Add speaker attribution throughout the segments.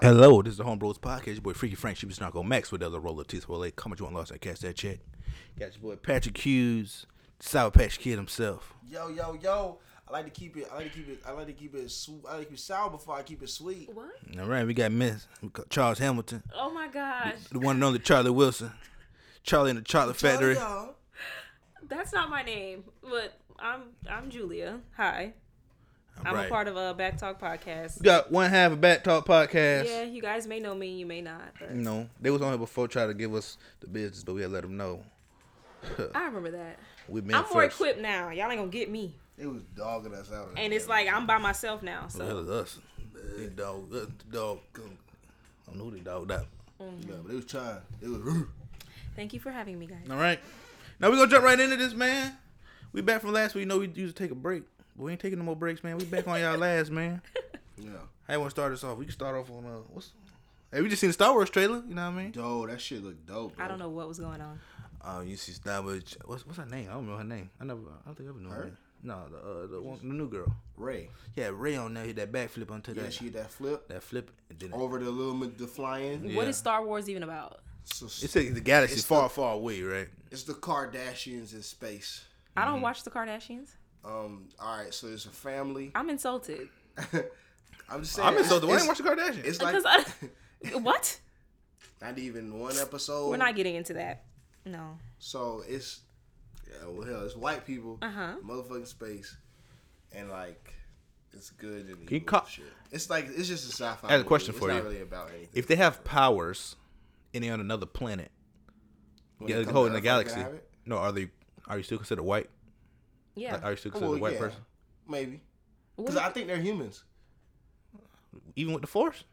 Speaker 1: Hello, this is the Home Bros Podcast. Your boy Freaky Frank, She was not gonna max with the other roller teeth. Well, come at you on Lost and Catch That Check. Got your boy Patrick Hughes, Sour Patch Kid himself.
Speaker 2: Yo, yo, yo. I like to keep it. I like to keep it. I like to keep it. Sweet. I like to keep it sour before I keep it sweet.
Speaker 3: What?
Speaker 1: All right, we got Miss Charles Hamilton,
Speaker 3: Oh my gosh.
Speaker 1: the one and only Charlie Wilson, Charlie in the Chocolate Factory.
Speaker 2: Yo, yo.
Speaker 3: That's not my name, but I'm I'm Julia. Hi.
Speaker 1: All
Speaker 3: I'm
Speaker 1: right.
Speaker 3: a part of a Back Talk podcast.
Speaker 1: We got one half of Back Talk Podcast.
Speaker 3: Yeah, you guys may know me, you may not. But
Speaker 1: You know, they was on here before trying to give us the business, but we had to let them know
Speaker 3: I remember that.
Speaker 1: we
Speaker 3: i
Speaker 1: been
Speaker 3: I'm more
Speaker 1: first.
Speaker 3: equipped now. Y'all ain't gonna get me.
Speaker 2: It was dogging us out.
Speaker 3: And it's like I'm by myself now.
Speaker 1: That
Speaker 3: So
Speaker 1: was us. They dog, us- dog. I don't know who they dogged out.
Speaker 2: Yeah, but it was trying. It was.
Speaker 3: thank you for having me, guys.
Speaker 1: All right. Now we're gonna jump right into this, man. We back from last week. You know we used to take a break. But we ain't taking no more breaks, man. We back on y'all last, man.
Speaker 2: Yeah.
Speaker 1: Hey, want to start us off. We can start off on uh what's Hey, we just seen the Star Wars trailer, you know what I mean?
Speaker 2: Yo, that shit look dope.
Speaker 3: I don't know what was going on.
Speaker 1: Uh, you see Star Wars what's what's her name? I don't know her name. I never I don't think I ever knew her.
Speaker 2: Her?
Speaker 1: name. No, the uh, the, one, the new girl.
Speaker 2: Ray.
Speaker 1: Yeah, Ray on there hit that backflip onto
Speaker 2: Yeah,
Speaker 1: that
Speaker 2: she did that flip
Speaker 1: that flip and then
Speaker 2: over the little ma- the flying.
Speaker 3: What
Speaker 1: Yeah.
Speaker 3: is Star Wars even about?
Speaker 2: So
Speaker 1: it's
Speaker 2: it's,
Speaker 1: the the galaxy's
Speaker 2: It's
Speaker 1: far, far away, right?
Speaker 2: it's the Kardashians in space.
Speaker 3: I
Speaker 1: Mm-hmm.
Speaker 3: don't watch the Kardashians.
Speaker 2: Um. All right. So it's a family.
Speaker 3: I'm insulted.
Speaker 2: I'm just saying.
Speaker 1: I'm
Speaker 2: it's-
Speaker 1: insulted. Why didn't
Speaker 2: it's-
Speaker 1: watch the Kardashians?
Speaker 2: It's like
Speaker 3: Because I, what?
Speaker 2: not even one episode.
Speaker 3: We're not getting into that. No.
Speaker 2: So it's yeah, well hell, it's white people,
Speaker 3: Uh-huh.
Speaker 2: motherfucking space, and like it's good and
Speaker 1: you
Speaker 2: evil
Speaker 1: call-
Speaker 2: shit. It's like it's just a sci-fi.
Speaker 1: I have a
Speaker 2: movie.
Speaker 1: question
Speaker 2: it's
Speaker 1: for
Speaker 2: not
Speaker 1: you.
Speaker 2: Really about anything.
Speaker 1: If they have powers and they're on another planet,
Speaker 2: When
Speaker 1: Yeah,
Speaker 2: it
Speaker 1: the
Speaker 2: comes
Speaker 1: whole
Speaker 2: to
Speaker 1: in the
Speaker 2: Earth, are we gonna
Speaker 1: galaxy.
Speaker 2: have it?
Speaker 1: No, are they? Are you still considered white?
Speaker 3: Yeah.
Speaker 1: Like, are you still considered
Speaker 2: Well,
Speaker 1: a white
Speaker 2: yeah,
Speaker 1: person,
Speaker 2: maybe
Speaker 3: What
Speaker 2: because
Speaker 3: do-
Speaker 2: I think they're humans.
Speaker 1: even with the force?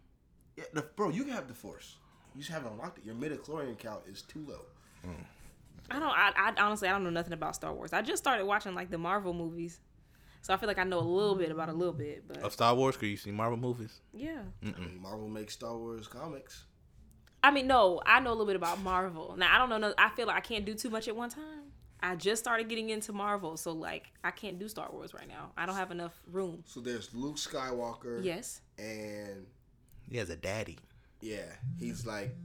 Speaker 2: Yeah, the, bro, you can have the force. You just haven't unlocked it. Your midichlorian count is too low.
Speaker 3: I don't. I, I honestly, I don't know nothing about Star Wars. I just started watching like the Marvel movies, so I feel like I know a little bit about a little bit. But
Speaker 1: Of Star Wars, because you see Marvel movies.
Speaker 3: yeah,
Speaker 2: I mean, Marvel makes Star Wars comics.
Speaker 3: I mean, no, I know a little bit about Marvel. Now I don't know. no- I feel like I can't do too much at one time. I just started getting into Marvel, so like I can't do Star Wars right now. I don't have enough room.
Speaker 2: So there's Luke Skywalker.
Speaker 3: Yes.
Speaker 2: And
Speaker 1: He has a daddy.
Speaker 2: Oh,
Speaker 1: Oh,
Speaker 2: yeah, he's like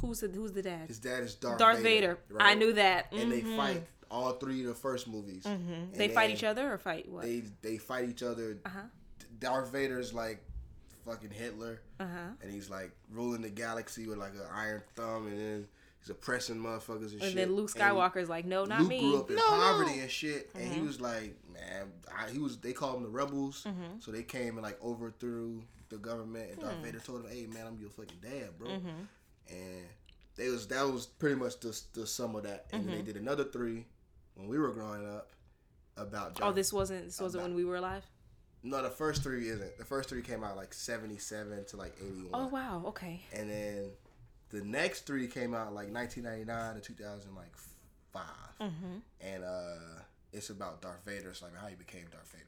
Speaker 3: Who's the Who's the dad?
Speaker 2: his dad is Darth,
Speaker 3: Darth Vader. I
Speaker 2: right?
Speaker 3: knew that.
Speaker 2: and they
Speaker 3: Mhm.
Speaker 2: fight all three of the first movies. And
Speaker 3: They fight
Speaker 2: then
Speaker 3: each other or fight what?
Speaker 2: They they fight each other.
Speaker 3: Uh huh.
Speaker 2: Darth Vader's like fucking Hitler,
Speaker 3: Uh huh.
Speaker 2: and he's like ruling the galaxy with like an iron thumb, and then he's oppressing motherfuckers and, shit.
Speaker 3: And then Luke Skywalker's like, no,
Speaker 2: And
Speaker 3: not
Speaker 2: Luke
Speaker 3: me. Oh, Mm-hmm.
Speaker 2: grew up in
Speaker 1: No, no.
Speaker 2: poverty and shit, and he was like, man, I, he was. They called him the rebels,
Speaker 3: Mm-hmm.
Speaker 2: so they came and like overthrew the government. And
Speaker 3: Hmm.
Speaker 2: Darth Vader told him, "Hey, man, I'm your fucking dad, bro."
Speaker 3: Mm-hmm.
Speaker 2: And they was that was pretty much the the sum of that. And
Speaker 3: Mm-hmm.
Speaker 2: then they did another three when we were growing up about
Speaker 3: Oh,
Speaker 2: Darth
Speaker 3: this wasn't this wasn't when we were alive.
Speaker 2: No, the first three isn't. The first three came out like seventy seven to like eighty one,
Speaker 3: Oh wow. Okay.
Speaker 2: and then the next three came out like nineteen ninety nine to two thousand like five,
Speaker 3: Mm-hmm.
Speaker 2: and uh, it's about Darth Vader. It's like how he became Darth Vader.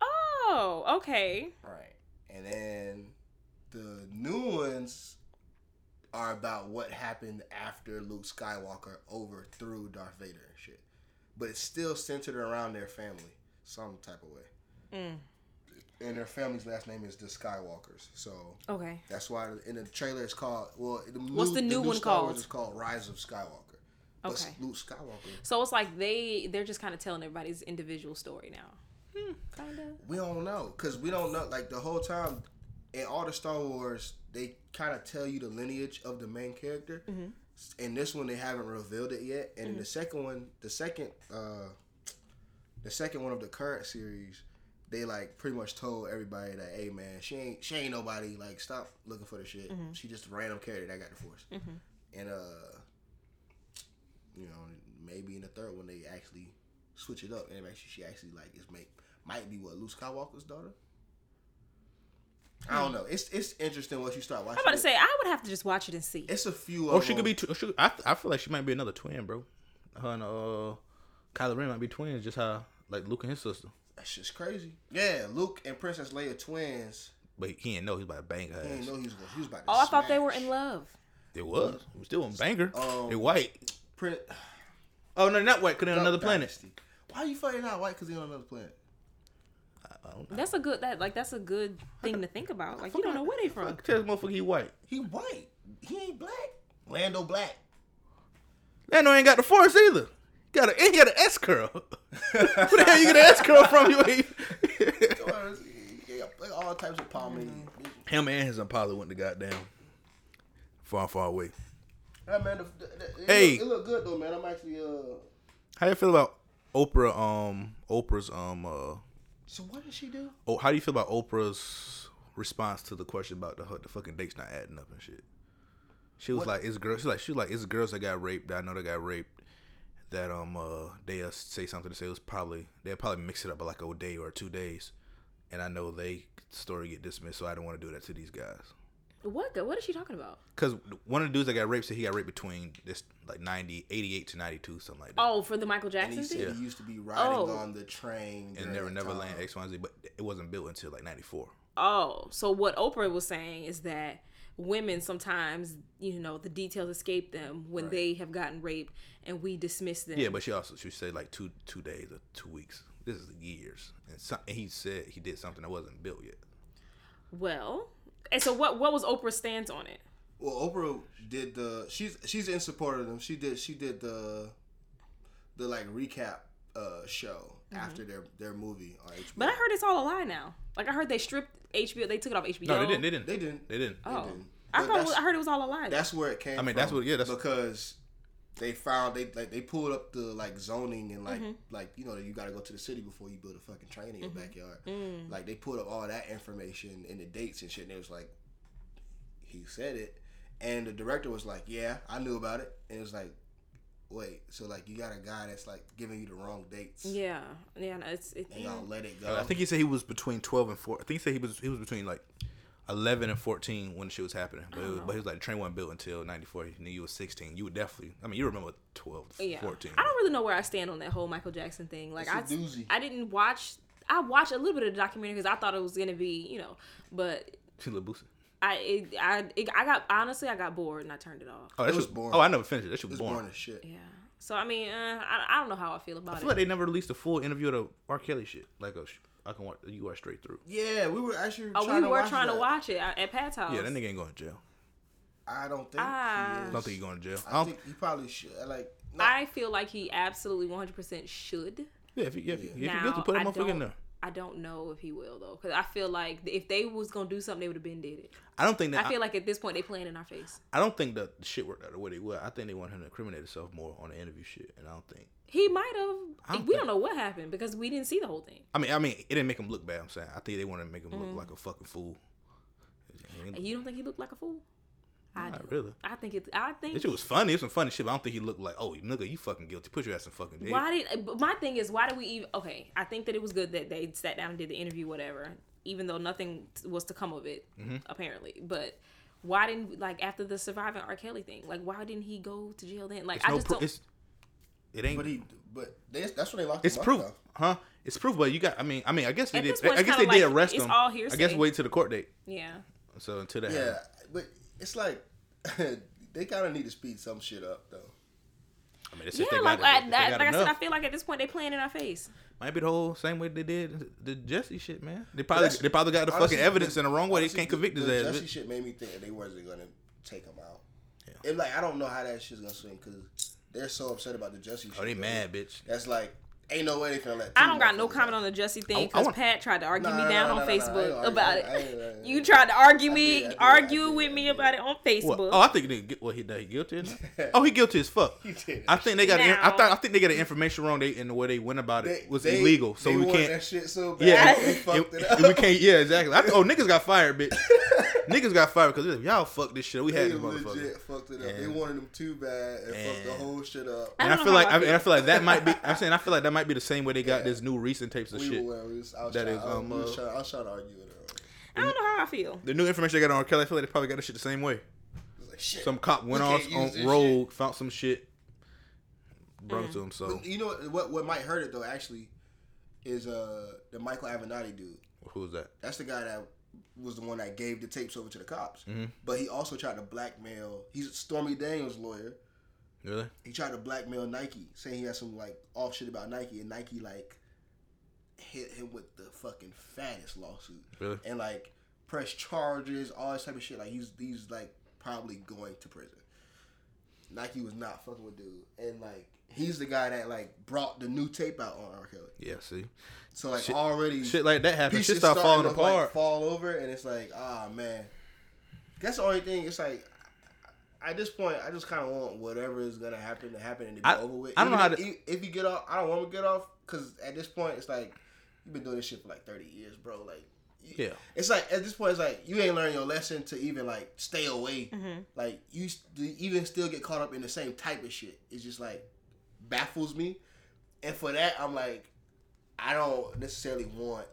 Speaker 3: Oh, okay.
Speaker 2: Right. And then the new ones are about what happened after Luke Skywalker overthrew Darth Vader and shit. But it's still centered around their family, some type of way.
Speaker 3: Mm.
Speaker 2: And their family's last name is the Skywalkers. So
Speaker 3: Okay.
Speaker 2: that's why in the trailer it's called, well, the new,
Speaker 3: What's the new one
Speaker 2: Star Wars
Speaker 3: called?
Speaker 2: is called Rise of Skywalker. But
Speaker 3: Okay.
Speaker 2: Luke Skywalker,
Speaker 3: So it's like they they're just kind of telling everybody's individual story now. Hmm, kind of.
Speaker 2: we don't know because we don't know like the whole time in all the star wars they kind of tell you the lineage of the main character in this one they haven't revealed it yet and in
Speaker 3: Mm.
Speaker 2: the second one the second uh the second one of the current series they like pretty much told everybody that hey man she ain't she ain't nobody like stop looking for the shit
Speaker 3: Mm-hmm.
Speaker 2: she just a random character that got the force and uh you know maybe in the third one they actually switch it up and actually she actually like is make might be what Luke Skywalker's daughter. I don't know. It's it's interesting once you start watching.
Speaker 3: Hmm. I'm about to
Speaker 2: it.
Speaker 3: say I would have to just watch it and see.
Speaker 2: it's a few.
Speaker 1: Oh,
Speaker 2: of
Speaker 1: she could be.
Speaker 2: them.
Speaker 1: Tw- she, I, th- I feel like she might be another twin, bro. Her and uh, Kylo Ren might be twins, just how like Luke and his sister.
Speaker 2: That's just crazy. Yeah, Luke and Princess Leia twins.
Speaker 1: But he, he didn't know he was about to bang her
Speaker 2: I didn't
Speaker 1: ass.
Speaker 2: know he was gonna, he was about to.
Speaker 3: Oh, I thought they were
Speaker 2: smash.
Speaker 3: in love.
Speaker 1: They was. He was still a banger.
Speaker 2: Um,
Speaker 1: they white.
Speaker 2: Prin-
Speaker 1: Oh no, not white. Could on another planet.
Speaker 2: Dynasty. Why are you fighting out white? Because they on another planet.
Speaker 1: I, I don't know.
Speaker 3: That's a good that like that's a good thing to think about. Like you don't know where they from.
Speaker 1: Fuck, tell this motherfucker he white.
Speaker 2: He white. He ain't black. Lando black.
Speaker 1: Lando ain't got the force either. Got a, and he got an S curl. Where the hell you get an S curl from? You ain't-
Speaker 2: Yeah, all types of pomade.
Speaker 3: Mm-hmm.
Speaker 1: him and his Impala went to goddamn far, far away.
Speaker 2: Hey, man, the- the- the- it
Speaker 1: Hey.
Speaker 2: look, it look good though, man. I'm actually uh.
Speaker 1: How do you feel about Oprah? Um, Oprah's um, uh,
Speaker 2: So what did she do?
Speaker 1: oh, how do you feel about Oprah's response to the question about the the fucking dates not adding up and shit? She was like, "It's girls." She's like, "She was like, it's girls that got raped. That I know that got raped. That um, uh, they uh, say something to say it was probably they'll probably mix it up by like a day or two days, and I know they story get dismissed, so I don't want to do that to these guys."
Speaker 3: What the- what is she talking about?
Speaker 1: Cause one of the dudes that got raped said he got raped between this like 90, 88 to ninety two, something like that.
Speaker 3: Oh, for the Michael
Speaker 2: And he
Speaker 3: Jackson
Speaker 2: said
Speaker 3: thing.
Speaker 2: he used to be riding
Speaker 3: Oh.
Speaker 2: on the train.
Speaker 1: and
Speaker 2: during
Speaker 1: Never
Speaker 2: that
Speaker 1: Never
Speaker 2: time.
Speaker 1: Land X Y and Z, but it wasn't built until like ninety four.
Speaker 3: Oh, so what Oprah was saying is that women sometimes you know the details escape them when they have gotten raped, and we dismiss them.
Speaker 1: Yeah, but she also she said like two two days or two weeks. This is years, and, some, and he said he did something that wasn't built yet.
Speaker 3: Well, and so what? What was Oprah's stance on it?
Speaker 2: Well, Oprah did the. She's she's in support of them. She did she did the, the like recap uh show after their their movie on HBO.
Speaker 3: Mm-hmm. But I heard it's all a lie now. Like I heard they stripped HBO. They took it off HBO.
Speaker 1: No, they didn't. They didn't.
Speaker 2: they didn't.
Speaker 1: They didn't.
Speaker 3: Oh,
Speaker 2: didn't.
Speaker 3: I
Speaker 2: But
Speaker 3: thought it
Speaker 2: that's-
Speaker 3: was- I heard it was all a lie.
Speaker 2: That's where it came.
Speaker 1: I mean,
Speaker 2: from,
Speaker 1: that's what- yeah, that's-
Speaker 2: because they found they like they pulled up the like zoning and
Speaker 3: Mm-hmm.
Speaker 2: like like you know you got to go to the city before you build a fucking train in your backyard.
Speaker 3: Mm.
Speaker 2: Like they pulled up all that information and the dates and shit, and it was like he said it, and the director was like, "Yeah, I knew about it," and it was like, "Wait, so like you got a guy that's like giving you the wrong dates,
Speaker 3: yeah, yeah. No, it's it,
Speaker 2: and y'all let it go."
Speaker 1: I think he said he was between twelve and four. I think he said he was he was between like eleven and fourteen when the shit was happening. But, it was, but he was like the train wasn't built until ninety four. And then you were sixteen. You would definitely. I mean, you remember 12,
Speaker 3: yeah.
Speaker 1: 14.
Speaker 3: I don't really know where I stand on that whole Michael Jackson thing. Like
Speaker 2: It's a
Speaker 3: I,
Speaker 2: doozy.
Speaker 3: I didn't watch. I watched a little bit of the documentary because I thought it was gonna be you know, but
Speaker 1: She little Boosie.
Speaker 3: I it, I it, I got honestly I got bored and I turned it off.
Speaker 1: Oh, that
Speaker 2: It
Speaker 1: was
Speaker 2: was
Speaker 1: born.
Speaker 2: boring.
Speaker 1: Oh, I never finished it. That shit
Speaker 2: it
Speaker 1: was
Speaker 2: was
Speaker 1: born.
Speaker 2: boring as shit.
Speaker 3: Yeah. So I mean, uh, I, I don't know how I feel about
Speaker 1: I feel
Speaker 3: it.
Speaker 1: like they never released a full interview of the R. Kelly shit. Like a, sh- I can watch you are straight through.
Speaker 2: Yeah, we were actually.
Speaker 3: Oh,
Speaker 2: trying
Speaker 3: we
Speaker 2: to
Speaker 3: were
Speaker 2: watch
Speaker 3: trying
Speaker 2: that.
Speaker 3: to watch it at at Pat's house.
Speaker 1: Yeah, that nigga ain't going to jail.
Speaker 2: I don't think.
Speaker 3: Ah.
Speaker 2: he is.
Speaker 1: I don't think he's going to jail. I
Speaker 2: I
Speaker 1: don't,
Speaker 2: think you probably should like. no,
Speaker 3: I feel like he absolutely 100% should.
Speaker 1: yeah, if you yeah, if, you- if
Speaker 3: now,
Speaker 1: you're guilty, put
Speaker 3: I
Speaker 1: him motherfucker in
Speaker 3: don't-
Speaker 1: there.
Speaker 3: I don't know if he will though, because I feel like if they was gonna do something, they would have been did it.
Speaker 1: I don't think that.
Speaker 3: I
Speaker 1: I,
Speaker 3: feel like at this point they playing in our face.
Speaker 1: I don't think that the shit worked out the way they would. I think they want him to incriminate himself more on the interview shit, and I don't think.
Speaker 3: He might have.
Speaker 1: don't
Speaker 3: we
Speaker 1: think-
Speaker 3: don't know what happened because we didn't see the whole thing.
Speaker 1: I mean, I mean, it didn't make him look bad. I'm saying I think they want to make him
Speaker 3: Mm.
Speaker 1: look like a fucking fool.
Speaker 3: And you don't think he looked like a fool? I do.
Speaker 1: Not really.
Speaker 3: I think it. I
Speaker 1: That
Speaker 3: think.
Speaker 1: shit was funny. It was some funny shit. But I don't think he looked like, oh, nigga, you fucking guilty. Put your ass in fucking jail.
Speaker 3: Why did? But my thing is, why did we even? Okay, I think that it was good that they sat down and did the interview, whatever. Even though nothing was to come of it,
Speaker 1: Mm-hmm.
Speaker 3: apparently. But why didn't like after the surviving R. Kelly thing? Like, why didn't he go to jail then? Like,
Speaker 1: It's
Speaker 3: I
Speaker 1: no
Speaker 3: just
Speaker 1: pro-
Speaker 3: don't.
Speaker 1: it's, it ain't.
Speaker 2: But he, but they, that's when they locked
Speaker 1: It's
Speaker 2: him
Speaker 1: proof,
Speaker 2: up.
Speaker 1: huh? It's proof, but you got. I mean, I mean, I guess they
Speaker 3: At
Speaker 1: did.
Speaker 3: this point,
Speaker 1: I
Speaker 3: it's
Speaker 1: guess they
Speaker 3: kinda
Speaker 1: did
Speaker 3: like,
Speaker 1: arrest
Speaker 3: it's
Speaker 1: him.
Speaker 3: all
Speaker 1: I guess
Speaker 3: hearsay.
Speaker 1: wait till the court date.
Speaker 3: yeah.
Speaker 1: So until that,
Speaker 2: Though. Yeah,
Speaker 1: happens.
Speaker 2: but it's like they kind of need to speed some shit up though.
Speaker 1: I mean, it's
Speaker 3: Yeah,
Speaker 1: if they
Speaker 3: like,
Speaker 1: got,
Speaker 3: like,
Speaker 1: if they
Speaker 3: that,
Speaker 1: got
Speaker 3: like I said, I
Speaker 1: enough.
Speaker 3: feel like at this point they playing in our face.
Speaker 1: might be the whole same way they did the Jesse shit, man. They probably
Speaker 2: that's-
Speaker 1: they probably got the
Speaker 2: honestly,
Speaker 1: fucking evidence
Speaker 2: the-
Speaker 1: in the wrong way. They
Speaker 2: honestly,
Speaker 1: can't convict
Speaker 2: the,
Speaker 1: his
Speaker 2: The
Speaker 1: ass.
Speaker 2: Jesse
Speaker 1: bitch.
Speaker 2: shit made me think that they wasn't gonna take him out. And like I don't know how that shit's gonna swing because they're so upset about the Jesse. shit.
Speaker 1: Oh, they
Speaker 2: bro.
Speaker 1: mad, bitch.
Speaker 2: That's like ain't no way they finna let.
Speaker 3: I don't got no comment on the Jussie thing
Speaker 1: I- I
Speaker 3: because
Speaker 1: want-
Speaker 3: Pat tried to argue
Speaker 2: Nah,
Speaker 3: me
Speaker 2: nah,
Speaker 3: down
Speaker 2: nah,
Speaker 3: on
Speaker 2: nah, nah, I
Speaker 3: Facebook
Speaker 2: ain't argue-
Speaker 3: about
Speaker 2: I
Speaker 3: it.
Speaker 2: ain't- I ain't-
Speaker 3: you tried to argue me,
Speaker 2: did, I did, I
Speaker 3: argue
Speaker 2: did,
Speaker 3: with
Speaker 2: I
Speaker 3: me
Speaker 2: did.
Speaker 3: about it on Facebook.
Speaker 1: What? Oh, I think they get. Well, he he guilty. Or not? oh, he guilty as fuck.
Speaker 2: did.
Speaker 1: I think they got. the- I
Speaker 3: Now-
Speaker 1: thought I think they got the information wrong. They and the way they went about it
Speaker 2: They-
Speaker 1: was
Speaker 2: they-
Speaker 1: illegal. So
Speaker 2: they
Speaker 1: we
Speaker 2: want
Speaker 1: can't.
Speaker 2: That shit so bad.
Speaker 1: Yeah,
Speaker 2: they fucked it
Speaker 1: it-
Speaker 2: up.
Speaker 1: we can't. Yeah, exactly. I, oh, niggas got fired, bitch. niggas got fired because y'all fucked this shit. We
Speaker 2: They
Speaker 1: had this motherfucker.
Speaker 2: legit fucked it up. They
Speaker 1: And-
Speaker 2: wanted them too bad and fucked the
Speaker 1: and-
Speaker 2: whole shit up.
Speaker 3: I
Speaker 1: And I,
Speaker 3: don't
Speaker 1: feel
Speaker 3: know how
Speaker 1: like
Speaker 3: I
Speaker 1: I, mean,
Speaker 3: feel.
Speaker 1: I feel like that might be. I'm saying I feel like that might be the same way they got
Speaker 2: Yeah.
Speaker 1: this new recent tapes of
Speaker 2: We
Speaker 1: shit.
Speaker 2: were, aware. we was, I was
Speaker 1: That
Speaker 2: trying,
Speaker 1: is,
Speaker 2: I was,
Speaker 1: um,
Speaker 2: we was
Speaker 1: uh,
Speaker 2: trying, I was trying to argue with her.
Speaker 3: I don't know how I feel.
Speaker 1: The new information they got on R. Kelly, I feel like they probably got this shit the same way.
Speaker 2: I was like, shit.
Speaker 1: Some cop went
Speaker 2: We
Speaker 1: off
Speaker 2: can't use
Speaker 1: on
Speaker 2: this
Speaker 1: road, found some shit, brought
Speaker 3: Mm.
Speaker 1: it to him. So
Speaker 2: But you know what, what? What might hurt it though, actually, is uh the Michael Avenatti dude.
Speaker 1: who was that?
Speaker 2: That's the guy that was the one that gave the tapes over to the cops. But he also tried to blackmail. He's Stormy Daniels' lawyer.
Speaker 1: Really?
Speaker 2: He tried to blackmail Nike, saying he had some like off shit about Nike, and Nike like hit him with the fucking fattest lawsuit.
Speaker 1: Really?
Speaker 2: And like press charges, all this type of shit. Like he's he's like probably going to prison. Nike was not fucking with dude, and like he's the guy that like brought the new tape out on R. Kelly.
Speaker 1: Yeah, see,
Speaker 2: So like
Speaker 1: Shit-
Speaker 2: already
Speaker 1: shit like that happens. Shit
Speaker 2: pieces
Speaker 1: start
Speaker 2: starting
Speaker 1: falling
Speaker 2: to, like,
Speaker 1: apart.
Speaker 2: fall over, and it's like, ah man. That's the only thing. It's like at this point, I just kind of want whatever is gonna happen to happen and to be
Speaker 1: I-
Speaker 2: over with.
Speaker 1: I don't know
Speaker 2: Even
Speaker 1: how
Speaker 2: if,
Speaker 1: to-
Speaker 2: e- if you get off. I don't want to get off because at this point, it's like you've been doing this shit for like thirty years, bro. Like. you-
Speaker 1: Yeah.
Speaker 2: it's like at this point, it's like you ain't learned your lesson to even like stay away. Like you s- to even still get caught up in the same type of shit. It's just like baffles me, and for that, I'm like, I don't necessarily want.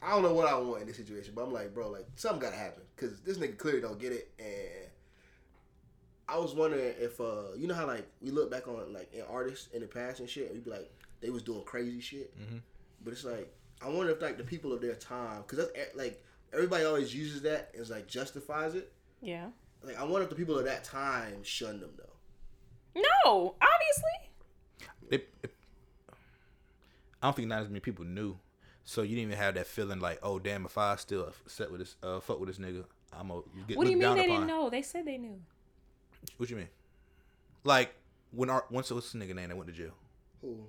Speaker 2: I don't know what I want in this situation, but I'm like, bro, like something gotta happen because this nigga clearly don't get it. And I was wondering if uh, you know how like we look back on like an artist in the past and shit, and we'd be like, they was doing crazy shit. But it's like I wonder if like the people of their time, because that's e- like everybody always uses that as like justifies it.
Speaker 3: Yeah.
Speaker 2: Like I wonder if the people of that time shunned them though.
Speaker 3: No, obviously.
Speaker 1: They, I don't think not as many people knew, so you didn't even have that feeling like, oh damn, if I still set with this, uh, fuck with this nigga, I'm gonna get
Speaker 3: What do you
Speaker 1: looked
Speaker 3: mean
Speaker 1: down
Speaker 3: they
Speaker 1: upon.
Speaker 3: didn't know? They said they knew.
Speaker 1: What you mean? Like when our once what's the nigga name that went to jail?
Speaker 2: Who?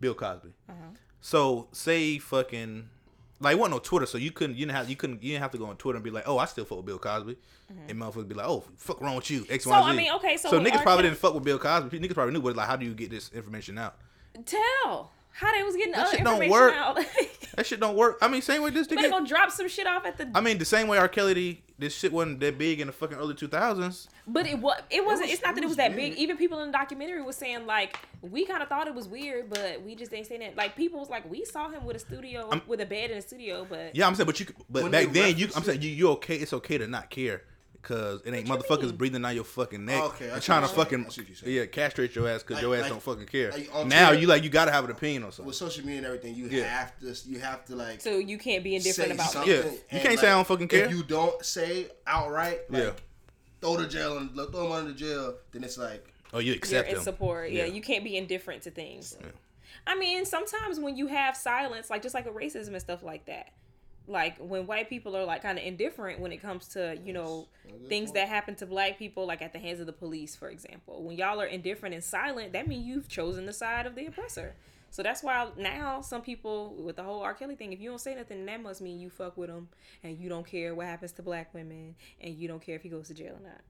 Speaker 1: Bill Cosby.
Speaker 3: Uh-huh.
Speaker 1: So say fucking like it wasn't no Twitter, so you couldn't you didn't have you couldn't you didn't have to go on Twitter and be like, oh, I still fuck with Bill Cosby, and motherfuckers be like, oh, fuck wrong with you? X,
Speaker 3: Mm-hmm. So,
Speaker 1: Y,
Speaker 3: I
Speaker 1: Z.
Speaker 3: mean, okay, so
Speaker 1: so
Speaker 3: when
Speaker 1: niggas
Speaker 3: R.
Speaker 1: probably
Speaker 3: Kelly-
Speaker 1: didn't fuck with Bill Cosby. Niggas probably knew, but like, how do you get this information out?
Speaker 3: Tell how they was getting other
Speaker 1: shit don't
Speaker 3: information
Speaker 1: work.
Speaker 3: out.
Speaker 1: That shit don't work. I mean, same way this
Speaker 3: Better
Speaker 1: nigga.
Speaker 3: go drop some shit off at the.
Speaker 1: I mean, the same way R. Kelly, this shit wasn't that big in the fucking early two thousands.
Speaker 3: But it was. It wasn't.
Speaker 2: was-
Speaker 3: it's not
Speaker 2: it
Speaker 3: that it
Speaker 2: was
Speaker 3: was that
Speaker 2: big.
Speaker 3: big. Even people in the documentary was saying like we kind of thought it was weird, but we just ain't saying it. Like people was like we saw him with a studio with a bed in a studio, but
Speaker 1: Yeah, I'm saying, but you, could- but
Speaker 2: When
Speaker 1: back
Speaker 2: they
Speaker 1: then, you,
Speaker 2: reference
Speaker 1: I'm saying, you, you okay? It's okay to not care because it ain't
Speaker 3: you
Speaker 1: motherfuckers
Speaker 3: mean?
Speaker 1: breathing down your fucking neck.
Speaker 2: Oh, okay, I
Speaker 1: and
Speaker 2: see
Speaker 1: trying to
Speaker 2: what you're saying.
Speaker 1: fucking
Speaker 2: I see what you're saying.
Speaker 1: yeah castrate your ass because
Speaker 2: Like-
Speaker 1: your ass
Speaker 2: like-
Speaker 1: don't fucking care.
Speaker 2: like on
Speaker 1: now
Speaker 2: Twitter-
Speaker 1: you like you gotta have an opinion on something.
Speaker 2: With social media and everything, you
Speaker 1: Yeah.
Speaker 2: have to you have to like
Speaker 3: so you can't be indifferent
Speaker 2: say
Speaker 3: about
Speaker 2: something.
Speaker 1: Yeah. You
Speaker 2: and,
Speaker 1: can't say I don't fucking care.
Speaker 2: If you don't say outright, like,
Speaker 1: Yeah.
Speaker 2: throw the jail and throw them under the jail, then it's like
Speaker 1: Oh, you
Speaker 3: you're
Speaker 1: accept
Speaker 3: in
Speaker 1: them.
Speaker 3: support. Yeah.
Speaker 1: Yeah.
Speaker 3: you can't be indifferent to things. I mean, sometimes when you have silence, like just like a racism and stuff like that, like when white people are like kind of indifferent when it comes to you know things
Speaker 2: Mm-hmm.
Speaker 3: that happen to black people, like at the hands of the police, for example. When y'all are indifferent and silent, that means you've chosen the side of the oppressor. So that's why now some people with the whole R. Kelly thing, if you don't say nothing, that must mean you fuck with him and you don't care what happens to black women and you don't care if he goes to jail or not.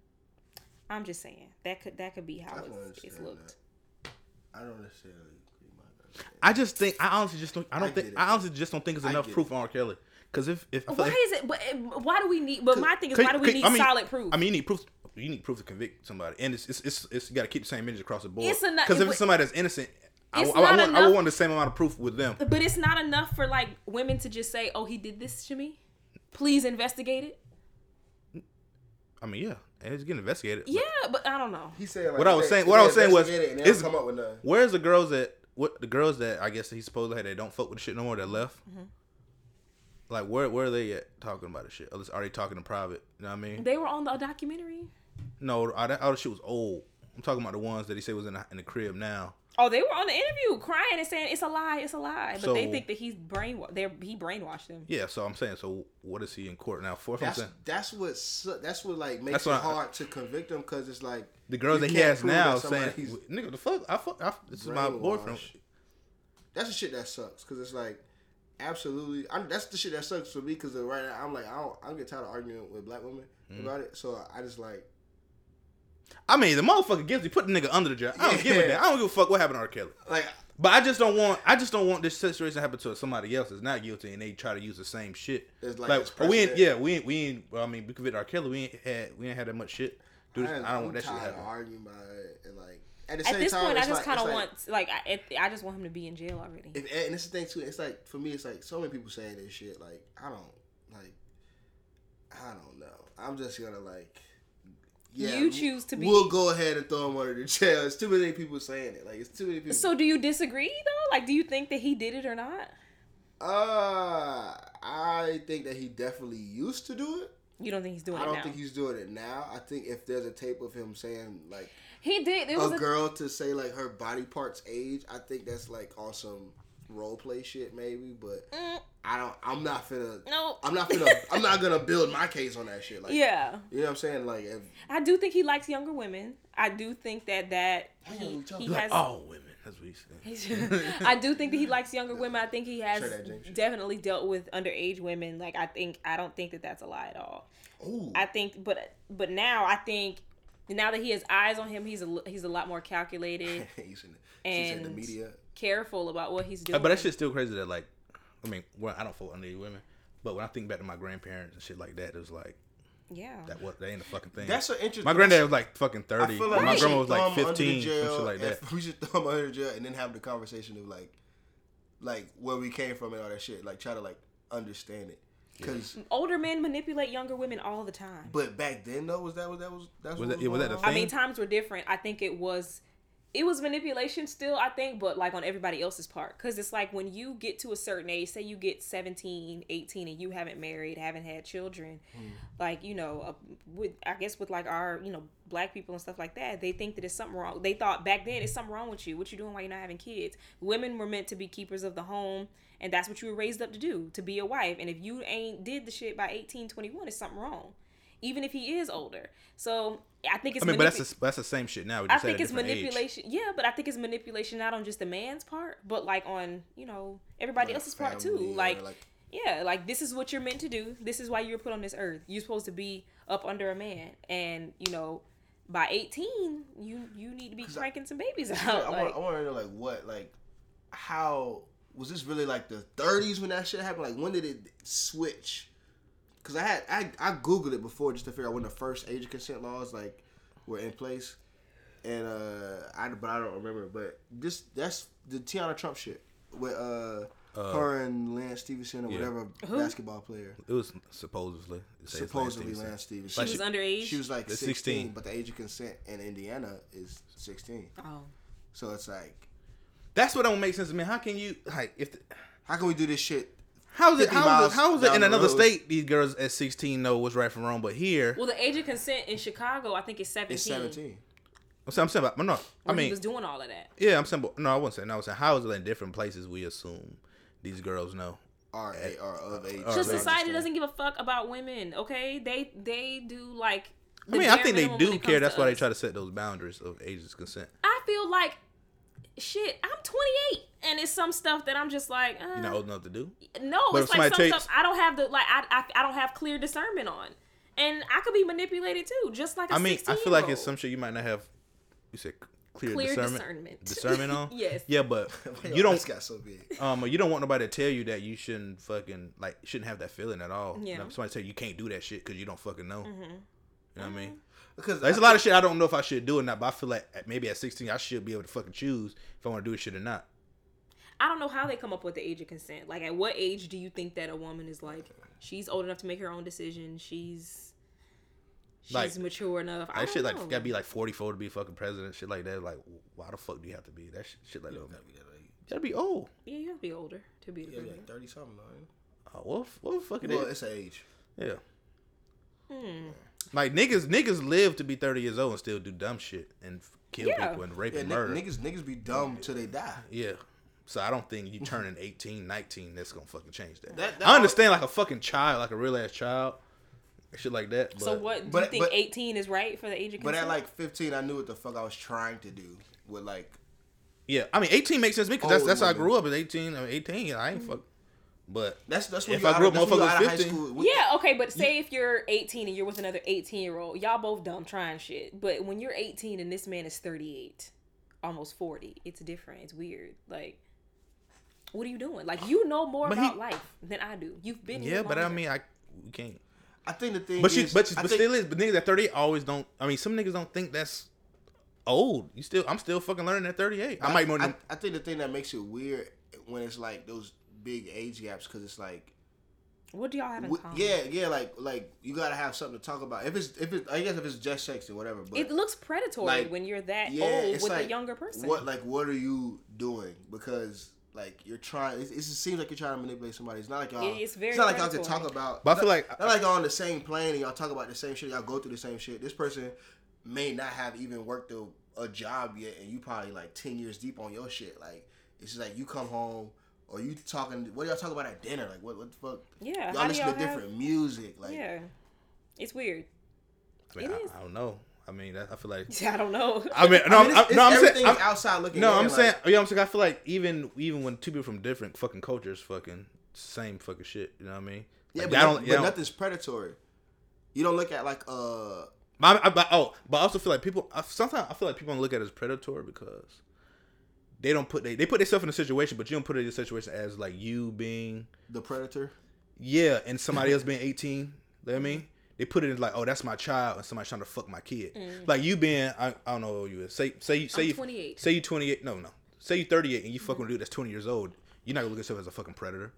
Speaker 3: I'm just saying that could that could be how
Speaker 2: I can
Speaker 3: it's, it's
Speaker 2: understand
Speaker 3: looked.
Speaker 2: that. I don't necessarily agree with my
Speaker 1: I just think I honestly just don't. I don't
Speaker 2: I
Speaker 1: think
Speaker 2: get it.
Speaker 1: I honestly just don't think it's enough
Speaker 2: get
Speaker 1: proof on R. Kelly because if if I feel
Speaker 3: Why
Speaker 1: like-
Speaker 3: is it? But uh, why do we need? But my thing is,
Speaker 1: Could-
Speaker 3: why do we
Speaker 1: could-
Speaker 3: need
Speaker 1: I mean-
Speaker 3: solid proof?
Speaker 1: I mean, you need proof. You need proof to convict somebody, and it's it's it's, it's you got to keep the same image across the board.
Speaker 3: It's a not-
Speaker 1: Because
Speaker 3: it
Speaker 1: if
Speaker 3: would-
Speaker 1: it's somebody that's innocent, I,
Speaker 3: It's
Speaker 1: w- I
Speaker 3: not
Speaker 1: want, I would
Speaker 3: enough-
Speaker 1: want the same amount of proof with them.
Speaker 3: but it's not enough for like women to just say, "Oh, he did this to me." Please investigate it.
Speaker 1: I mean, yeah, and it's getting investigated. but
Speaker 3: Yeah, but I don't know.
Speaker 2: He said like,
Speaker 1: What I was
Speaker 2: they-
Speaker 1: saying-
Speaker 2: they
Speaker 1: what I was saying was,
Speaker 2: investigate it and they
Speaker 1: it's-
Speaker 2: don't come up with nothing.
Speaker 1: Where's the girls that what the girls that I guess that he supposedly had that don't fuck with the shit no more that left? Like where where are they at talking about the shit? Or are they talking in private? You know what I mean?
Speaker 3: They were on the documentary.
Speaker 1: no, all that, all the shit was old. I'm talking about the ones that he said was in the, in the crib now.
Speaker 3: Oh, they were on the interview, crying and saying it's a lie, it's a lie. But they
Speaker 1: So-
Speaker 3: think that he's brainwashed. They he brainwashed them.
Speaker 1: Yeah, so I'm saying, so what is he in court now for? That's what I'm
Speaker 2: That's
Speaker 1: saying.
Speaker 2: that's what su- that's what like makes
Speaker 1: That's what
Speaker 2: it
Speaker 1: I-
Speaker 2: hard to convict them because it's like
Speaker 1: The girls
Speaker 2: you
Speaker 1: that he
Speaker 2: can't
Speaker 1: has
Speaker 2: prove
Speaker 1: now
Speaker 2: that
Speaker 1: saying,
Speaker 2: somebody's
Speaker 1: "Nigga, the fuck, I fuck, I, this is my
Speaker 2: brainwashed."
Speaker 1: boyfriend."
Speaker 2: That's the shit that sucks because it's like absolutely. I, that's the shit that sucks for me because right now I'm like I don't I get tired of arguing with black women
Speaker 1: Mm-hmm.
Speaker 2: about it. So I just like
Speaker 1: I mean, the motherfucker gives me put the nigga under the jail. I don't give a
Speaker 2: Yeah.
Speaker 1: damn. I don't give a fuck what happened to R. Kelly.
Speaker 2: like
Speaker 1: But I just don't want. I just don't want this situation to happen to somebody else that's not guilty and they try to use the same shit.
Speaker 2: It's like it's
Speaker 1: we ain't.
Speaker 2: precedent.
Speaker 1: Yeah, we ain't. We ain't. Well, I mean, we convicted R. Kelly. We ain't had. We ain't had that much shit. Dude, I,
Speaker 2: am-
Speaker 1: don't
Speaker 2: I'm
Speaker 1: want that shit to
Speaker 2: tired
Speaker 1: happen.
Speaker 2: of arguing about it and like at the
Speaker 3: At
Speaker 2: same
Speaker 3: this
Speaker 2: time
Speaker 3: point, I
Speaker 2: it's
Speaker 3: just
Speaker 2: like-
Speaker 3: kind of
Speaker 2: it's like-
Speaker 3: want like I, it, I just want him to be in jail already.
Speaker 2: if and this is the thing too. It's like for me, it's like so many people saying this shit. Like I don't like, I don't know. I'm just gonna like,
Speaker 3: You choose to be-
Speaker 2: We'll go ahead and throw him under the jail. It's too many people saying it. Like it's too many people.
Speaker 3: so do you disagree though? Like, do you think that he did it or not?
Speaker 2: uh, I think that he definitely used to do it.
Speaker 3: You don't think he's doing
Speaker 2: I
Speaker 3: it
Speaker 2: don't
Speaker 3: now?
Speaker 2: think he's doing it now. I think if there's a tape of him saying like
Speaker 3: he did. It was
Speaker 2: a
Speaker 3: a,
Speaker 2: girl to say like her body parts age, I think that's like on some role play shit maybe. But
Speaker 3: Mm,
Speaker 2: I don't. I'm not finna.
Speaker 3: no.
Speaker 2: I'm not finna. I'm not gonna build my case on that shit. Like
Speaker 3: yeah,
Speaker 2: You know what I'm saying? Like if,
Speaker 3: I do think he likes younger women. I do think that that he, he
Speaker 1: Like
Speaker 3: has.
Speaker 1: all women. That's what he said.
Speaker 3: I do think that he likes younger women. I think he has
Speaker 2: oh. Sure that, James.
Speaker 3: definitely dealt with underage women. Like I think I don't think that that's a lie at all.
Speaker 2: oh,
Speaker 3: I think, but but now I think now that he has eyes on him, he's a l- he's a lot more calculated,
Speaker 2: he's in. The, she's in the
Speaker 3: And-
Speaker 2: media.
Speaker 3: careful about what he's doing.
Speaker 1: Uh, but that shit's still crazy that like, I mean, well, I don't fuck underage women, but when I think back to my grandparents and shit like that, it was like
Speaker 3: yeah,
Speaker 1: that. What that ain't a fucking thing.
Speaker 2: That's an interesting.
Speaker 1: my granddad was like fucking
Speaker 2: I
Speaker 1: thirty.
Speaker 2: feel like
Speaker 1: My
Speaker 2: we
Speaker 1: grandma
Speaker 2: should
Speaker 1: was like
Speaker 2: throw him under
Speaker 1: fifteen, some
Speaker 2: jail
Speaker 1: shit like that.
Speaker 2: and- We should throw him under jail and then have the conversation of like, like where we came from and all that shit. Like try to like understand it. Cause,
Speaker 3: older men manipulate younger women all the time.
Speaker 2: but back then though, was that was that was that's
Speaker 1: Was
Speaker 2: what
Speaker 1: that- yeah, was that
Speaker 2: going
Speaker 1: the
Speaker 2: on?
Speaker 3: I mean,
Speaker 1: thing.
Speaker 3: times were different. I think it was, it was manipulation still. I think, but like on everybody else's part, because it's like when you get to a certain age, say you get 17, 18, and you haven't married, haven't had children, like you know, uh, with I guess with like our you know black people and stuff like that, they think that it's something wrong. They thought back then it's something wrong with you. What you doing while you're not having kids? Women were meant to be keepers of the home. And that's what you were raised up to do, to be a wife. And if you ain't did the shit by 18, 21, it's something wrong. Even if he is older. So I think it's
Speaker 1: I mean, but that's
Speaker 3: manipu-
Speaker 1: the, that's the same shit now. We
Speaker 3: I
Speaker 1: just at a
Speaker 3: think it's
Speaker 1: different age.
Speaker 3: manipulation. Yeah, but I think it's manipulation not on just the man's part, but like on you know everybody
Speaker 2: Like
Speaker 3: else's part too.
Speaker 2: family or,
Speaker 3: Like,
Speaker 2: like-
Speaker 3: yeah, like this is what you're meant to do. This is why you were put on this earth. You're supposed to be up under a man, and you know by 18 you you need to be
Speaker 2: I-
Speaker 3: cranking some babies
Speaker 2: I
Speaker 3: out.
Speaker 2: want
Speaker 3: Like,
Speaker 2: I want to know like what like how was this really like the 30s when that shit happened? Like when did it switch? Cause I had I, I googled it before just to figure out when the first age of consent laws like were in place, and uh I but I don't remember. But this that's the Tiana Trump shit with uh, her and Lance Stevenson or whatever basketball player.
Speaker 1: It was supposedly. it says Lance
Speaker 2: Supposedly
Speaker 1: Stevenson.
Speaker 2: Lance Stevenson.
Speaker 3: she was underage.
Speaker 2: She was like
Speaker 1: They're
Speaker 2: 16,
Speaker 1: 16.
Speaker 2: but the age of consent in Indiana is 16.
Speaker 3: oh,
Speaker 2: So it's like,
Speaker 1: That's what don't make sense to me. How can you like if? The,
Speaker 2: how can we do this shit?
Speaker 1: how is it?
Speaker 2: 50
Speaker 1: How is
Speaker 2: miles
Speaker 1: it, how is it
Speaker 2: down
Speaker 1: in
Speaker 2: the
Speaker 1: another
Speaker 2: road.
Speaker 1: state? These girls at sixteen know what's right from wrong, but here,
Speaker 3: well, the age of consent in Chicago, I think is 17.
Speaker 2: It's 17.
Speaker 1: I'm saying, I'm saying, about- I'm not. I
Speaker 3: when he
Speaker 1: mean,
Speaker 3: was doing all of that.
Speaker 1: yeah, I'm saying, but- no, I wasn't saying. I was saying, how is it in different places? We assume these girls know.
Speaker 2: R
Speaker 1: Eh,
Speaker 2: A R of age.
Speaker 1: So
Speaker 3: Because
Speaker 1: Right.
Speaker 3: society doesn't give a fuck about women. Okay, they they do like.
Speaker 1: I mean, I think they do care. That's why they try to set those boundaries of ages of consent.
Speaker 3: I feel like shit. I'm 28, and it's some stuff that I'm just like, uh,
Speaker 1: You're not old enough to do.
Speaker 3: no,
Speaker 1: But
Speaker 3: it's
Speaker 1: if
Speaker 3: like some
Speaker 1: somebody
Speaker 3: stuff I don't have the like. I, I I don't have clear discernment on, and I could be manipulated too, just like I
Speaker 1: I mean, I feel like it's some shit you might not have. You said clear,
Speaker 3: Clear
Speaker 1: discernment.
Speaker 3: discernment.
Speaker 1: Discernment on.
Speaker 3: Yes.
Speaker 1: Yeah, but
Speaker 2: Yo,
Speaker 1: you
Speaker 2: this
Speaker 1: don't.
Speaker 2: got so big.
Speaker 1: Um, you don't want nobody to tell you that you shouldn't fucking like shouldn't have that feeling at all.
Speaker 3: Yeah. Mm-hmm.
Speaker 1: You know, somebody tell you you can't do that shit because you don't fucking know. You know what I mean?
Speaker 2: Because
Speaker 1: There's a lot of shit I don't know if I should do or not, but I feel like at- maybe at 16 I should be able to fucking choose if I want to do shit or not.
Speaker 3: I don't know how they come up with the age of consent. Like, at what age do you think that a woman is like? She's old enough to make her own decision. She's she's
Speaker 1: Like,
Speaker 3: mature enough. I
Speaker 1: That
Speaker 3: don't
Speaker 1: shit
Speaker 3: know.
Speaker 1: like gotta be like 44 to be fucking president, shit like that. Like, why the fuck do you have to be that shit, shit like that? man. You gotta be old.
Speaker 3: yeah, you gotta be older to be. the
Speaker 2: Yeah, like
Speaker 3: president.
Speaker 2: 30 something, though.
Speaker 1: Oh, what, what the fuck it
Speaker 2: Well,
Speaker 1: is?
Speaker 2: it's age.
Speaker 1: Yeah.
Speaker 3: Hmm.
Speaker 1: Like niggas, niggas live to be 30 years old and still do dumb shit and f- kill
Speaker 3: Yeah.
Speaker 1: people and rape
Speaker 2: Yeah,
Speaker 1: and
Speaker 2: ni-
Speaker 1: murder.
Speaker 2: niggas, niggas be dumb till they die.
Speaker 1: Yeah. So I don't think you turning 18, 19, that's gonna fucking change that.
Speaker 2: That- that-
Speaker 1: I understand like a fucking child, like a real ass child, shit like that. But
Speaker 3: So what do
Speaker 2: but-
Speaker 3: you think?
Speaker 2: but-
Speaker 3: Eighteen is right for the age of
Speaker 2: But
Speaker 3: consent.
Speaker 2: at like 15, I knew what the fuck I was trying to do with like.
Speaker 1: Yeah, I mean, 18 makes sense to me because that's
Speaker 2: Old
Speaker 1: that's how I
Speaker 2: women.
Speaker 1: grew up. At 18, I mean, 18, I ain't fuck. But
Speaker 2: That's that's when
Speaker 1: If
Speaker 2: you
Speaker 1: I
Speaker 2: out
Speaker 1: grew
Speaker 2: of-
Speaker 1: up
Speaker 2: that's when you
Speaker 1: motherfuckers
Speaker 2: out of high
Speaker 1: 15.
Speaker 2: school. with-
Speaker 3: yeah, okay, but say if you're 18 and you're with another 18 year old, y'all both dumb trying shit. But when you're 18 and this man is 38, almost 40, it's different. It's weird. Like, what are you doing? Like, you know more
Speaker 1: But he-
Speaker 3: about life than I do. You've been
Speaker 1: yeah,
Speaker 3: here
Speaker 1: but I
Speaker 3: longer.
Speaker 1: mean, I we can't.
Speaker 2: I think the thing
Speaker 1: But she,
Speaker 2: is.
Speaker 1: but she,
Speaker 2: I
Speaker 1: but
Speaker 2: think-
Speaker 1: still is. But niggas at 30 always don't. I mean, some niggas don't think that's old. You still, I'm still fucking learning at 38. I, might more than.
Speaker 2: I, I think the thing that makes it weird when it's like those big age gaps because it's like
Speaker 3: what do y'all have in
Speaker 2: w-
Speaker 3: common?
Speaker 2: yeah yeah like like you gotta have something to talk about if it's if it I guess if it's just sex or whatever but
Speaker 3: It looks predatory
Speaker 2: Like,
Speaker 3: when you're that
Speaker 2: yeah,
Speaker 3: old
Speaker 2: it's
Speaker 3: Oh, with
Speaker 2: like,
Speaker 3: a younger person.
Speaker 2: What like what are you doing? Because Like you're trying. It, it just seems like you're trying to manipulate somebody. It's not like y'all.
Speaker 3: It- it's very
Speaker 2: not like y'all can
Speaker 3: predatory.
Speaker 2: talk about.
Speaker 1: But I feel like-
Speaker 2: not, not like y'all on the same plane and y'all talk about the same shit. Y'all go through the same shit. This person may not have even worked a, a job yet, and you probably like ten years deep on your shit. Like it's just like you come home. Or you talking? What do y'all talk about at dinner? Like what? What the fuck?
Speaker 3: Yeah, how
Speaker 2: Y'all
Speaker 3: do
Speaker 2: listen
Speaker 3: y'all
Speaker 2: to
Speaker 3: have-
Speaker 2: different music. Like
Speaker 3: yeah, it's weird.
Speaker 1: I, mean,
Speaker 3: It
Speaker 1: I-
Speaker 3: is.
Speaker 1: I don't know. I mean, that, I feel like.
Speaker 3: I don't know.
Speaker 1: I mean, no,
Speaker 2: I
Speaker 1: I
Speaker 2: mean, it's,
Speaker 1: am
Speaker 2: it's
Speaker 1: no, I'm
Speaker 2: everything
Speaker 1: saying, I'm,
Speaker 2: outside looking.
Speaker 1: no,
Speaker 2: in,
Speaker 1: I'm
Speaker 2: like,
Speaker 1: saying, you know, what I'm saying, I feel like even even when two people from different fucking cultures, fucking same fucking shit. You know what I mean?
Speaker 2: Yeah,
Speaker 1: Like,
Speaker 2: but,
Speaker 1: I
Speaker 2: no-
Speaker 1: don't-
Speaker 2: but
Speaker 1: yeah, I don't-
Speaker 2: nothing's predatory. You don't look at like uh
Speaker 1: My, I, but, oh, but I also feel like people. I, sometimes I feel like people don't look at it as predatory because they don't put they they put themselves in a situation, but you don't put it in a situation as like you being
Speaker 2: the predator.
Speaker 1: yeah, and somebody else being eighteen. You know what I mean, they put it in like, oh, that's my child, and somebody's trying to fuck my kid. Like you being, I, I don't know, who you is. say say you say
Speaker 3: Mm. I'm
Speaker 1: you
Speaker 3: 28.
Speaker 1: say you twenty eight. No, no, say you thirty eight, and you fucking with a dude that's twenty years old. You're not gonna look at yourself as a fucking predater.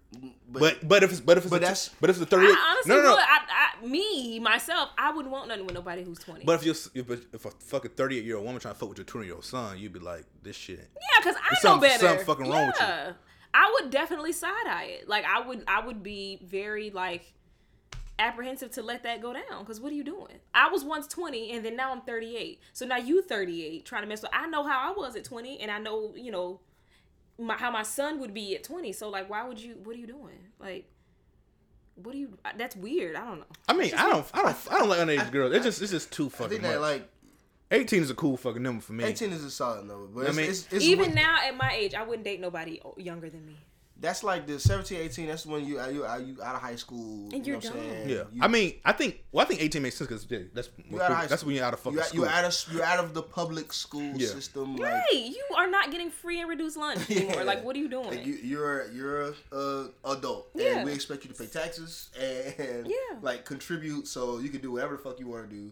Speaker 1: But but, if it's, but if it's
Speaker 2: But
Speaker 1: a,
Speaker 2: that's-
Speaker 1: but if it's a thirty eight.
Speaker 3: I honestly
Speaker 1: No, no, no.
Speaker 3: would. I, I, me myself, I wouldn't want nothing with nobody who's twenty.
Speaker 1: But if you if, if a fucking thirty eight year old woman trying to fuck with your twenty year old son, you'd be like, this shit. ain't-
Speaker 3: yeah, because I know
Speaker 1: There's something-
Speaker 3: better.
Speaker 1: something fucking wrong with you.
Speaker 3: yeah. I would definitely side eye it. Like I would, I would be very like apprehensive to let that go down. Because what are you doing? I was once twenty, and then now I'm thirty eight. So now you thirty eight trying to mess with. I know how I was at twenty, and I know you know my, how my son would be at twenty. So like, why would you? What are you doing? Like. What do you? That's weird. I don't know.
Speaker 1: I mean, I don't, I don't, I don't like underage girls. It's just, it's just too
Speaker 2: I
Speaker 1: fucking
Speaker 2: think
Speaker 1: much.
Speaker 2: that like
Speaker 1: Eighteen is a cool fucking number for me.
Speaker 2: eighteen is a solid number, but it's,
Speaker 1: mean-
Speaker 2: it's, it's
Speaker 3: Even
Speaker 2: when-
Speaker 3: now, at my age, I wouldn't date nobody o- younger than me.
Speaker 2: that's like the 17, 18, That's when you are you are you out of high school
Speaker 3: And
Speaker 2: you
Speaker 3: you're
Speaker 2: know what I'm
Speaker 3: done.
Speaker 2: saying?
Speaker 1: Yeah,
Speaker 2: you,
Speaker 1: I mean, I think, well, I think eighteen makes sense because that's
Speaker 2: you out of high
Speaker 1: that's
Speaker 2: school.
Speaker 1: when you're out of fucking
Speaker 2: you, out-
Speaker 1: school.
Speaker 2: You out of you out of the public school
Speaker 1: Yeah.
Speaker 2: system. Like,
Speaker 3: Hey, you are not getting free and reduced lunch anymore.
Speaker 2: Yeah.
Speaker 3: Like, what are you doing?
Speaker 2: Like you, you're you're a uh, adult,
Speaker 3: Yeah.
Speaker 2: and we expect you to pay taxes and
Speaker 3: Yeah.
Speaker 2: like contribute, so you can do whatever the fuck you want to do.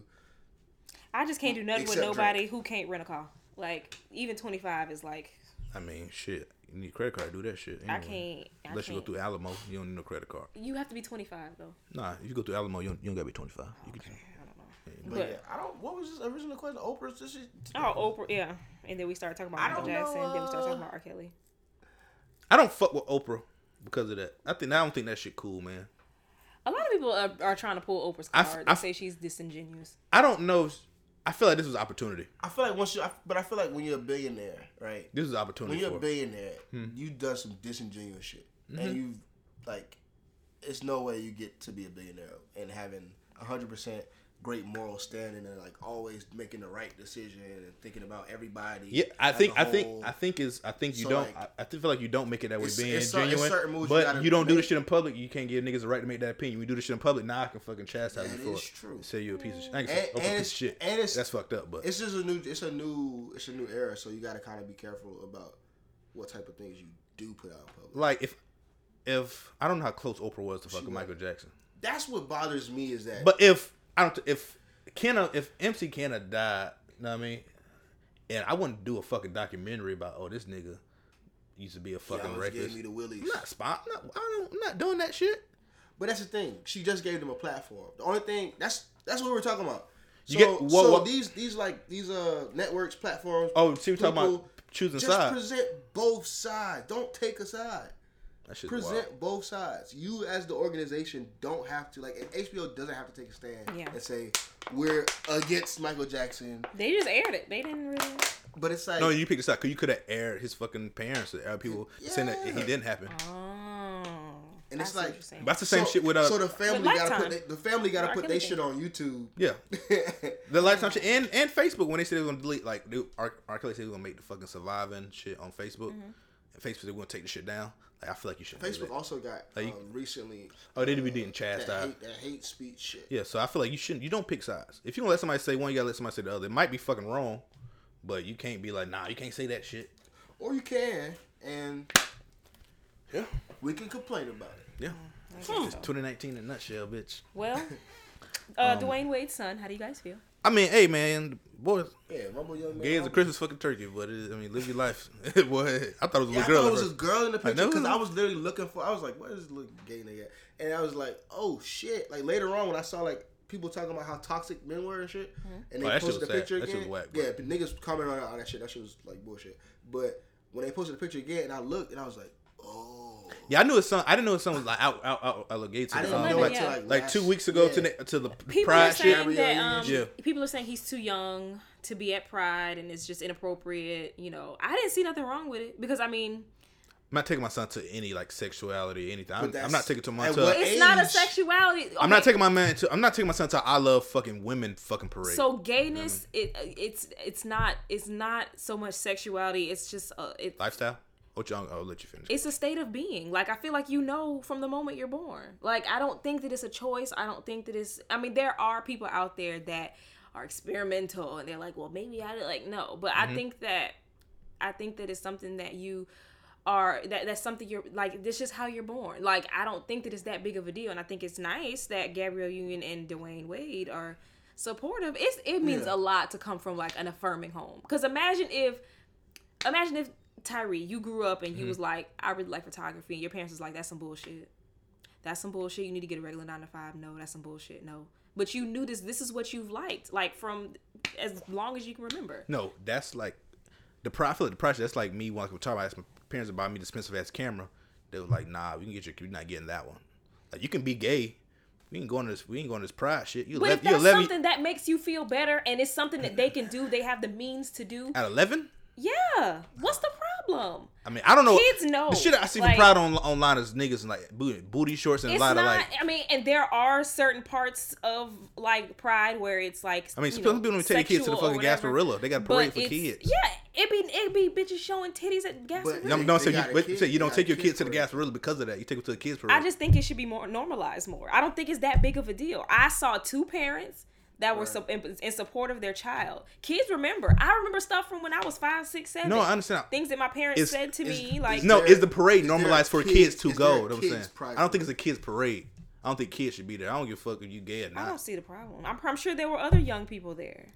Speaker 3: I just can't do nothing with
Speaker 2: Except
Speaker 3: nobody who can't rent a car. Like, even 25 is like,
Speaker 1: I mean, shit, you need a credit card to do that shit.
Speaker 3: I
Speaker 1: anyway.
Speaker 3: can't. I
Speaker 1: Unless
Speaker 3: can't.
Speaker 1: you go through Alamo, you don't need no credit card.
Speaker 3: You have to be 25, though.
Speaker 1: Nah, if you go through Alamo, you don't, you don't gotta be twenty five. You
Speaker 3: I
Speaker 1: can,
Speaker 3: don't know.
Speaker 2: But,
Speaker 3: But-
Speaker 2: yeah, I don't. What was this original question? Oprah's this is
Speaker 3: Oh, Oprah, yeah. And then we started talking about
Speaker 2: I
Speaker 3: Michael
Speaker 2: don't know,
Speaker 3: Jackson. Then we started talking
Speaker 2: uh,
Speaker 3: about R. Kelly.
Speaker 1: I don't fuck with Oprah because of that. I think I don't think that shit cool, man.
Speaker 3: A lot of people are, are trying to pull Oprah's
Speaker 1: I f-
Speaker 3: card.
Speaker 1: I
Speaker 3: They
Speaker 1: f-
Speaker 3: say she's disingenuous.
Speaker 1: I don't know. if- I feel like this was opportunity.
Speaker 2: I feel like once you, I- but I feel like when you're a billionaire, right?
Speaker 1: This is
Speaker 2: When
Speaker 1: opportunity
Speaker 2: you're
Speaker 1: for.
Speaker 2: a billionaire,
Speaker 1: Hmm.
Speaker 2: you've done some disingenuous shit,
Speaker 1: Mm-hmm.
Speaker 2: and you've like, it's no way you get to be a billionaire and having hundred percent great moral standing and like always making the right decision and thinking about everybody.
Speaker 1: Yeah, I
Speaker 2: as a
Speaker 1: think I
Speaker 2: whole.
Speaker 1: think I think is I think you
Speaker 2: So,
Speaker 1: don't
Speaker 2: like,
Speaker 1: I, I think feel like you don't make it that way
Speaker 2: it's-
Speaker 1: being
Speaker 2: it's cer- it's
Speaker 1: genuine.
Speaker 2: certain moves you
Speaker 1: but
Speaker 2: gotta
Speaker 1: you, don't do
Speaker 2: make.
Speaker 1: this shit in public, you can't give niggas the right to make that opinion. We do this shit in public, now I can fucking chastise
Speaker 2: That
Speaker 1: you for
Speaker 2: is
Speaker 1: it.
Speaker 2: true.
Speaker 1: Say you a piece of shit. I ain't
Speaker 2: And-
Speaker 1: say,
Speaker 2: and
Speaker 1: oh, piece of
Speaker 2: it's-
Speaker 1: shit.
Speaker 2: and it's-
Speaker 1: That's fucked up, but
Speaker 2: it's just a new, it's a new, it's a new era. So you got to kind of be careful about what type of things you do put out in public.
Speaker 1: like if if I don't know how close Oprah was to fucking
Speaker 2: was.
Speaker 1: Michael Jackson.
Speaker 2: That's what bothers me is that.
Speaker 1: But if I don't if Kenna if MC Kenna died, you know what I mean? And I wouldn't do a fucking documentary about oh this nigga used to be a
Speaker 2: Y'all
Speaker 1: fucking
Speaker 2: just gave
Speaker 1: rapist.
Speaker 2: me the willies.
Speaker 1: I'm not spot I'm not, I don't, I'm not doing that shit.
Speaker 2: But that's the thing. She just gave them a platform. The only thing that's that's what we're talking about. So,
Speaker 1: You get- whoa,
Speaker 2: so
Speaker 1: whoa.
Speaker 2: these these like these uh networks platforms.
Speaker 1: Oh, see, we're talking about
Speaker 2: people,
Speaker 1: choosing
Speaker 2: Just
Speaker 1: sides.
Speaker 2: present both sides. Don't take a side.
Speaker 1: That shit's
Speaker 2: Present
Speaker 1: wild.
Speaker 2: both sides. You as the organization don't have to like and HBO doesn't have to take a stand
Speaker 3: Yeah.
Speaker 2: and say we're against Michael Jackson.
Speaker 3: They just aired it. They didn't really.
Speaker 2: But it's like
Speaker 1: No, you picked this out because you could have aired his fucking parents or aired people saying that
Speaker 2: Yeah.
Speaker 1: he didn't happen.
Speaker 3: Oh.
Speaker 2: And it's
Speaker 3: I see what
Speaker 2: like-
Speaker 3: you're saying.
Speaker 1: That's the same shit with uh,
Speaker 2: so the family gotta
Speaker 3: Lifetime.
Speaker 2: put they, the family gotta
Speaker 3: Or
Speaker 2: put their
Speaker 3: Kennedy.
Speaker 2: shit on YouTube.
Speaker 1: yeah, the lifetime shit and and Facebook when they said they were gonna delete like dude, R. R. Kelly said they were gonna make the fucking surviving shit on Facebook. And Facebook they were gonna take the shit down. Like I feel like you should.
Speaker 2: Facebook
Speaker 1: Facebook.
Speaker 2: also got
Speaker 1: Like, you-
Speaker 2: um, recently
Speaker 1: Oh, they be getting
Speaker 2: that
Speaker 1: chastised.
Speaker 2: hate, that hate speech shit.
Speaker 1: Yeah, so I feel like you shouldn't. You don't pick sides. If you gonna let somebody say one, you gotta let somebody say the other. It might be fucking wrong, but you can't be like, nah, you can't say that shit.
Speaker 2: Or you can, and
Speaker 1: Yeah,
Speaker 2: we can complain about it.
Speaker 1: yeah. It's 2019 in a nutshell, bitch.
Speaker 3: Well, uh,
Speaker 1: Um,
Speaker 3: Dwayne Wade's son, how do you guys feel?
Speaker 1: I mean, hey man, boy,
Speaker 2: Yeah, Rumble Young Man.
Speaker 1: Gay as a
Speaker 2: I'm-
Speaker 1: Christmas fucking turkey, but it, I mean, live your life. Boy, I thought it was a
Speaker 2: Yeah,
Speaker 1: little girl.
Speaker 2: I thought it
Speaker 1: at
Speaker 2: was
Speaker 1: first.
Speaker 2: this girl in the picture
Speaker 1: know.
Speaker 2: because I was literally looking for. I was like, "What is this little gay nigga?" at?" And I was like, "Oh shit!" Like later on when I saw like people talking about how toxic men were and shit, and they
Speaker 1: Oh, that shit
Speaker 2: posted the
Speaker 1: was sad.
Speaker 2: picture
Speaker 1: That shit
Speaker 2: again.
Speaker 1: was whack, bro.
Speaker 2: yeah, but niggas commented on all that shit. That shit was like bullshit. But when they posted the picture again, and I looked and I was like, Oh.
Speaker 1: Yeah, I knew his son. I didn't know his son was like out out out, out gate to
Speaker 2: I
Speaker 1: the,
Speaker 2: didn't
Speaker 1: um,
Speaker 2: know
Speaker 3: Eleven,
Speaker 1: like,
Speaker 2: that
Speaker 3: yeah.
Speaker 2: till like,
Speaker 1: like
Speaker 2: last-
Speaker 1: two weeks ago to
Speaker 2: yeah.
Speaker 1: the to the
Speaker 3: People are
Speaker 1: pride shit.
Speaker 3: saying that um,
Speaker 1: Yeah.
Speaker 3: people are saying he's too young to be at Pride and it's just inappropriate. You know, I didn't see nothing wrong with it because I mean,
Speaker 1: I'm not taking my son to any like sexuality, anything. I'm, I'm
Speaker 2: that's-
Speaker 1: not taking to my
Speaker 2: at
Speaker 1: to.
Speaker 2: what
Speaker 3: it's not a
Speaker 2: Age.
Speaker 3: sexuality.
Speaker 1: I'm not
Speaker 3: okay,
Speaker 1: taking my man to. I'm not taking my son to. I love fucking women fucking parade.
Speaker 3: So gayness, it it's it's not it's not so much sexuality. It's just uh, it,
Speaker 1: lifestyle. Oh, John, I'll let you finish.
Speaker 3: it's a state of being. Like I feel like you know from the moment you're born. Like I don't think that it's a choice. I don't think that it's. I mean, there are people out there that are experimental and they're like, well, maybe I did. like no. But I think that I think that it's something that you are that that's something you're like this is how you're born like i don't think that it's that big of a deal and i think it's nice that gabrielle union and dwayne wade are supportive it's it means
Speaker 2: Yeah.
Speaker 3: a lot to come from like an affirming home because imagine if imagine if tyree you grew up and you was like i really like photography and your parents was like that's some bullshit that's some bullshit you need to get a regular nine to five no that's some bullshit no but you knew this this is what you've liked like from as long as you can remember
Speaker 1: No, that's like the pride. I feel like the pressure. That's like me walking with time. I asked my parents to buy me the expensive ass camera. They were like, "Nah, we can get your. You're not getting that one. Like you can be gay. We ain't going to this. We ain't going to this pride shit. You
Speaker 3: But
Speaker 1: eleven.
Speaker 3: if that's
Speaker 1: You eleven.
Speaker 3: something that makes you feel better and it's something that they can do, they have the means to do.
Speaker 1: At eleven.
Speaker 3: Yeah. What's the problem?
Speaker 1: I mean, I don't know.
Speaker 3: Kids know,
Speaker 1: The shit I see
Speaker 3: like-
Speaker 1: from Pride on, online is niggas in like booty, booty shorts and a
Speaker 3: It's
Speaker 1: lot
Speaker 3: not.
Speaker 1: of like.
Speaker 3: I mean, and there are certain parts of like pride where it's like.
Speaker 1: I mean,
Speaker 3: you
Speaker 1: some
Speaker 3: know,
Speaker 1: people don't even take their kids to the
Speaker 3: sexual or
Speaker 1: fucking
Speaker 3: whatever,
Speaker 1: Gasparilla. They got a
Speaker 3: but
Speaker 1: parade for
Speaker 3: it's-
Speaker 1: kids.
Speaker 3: Yeah, it be it be bitches showing titties at Gasparilla.
Speaker 1: No,
Speaker 2: They-
Speaker 1: no,
Speaker 2: they
Speaker 1: so you,
Speaker 2: got a
Speaker 1: but
Speaker 2: kid-
Speaker 1: so you
Speaker 2: they
Speaker 1: don't
Speaker 2: got a
Speaker 1: take your
Speaker 2: kid
Speaker 1: kids to the
Speaker 2: parade.
Speaker 1: gas really because of that. You take them to the kids parade.
Speaker 3: I just think it should be more normalized more. I don't think it's that big of a deal. I saw two parents that were sup- in, in support of their child. Kids remember. I remember stuff from when I was five, six, seven.
Speaker 1: No, I understand.
Speaker 3: Things that my parents
Speaker 1: It's-
Speaker 3: said to
Speaker 2: it's-
Speaker 3: me,
Speaker 2: it's
Speaker 3: like
Speaker 1: no,
Speaker 2: there-
Speaker 1: is the parade
Speaker 2: is there
Speaker 1: normalized for
Speaker 2: kids-
Speaker 1: kids to
Speaker 2: is
Speaker 1: go?
Speaker 2: there
Speaker 1: What I'm
Speaker 2: kids
Speaker 1: saying.
Speaker 2: pride
Speaker 1: I don't think it's a
Speaker 2: parade?
Speaker 1: kids parade. I don't think kids should be there. I don't give a fuck if you gay or
Speaker 3: I don't
Speaker 1: not.
Speaker 3: see the problem. I'm, I'm sure there were other young people there.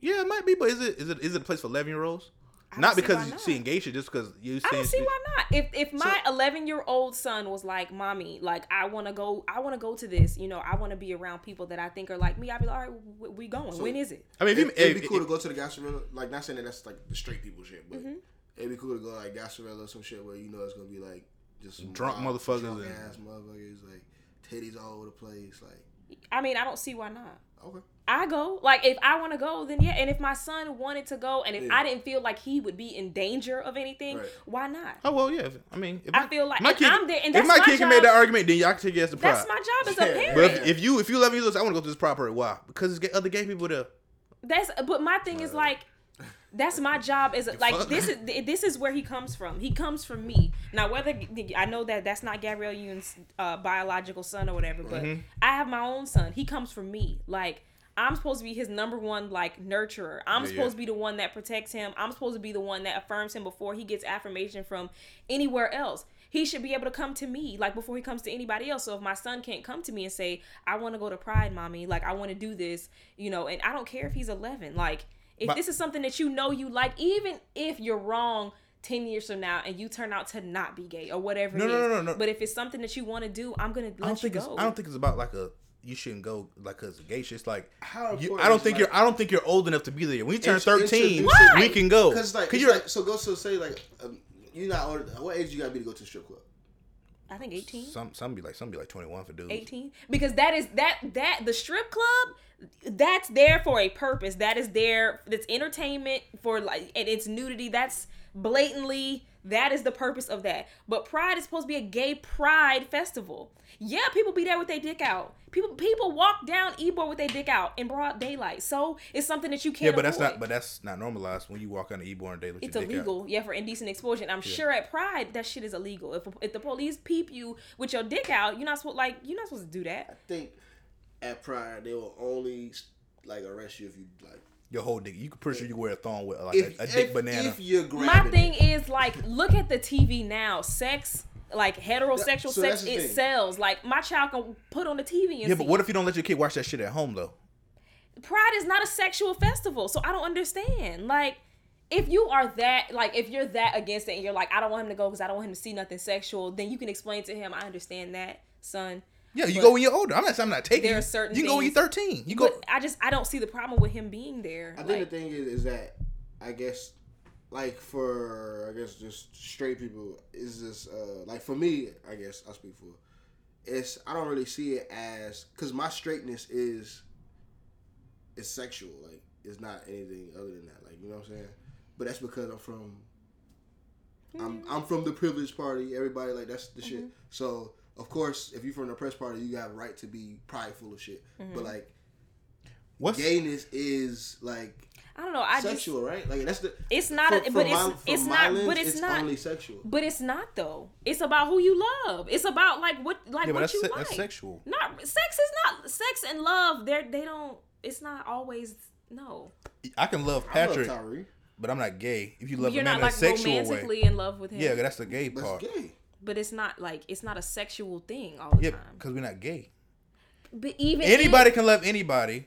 Speaker 1: Yeah, it might be, but is it is it is it a place for eleven year olds?
Speaker 3: don't
Speaker 1: Not
Speaker 3: see
Speaker 1: because
Speaker 3: why
Speaker 1: you
Speaker 3: not.
Speaker 1: see gay shit, just because you.
Speaker 3: I don't
Speaker 1: saying
Speaker 3: see
Speaker 1: shit.
Speaker 3: why not. If if my 11 year old son was like, "Mommy, like I want to go, I want to go to this. You know, I want to be around people that I think are like me." I'd be like, "All right, w- we going. when is it?"
Speaker 1: I mean, if you,
Speaker 2: It, would
Speaker 1: if-
Speaker 2: be cool to go to the Gasparilla. Like, not saying that that's like the straight people shit, but it'd be cool to go like Gasparilla or some shit where you know it's gonna be like just some
Speaker 1: Drunk
Speaker 2: wild,
Speaker 1: motherfuckers
Speaker 2: drunk
Speaker 1: and-
Speaker 2: ass motherfuckers, like titties all over the place. Like,
Speaker 3: I mean, I don't see why not.
Speaker 2: okay,
Speaker 3: I go. Like if I want to go, then yeah. And if my son wanted to go, and if
Speaker 2: Yeah.
Speaker 3: I didn't feel like he would be in danger of anything,
Speaker 2: Right.
Speaker 3: why not?
Speaker 1: Oh well, yeah. if- I mean, if
Speaker 3: I
Speaker 1: my-
Speaker 3: feel like-
Speaker 1: my
Speaker 3: and
Speaker 1: kid,
Speaker 3: I'm there, and
Speaker 1: if
Speaker 3: that's
Speaker 1: my
Speaker 3: my
Speaker 1: kid can make
Speaker 3: job.
Speaker 1: that argument, then y'all can take your ass to pride.
Speaker 3: That's my job as a
Speaker 2: Yeah.
Speaker 1: But
Speaker 3: parent.
Speaker 1: if, if you if you eleven years old, I want to go to this pride parade. Why? Because it's gay, other gay people there.
Speaker 3: That's but my thing is like that's my job is like
Speaker 1: Fuck.
Speaker 3: this is this is where he comes from. He comes from me. Now whether I know that that's not Gabrielle Union's uh, biological son or whatever, but
Speaker 1: Mm-hmm.
Speaker 3: I have my own son. He comes from me. Like I'm supposed to be his number one like nurturer. I'm
Speaker 1: Yeah, yeah.
Speaker 3: supposed to be the one that protects him. I'm supposed to be the one that affirms him before he gets affirmation from anywhere else. He should be able to come to me like before he comes to anybody else. So if my son can't come to me and say, "I want to go to Pride, mommy," like I want to do this, you know, and I don't care if he's 11. Like if
Speaker 1: But-
Speaker 3: this is something that you know you like, even if you're wrong 10 years from now and you turn out to not be gay or whatever
Speaker 1: No,
Speaker 3: it is.
Speaker 1: no, no, no, no.
Speaker 3: But if it's something that you want to do, I'm going to
Speaker 1: I
Speaker 3: let
Speaker 1: don't
Speaker 3: you
Speaker 1: think it's
Speaker 3: go.
Speaker 1: I don't think it's about like a you shouldn't go like because gay shit. It's like
Speaker 2: How
Speaker 1: you,
Speaker 2: important
Speaker 1: I don't
Speaker 2: is,
Speaker 1: think
Speaker 2: like-
Speaker 1: you're I don't think you're old enough to be there. When you turn
Speaker 2: It's- it's
Speaker 1: thirteen,
Speaker 2: your- Why?
Speaker 1: we can go.
Speaker 2: because like,
Speaker 1: 'Cause
Speaker 2: it's
Speaker 1: you're
Speaker 2: like so go so say like um, you not older, what age you gotta be to go to the strip club?
Speaker 3: I think 18.
Speaker 1: some some be like some be like twenty one for dudes.
Speaker 3: 18 because that is that that the strip club that's there for a purpose that is there that's entertainment for like and it's nudity that's blatantly that is the purpose of that but pride is supposed to be a gay pride festival yeah people be there with their dick out people people walk down ebor with their dick out in broad daylight so it's something that you can't
Speaker 1: Yeah, but that's
Speaker 3: avoid.
Speaker 1: not but that's not normalized when you walk on the e-born day. With
Speaker 3: It's
Speaker 1: your dick out.
Speaker 3: illegal, yeah, for indecent exposure. And I'm sure at Pride that shit is illegal. If, if the police peep you with your dick out, you're not supposed like you're not supposed to do that.
Speaker 2: I think at Pride they will only like arrest you if you like
Speaker 1: Your whole dick. You can pretty sure you wear a thong with like
Speaker 2: if,
Speaker 1: a, a dick
Speaker 2: if,
Speaker 1: banana.
Speaker 2: if you're
Speaker 3: My
Speaker 2: grabbing
Speaker 3: thing
Speaker 2: it.
Speaker 3: is like, look at the TV now. Sex, like heterosexual
Speaker 2: so that's
Speaker 3: sex,
Speaker 2: the
Speaker 3: it
Speaker 2: thing.
Speaker 3: sells. Like my child can put on the TV and
Speaker 1: yeah,
Speaker 3: see.
Speaker 1: but what if you don't let your kid watch that shit at home though?
Speaker 3: Pride is not a sexual festival, so I don't understand. Like, if you are that, like, if you're that against it, and you're like, I don't want him to go because I don't want him to see nothing sexual, then you can explain to him, I understand that, son.
Speaker 1: Yeah, you
Speaker 3: But-
Speaker 1: go when you're older. I'm not saying I'm not taking.
Speaker 3: There are
Speaker 1: you.
Speaker 3: certain
Speaker 1: You can go when you're
Speaker 3: things-
Speaker 1: 13. You go.
Speaker 3: But I just I don't see the problem with him being there.
Speaker 2: I
Speaker 3: Like,
Speaker 2: think the thing is, is that I guess like for I guess just straight people is this uh like for me I guess I speak for it's I don't really see it as because my straightness is is sexual like it's not anything other than that like you know what I'm saying but that's because I'm from I'm I'm from the privileged party everybody like that's the shit so of course if you're from the press party you got right to be prideful of shit but like
Speaker 1: What's
Speaker 2: gayness is like
Speaker 3: I don't know. I just
Speaker 2: sexual right like that's the
Speaker 3: it's not,
Speaker 2: from-
Speaker 3: a,
Speaker 2: from
Speaker 3: but it's
Speaker 2: my- from
Speaker 3: it's
Speaker 2: my
Speaker 3: not, but
Speaker 2: lens,
Speaker 3: it's, not.
Speaker 2: only sexual
Speaker 3: But it's not though. It's about who you love. It's about like what like
Speaker 1: yeah, but
Speaker 3: what
Speaker 1: that's,
Speaker 3: you
Speaker 1: se-
Speaker 3: like.
Speaker 1: that's sexual.
Speaker 3: Not sex is not sex and love. They they don't. It's not always no.
Speaker 1: I can love
Speaker 2: I love
Speaker 1: Patrick,
Speaker 2: Tyree
Speaker 1: but I'm not gay. If you love
Speaker 3: You're
Speaker 1: a man
Speaker 3: not
Speaker 1: in a
Speaker 3: like
Speaker 1: sexual way,
Speaker 3: romantically in love with him.
Speaker 1: yeah, that's the gay
Speaker 2: but
Speaker 1: part.
Speaker 2: it's gay
Speaker 3: but it's not like it's not a sexual thing all the
Speaker 1: Yeah,
Speaker 3: time.
Speaker 1: because we're not gay.
Speaker 3: But even
Speaker 1: Anybody can love anybody.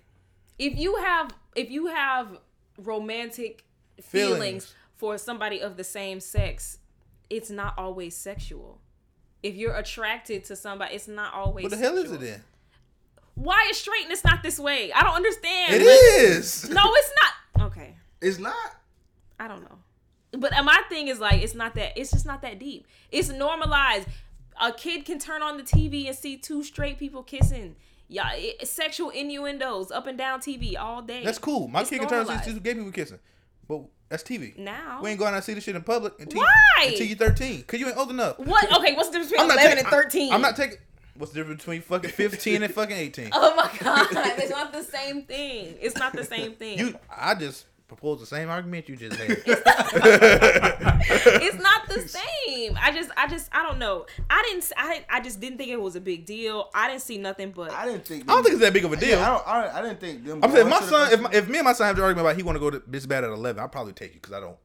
Speaker 3: if you have if you have romantic feelings,
Speaker 1: Feelings.
Speaker 3: for somebody of the same sex, it's not always sexual. If you're attracted to somebody, it's not always.
Speaker 1: What the hell is it
Speaker 3: sexual.
Speaker 1: then?
Speaker 3: Why is straightness not this way? I don't understand.
Speaker 1: It is.
Speaker 3: No, it's not. Okay,
Speaker 2: it's not
Speaker 3: I don't know. But uh, my thing is like it's not that. It's just not that deep. It's normalized. A kid can turn on the TV and see two straight people kissing. Yeah, it, sexual innuendos up and down TV all day.
Speaker 1: That's cool. My
Speaker 3: It's
Speaker 1: kid can turn and see
Speaker 3: normalized.
Speaker 1: two gay people kissing, but that's TV.
Speaker 3: Now
Speaker 1: We ain't going out and see this shit in public until
Speaker 3: Why?
Speaker 1: you, until you're 13, cause you ain't old enough.
Speaker 3: What? Okay, what's the difference between
Speaker 1: taking-
Speaker 3: 11 and 13?
Speaker 1: I'm, I'm not taking. What's the difference between fucking 15 and fucking 18?
Speaker 3: Oh my god, it's not the same thing. It's not the same thing.
Speaker 1: You, I just proposed the same argument you just had.
Speaker 3: it's not the same. I just, I just, I don't know. I didn't, s- I, didn't- I just didn't think it was a big deal. I didn't see nothing but.
Speaker 2: I didn't think
Speaker 1: I don't think it's that big of a deal.
Speaker 2: Yeah, I don't. I, don't- I didn't think them.
Speaker 1: I'm saying if my
Speaker 2: going to the
Speaker 1: son, if,
Speaker 2: festival-
Speaker 1: my, if me and my son have the argument about he want to go to this bad at 11, I'll probably take you because I don't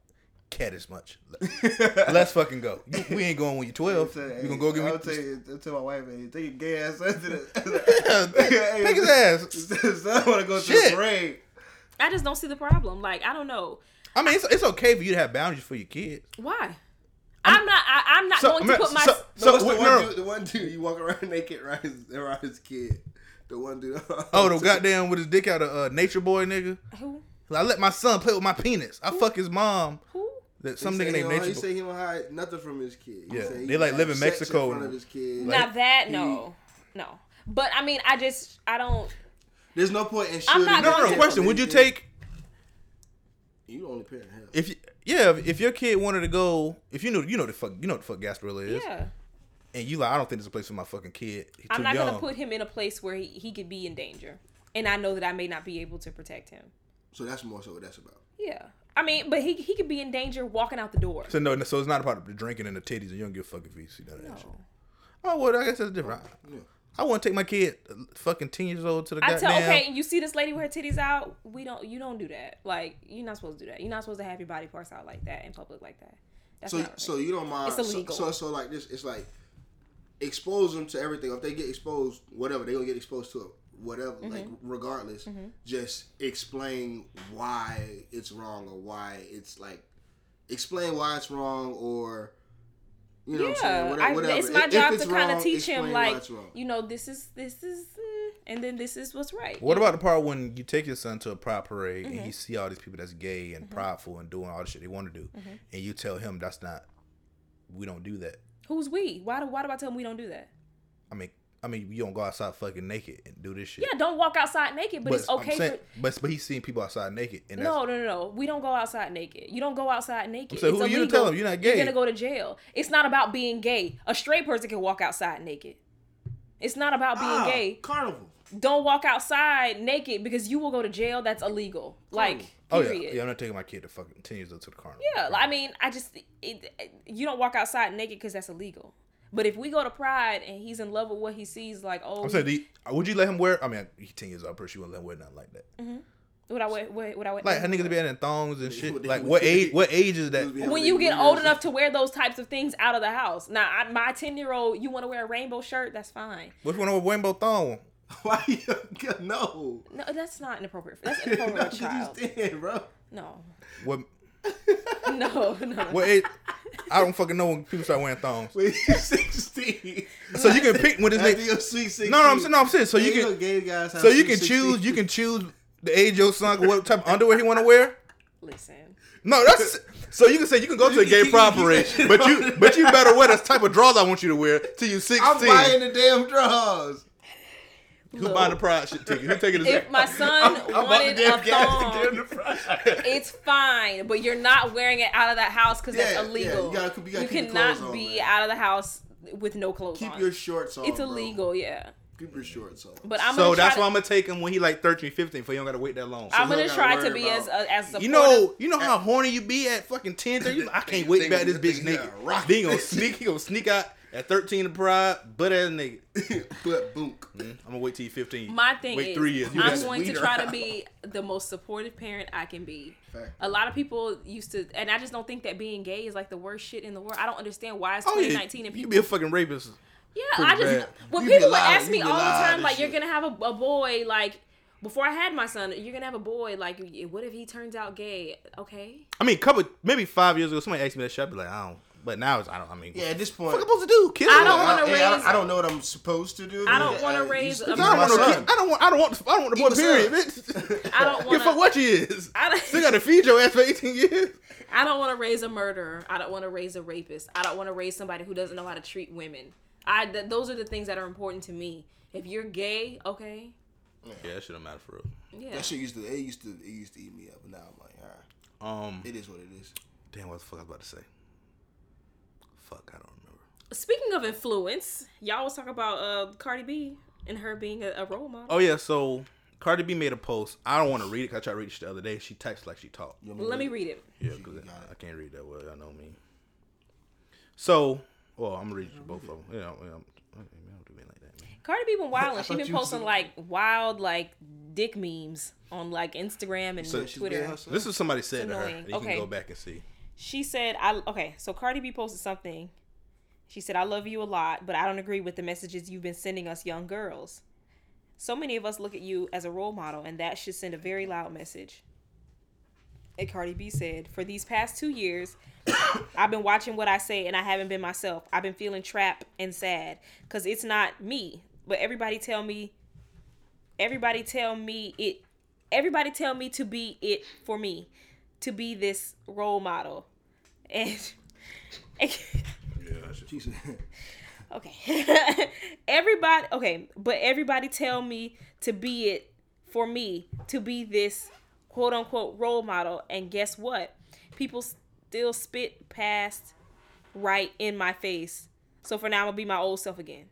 Speaker 1: care as much. Let's fucking go. You- We ain't going when you're 12.
Speaker 2: Say,
Speaker 1: You're
Speaker 2: hey,
Speaker 1: gonna go
Speaker 2: I'll
Speaker 1: get
Speaker 2: tell,
Speaker 1: me.
Speaker 2: you, I'll tell my wife, hey, take your gay ass out to
Speaker 1: Yeah,
Speaker 2: the.
Speaker 1: take- take his ass.
Speaker 2: Son, want to go to
Speaker 1: Shit.
Speaker 2: the parade.
Speaker 3: I just don't see the problem. Like, I don't know
Speaker 1: I mean, it's, it's okay for you to have boundaries for your kids.
Speaker 3: why. I'm, not. I, I'm not
Speaker 1: So,
Speaker 3: going to
Speaker 1: man,
Speaker 3: put my.
Speaker 1: so-
Speaker 2: So what's
Speaker 1: what-
Speaker 2: the one
Speaker 1: no.
Speaker 2: dude? The one dude you walk around naked around his, around his kid. The one dude.
Speaker 1: Oh, the goddamn with his dick out of uh, Nature Boy nigga.
Speaker 3: who?
Speaker 1: I let my son play with my penis. I fuck his mom.
Speaker 3: Who?
Speaker 1: That
Speaker 2: He
Speaker 1: some
Speaker 2: say
Speaker 1: nigga
Speaker 2: he
Speaker 1: named
Speaker 2: don't- He
Speaker 1: Nature Boy.
Speaker 2: say he don't hide nothing from his kid. He
Speaker 1: Yeah,
Speaker 2: say he
Speaker 1: they, like,
Speaker 2: have
Speaker 1: live in
Speaker 2: sex
Speaker 1: Mexico
Speaker 2: in front of
Speaker 1: and-
Speaker 2: his kid.
Speaker 1: Like-
Speaker 3: not that. No, no. But I mean, I just, I don't.
Speaker 2: There's no point in
Speaker 3: I'm
Speaker 2: shooting.
Speaker 3: not
Speaker 1: No, no,
Speaker 3: Yeah.
Speaker 1: no. Question: Would you take
Speaker 2: You the only parent. Hell.
Speaker 1: if you, yeah if your kid wanted to go if you know you know the fuck you know what the fuck Gasparilla is
Speaker 3: Yeah,
Speaker 1: and you like I don't think there's a place for my fucking kid. He's
Speaker 3: I'm
Speaker 1: too
Speaker 3: not
Speaker 1: young.
Speaker 3: gonna put him in a place where he, he could be in danger, and I know that I may not be able to protect him.
Speaker 2: So that's more so what that's about.
Speaker 3: Yeah. I mean, but he he could be in danger walking out the door.
Speaker 1: So no, so it's not about the drinking and the titties, and you don't give a fuck if you see none of that
Speaker 3: No.
Speaker 1: shit. Oh well, I guess that's different.
Speaker 2: Yeah.
Speaker 1: I, want to take my kid, uh, fucking ten years old, to the
Speaker 3: I
Speaker 1: goddamn.
Speaker 3: tell okay, you see this lady with her titties out. We don't. You don't do that. Like you're not supposed to do that. You're not supposed to have your body parts out like that in public like that. That's
Speaker 2: So
Speaker 3: not right.
Speaker 2: so you don't mind.
Speaker 3: It's illegal.
Speaker 2: So, so so like this, it's like expose them to everything. If they get exposed, whatever they gonna get exposed to, whatever.
Speaker 3: Mm-hmm.
Speaker 2: Like regardless, just explain why it's wrong or why it's like explain why it's wrong or you know what I'm saying.
Speaker 3: yeah,
Speaker 2: Whatever,
Speaker 3: I,
Speaker 2: whatever.
Speaker 3: it's my
Speaker 2: If- if
Speaker 3: job
Speaker 2: it's
Speaker 3: to kind
Speaker 2: wrong,
Speaker 3: of teach
Speaker 2: explain
Speaker 3: him
Speaker 2: why
Speaker 3: like
Speaker 2: it's wrong.
Speaker 3: you know this is this is mm, and then this is what's right.
Speaker 1: What about the part when you take your son to a pride parade
Speaker 3: Mm-hmm.
Speaker 1: and he see all these people that's gay and prideful and doing all the shit they want to do,
Speaker 3: Mm-hmm.
Speaker 1: and you tell him that's not, we don't do that.
Speaker 3: who's we? Why do why do I tell him we don't do that?
Speaker 1: I mean, I mean, you don't go outside fucking naked and do this shit.
Speaker 3: Yeah, don't walk outside naked, but, it's
Speaker 1: I'm
Speaker 3: okay.
Speaker 1: saying-
Speaker 3: for,
Speaker 1: but but he's seeing people outside naked, and that's,
Speaker 3: No, no, no, no. We don't go outside naked. You don't go outside naked.
Speaker 1: So who are you to
Speaker 3: illegal.
Speaker 1: tell 'em? You're not gay.
Speaker 3: You're gonna go to jail. It's not about being gay. A straight person can walk outside naked. It's not about being
Speaker 2: Ah,
Speaker 3: gay.
Speaker 2: Carnival.
Speaker 3: Don't walk outside naked because you will go to jail. That's illegal. Like
Speaker 1: oh
Speaker 3: period.
Speaker 1: yeah, yeah, I'm not taking my kid to fucking ten years old to the carnival.
Speaker 3: Yeah, I mean, I just it, it- you don't walk outside naked because that's illegal. But if we go to Pride and he's in love with what he sees, like oh,
Speaker 1: I'm saying, do you- would you let him wear? I mean, he's ten years old. I'm pretty sure you wouldn't let him wear nothing like that.
Speaker 3: would I wear, would, would I wear
Speaker 1: Like how niggas be out in thongs and shit.
Speaker 2: would-
Speaker 1: Like what age? What age is
Speaker 2: Niggas be
Speaker 1: that?
Speaker 2: having
Speaker 3: when
Speaker 2: their
Speaker 3: you get
Speaker 2: weird
Speaker 3: old
Speaker 2: ass-
Speaker 3: enough to wear those types of things out of the house. Now, I, my ten year old, you want to wear a rainbow shirt? That's fine.
Speaker 1: Which one of a rainbow thong?
Speaker 2: Why you no?
Speaker 3: No, that's not inappropriate. That's
Speaker 2: No,
Speaker 3: inappropriate for a
Speaker 2: 'cause
Speaker 3: child.
Speaker 2: you stand, bro.
Speaker 3: No,
Speaker 1: What?
Speaker 3: no, no.
Speaker 1: What age? I don't fucking know when people start wearing thongs.
Speaker 2: When you're 16.
Speaker 1: So you can pick when this
Speaker 2: After
Speaker 1: nigga.
Speaker 2: your sweet 16.
Speaker 1: No, no, I'm saying, no, I'm saying. So you
Speaker 2: Ain't no
Speaker 1: can,
Speaker 2: gay guys have
Speaker 1: so you
Speaker 2: sweet
Speaker 1: can
Speaker 2: 16.
Speaker 1: choose. You can choose the age your son what type of underwear he want to wear.
Speaker 3: Listen,
Speaker 1: No, that's so you can say you can go to a gay pride parade, but you but you better wear the type of drawers I want you to wear till you
Speaker 2: I'm buying
Speaker 1: sixteen.
Speaker 2: the damn draws.
Speaker 1: Who buying the pride shit ticket? Who taking the
Speaker 3: If my son wanted a thong, it's fine, but you're not wearing it out of that house because
Speaker 2: Yeah, yeah,
Speaker 3: that's illegal.
Speaker 2: you gotta- you gotta keep your
Speaker 3: cannot
Speaker 2: clothes on,
Speaker 3: be
Speaker 2: man.
Speaker 3: out of the house with no clothes
Speaker 2: Keep
Speaker 3: on.
Speaker 2: your shorts on.
Speaker 3: it's
Speaker 2: bro.
Speaker 3: illegal, yeah.
Speaker 2: Keep your shorts on.
Speaker 3: But I'm
Speaker 1: So
Speaker 3: gonna try
Speaker 1: that's
Speaker 3: to,
Speaker 1: why I'm gonna take him when he like 13, 15, for you don't gotta wait that long.
Speaker 3: I'm
Speaker 2: So
Speaker 3: gonna
Speaker 2: y'all
Speaker 3: try
Speaker 2: gotta
Speaker 3: to be
Speaker 2: worry
Speaker 3: as a, as supportive.
Speaker 1: you know, you know how horny you be at fucking 10, 30? You like, I can't wait back this bitch
Speaker 2: Nigga,
Speaker 1: naked.
Speaker 2: rock
Speaker 1: Then he gonna
Speaker 2: this
Speaker 1: sneak, he gonna sneak out at 13 to pride, butt ass nigga.
Speaker 2: but boonk.
Speaker 1: I'm gonna wait till you 15.
Speaker 3: my thing
Speaker 1: wait
Speaker 3: is
Speaker 1: three years. You
Speaker 3: I'm
Speaker 1: got-
Speaker 3: going to
Speaker 2: weed
Speaker 3: try to
Speaker 2: around.
Speaker 3: be the most supportive parent I can be.
Speaker 2: Fact.
Speaker 3: A lot of people used to, and I just don't think that being gay is like the worst shit in the world. I don't understand why it's
Speaker 1: Oh, yeah,
Speaker 3: 2019 and
Speaker 1: you
Speaker 3: people
Speaker 1: be a fucking rapist.
Speaker 3: Yeah,
Speaker 1: Pretty
Speaker 3: I just
Speaker 1: bad.
Speaker 3: when
Speaker 2: You be
Speaker 3: people would
Speaker 2: lying-
Speaker 3: ask
Speaker 2: you
Speaker 3: me
Speaker 2: be
Speaker 3: all the
Speaker 2: lying
Speaker 3: time,
Speaker 2: and
Speaker 3: like, "You're
Speaker 2: shit.
Speaker 3: gonna have a, a boy," like before I had my son, you're gonna have a boy. Like, what if he turns out gay? Okay,
Speaker 1: I mean, couple maybe five years ago, somebody asked me that shit. I'd be like, I don't. But now it's I don't. I mean,
Speaker 2: Yeah, at this
Speaker 1: what
Speaker 2: point,
Speaker 1: the fuck I'm supposed to do? Kill
Speaker 3: I
Speaker 1: him?
Speaker 3: don't
Speaker 2: I,
Speaker 3: wanna
Speaker 2: hey, I,
Speaker 3: raise-
Speaker 2: don't, I don't know what I'm supposed to do.
Speaker 3: I don't
Speaker 2: Yeah,
Speaker 3: wanna
Speaker 2: uh, you
Speaker 3: raise
Speaker 2: speak
Speaker 3: a-
Speaker 2: to
Speaker 1: I don't,
Speaker 2: my
Speaker 1: want no,
Speaker 2: son.
Speaker 1: kid- I don't want. I don't want. I don't want the
Speaker 2: He
Speaker 1: boy.
Speaker 2: was
Speaker 1: Period.
Speaker 2: up.
Speaker 1: Bitch.
Speaker 3: I don't
Speaker 1: Give a fuck
Speaker 3: want to.
Speaker 1: what you is.
Speaker 3: I don't-
Speaker 1: Still gotta feed your ass for 18 years.
Speaker 3: I don't want to raise a murderer. I don't want to raise a rapist. I don't want to raise somebody who doesn't know how to treat women. I th- those are the things that are important to me. If you're gay, okay,
Speaker 1: Yeah, that shit don't matter for real.
Speaker 3: yeah,
Speaker 2: That shit used to it used to it used to eat me up, but now I'm like, all right,
Speaker 1: Um,
Speaker 2: it is what it is.
Speaker 1: damn, what the fuck I was about to say? Fuck, I don't remember.
Speaker 3: Speaking of influence, y'all was talking about uh, Cardi B and her being a, a role model.
Speaker 1: Oh yeah, so Cardi B made a post. I don't want to read it. 'cause I tried to read it the other day. She texted like she talked.
Speaker 2: You want
Speaker 3: Let me
Speaker 2: to-
Speaker 3: read it.
Speaker 1: Yeah, because I, I can't read that well. I know me. So, well, I'm gonna read you both of them. Yeah, I'm, I'm, I don't do me like that. Man.
Speaker 3: Cardi B been wild and she
Speaker 2: thought
Speaker 3: been
Speaker 2: you was
Speaker 3: posting
Speaker 2: the-
Speaker 3: like wild like dick memes on like Instagram and
Speaker 1: So she's
Speaker 3: Twitter.
Speaker 2: been-
Speaker 1: This is somebody said to her.
Speaker 3: annoying.
Speaker 1: and You
Speaker 3: Okay.
Speaker 1: can go back and see.
Speaker 3: She said, "I okay." So Cardi B posted something. She said, "I love you a lot, but I don't agree with the messages you've been sending us young girls. So many of us look at you as a role model, and that should send a very loud message." And Cardi B said, "For these past two years." I've been watching what I say and I haven't been myself. I've been feeling trapped and sad because it's not me. But everybody tell me, everybody tell me it, everybody tell me to be it for me, to be this role model. And,
Speaker 2: She said,
Speaker 3: okay, everybody, okay, but everybody tell me to be it for me, to be this quote unquote role model. And guess what? People still spit past right in my face. So for now, I'm gonna be my old self again.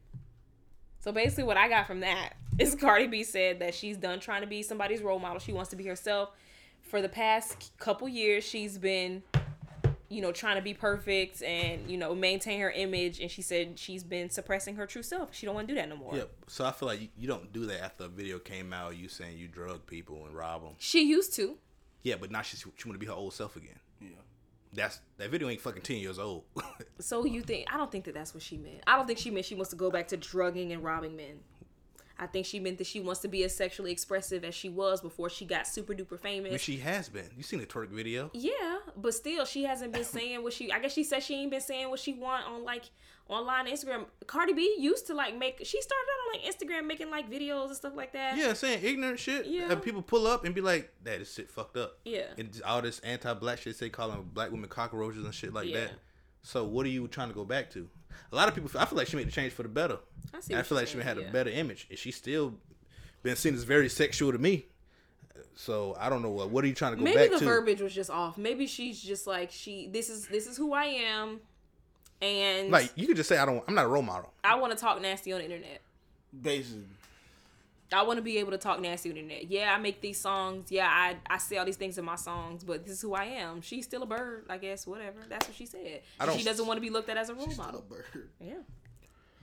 Speaker 3: So basically, what I got from that is Cardi B said that she's done trying to be somebody's role model. She wants to be herself. For the past couple years, she's been, you know, trying to be perfect and you know maintain her image. And she said she's been suppressing her true self. She don't want to do that no more.
Speaker 1: Yep. So I feel like you, you don't do that after a video came out. You saying you drug people and rob them.
Speaker 3: She used to.
Speaker 1: Yeah, but now she's, she want to be her old self again.
Speaker 2: yeah.
Speaker 1: That's that video ain't fucking ten years old.
Speaker 3: So you think? I don't think that that's what she meant. I don't think she meant she wants to go back to drugging and robbing men. I think she meant that she wants to be as sexually expressive as she was before she got super duper famous.
Speaker 1: and she has been. You seen the twerk video?
Speaker 3: Yeah, but still, she hasn't been saying what she. I guess she said she ain't been saying what she want on like online Instagram. Cardi B used to like make. She started out on like Instagram making like videos and stuff like that.
Speaker 1: Yeah, saying ignorant shit.
Speaker 3: Yeah.
Speaker 1: And people pull up and be like, "That is shit fucked up."
Speaker 3: Yeah.
Speaker 1: And just all this anti-black shit they calling black women cockroaches and shit like
Speaker 3: Yeah.
Speaker 1: that. So what are you trying to go back to? A lot of people. I feel like she made the change for the better.
Speaker 3: I see
Speaker 1: And I
Speaker 3: what
Speaker 1: feel
Speaker 3: you're
Speaker 1: like she
Speaker 3: saying,
Speaker 1: had
Speaker 3: yeah.
Speaker 1: a better image, and she still been seen as very sexual to me. So I don't know what. What are you trying to go
Speaker 3: Maybe
Speaker 1: back
Speaker 3: the
Speaker 1: to?
Speaker 3: verbiage was just off. Maybe she's just like she. This is this is who I am, and
Speaker 1: like you could just say, "I don't. I'm not a role model."
Speaker 3: I want to talk nasty on the internet.
Speaker 2: Basically,
Speaker 3: I want to be able to talk nasty on the internet. Yeah, I make these songs. Yeah, I I say all these things in my songs, but this is who I am. She's still a bird, I guess. Whatever. That's what she said.
Speaker 1: I don't-
Speaker 3: she doesn't want to be looked at as a role
Speaker 2: she's
Speaker 3: model.
Speaker 2: still a bird.
Speaker 3: Yeah.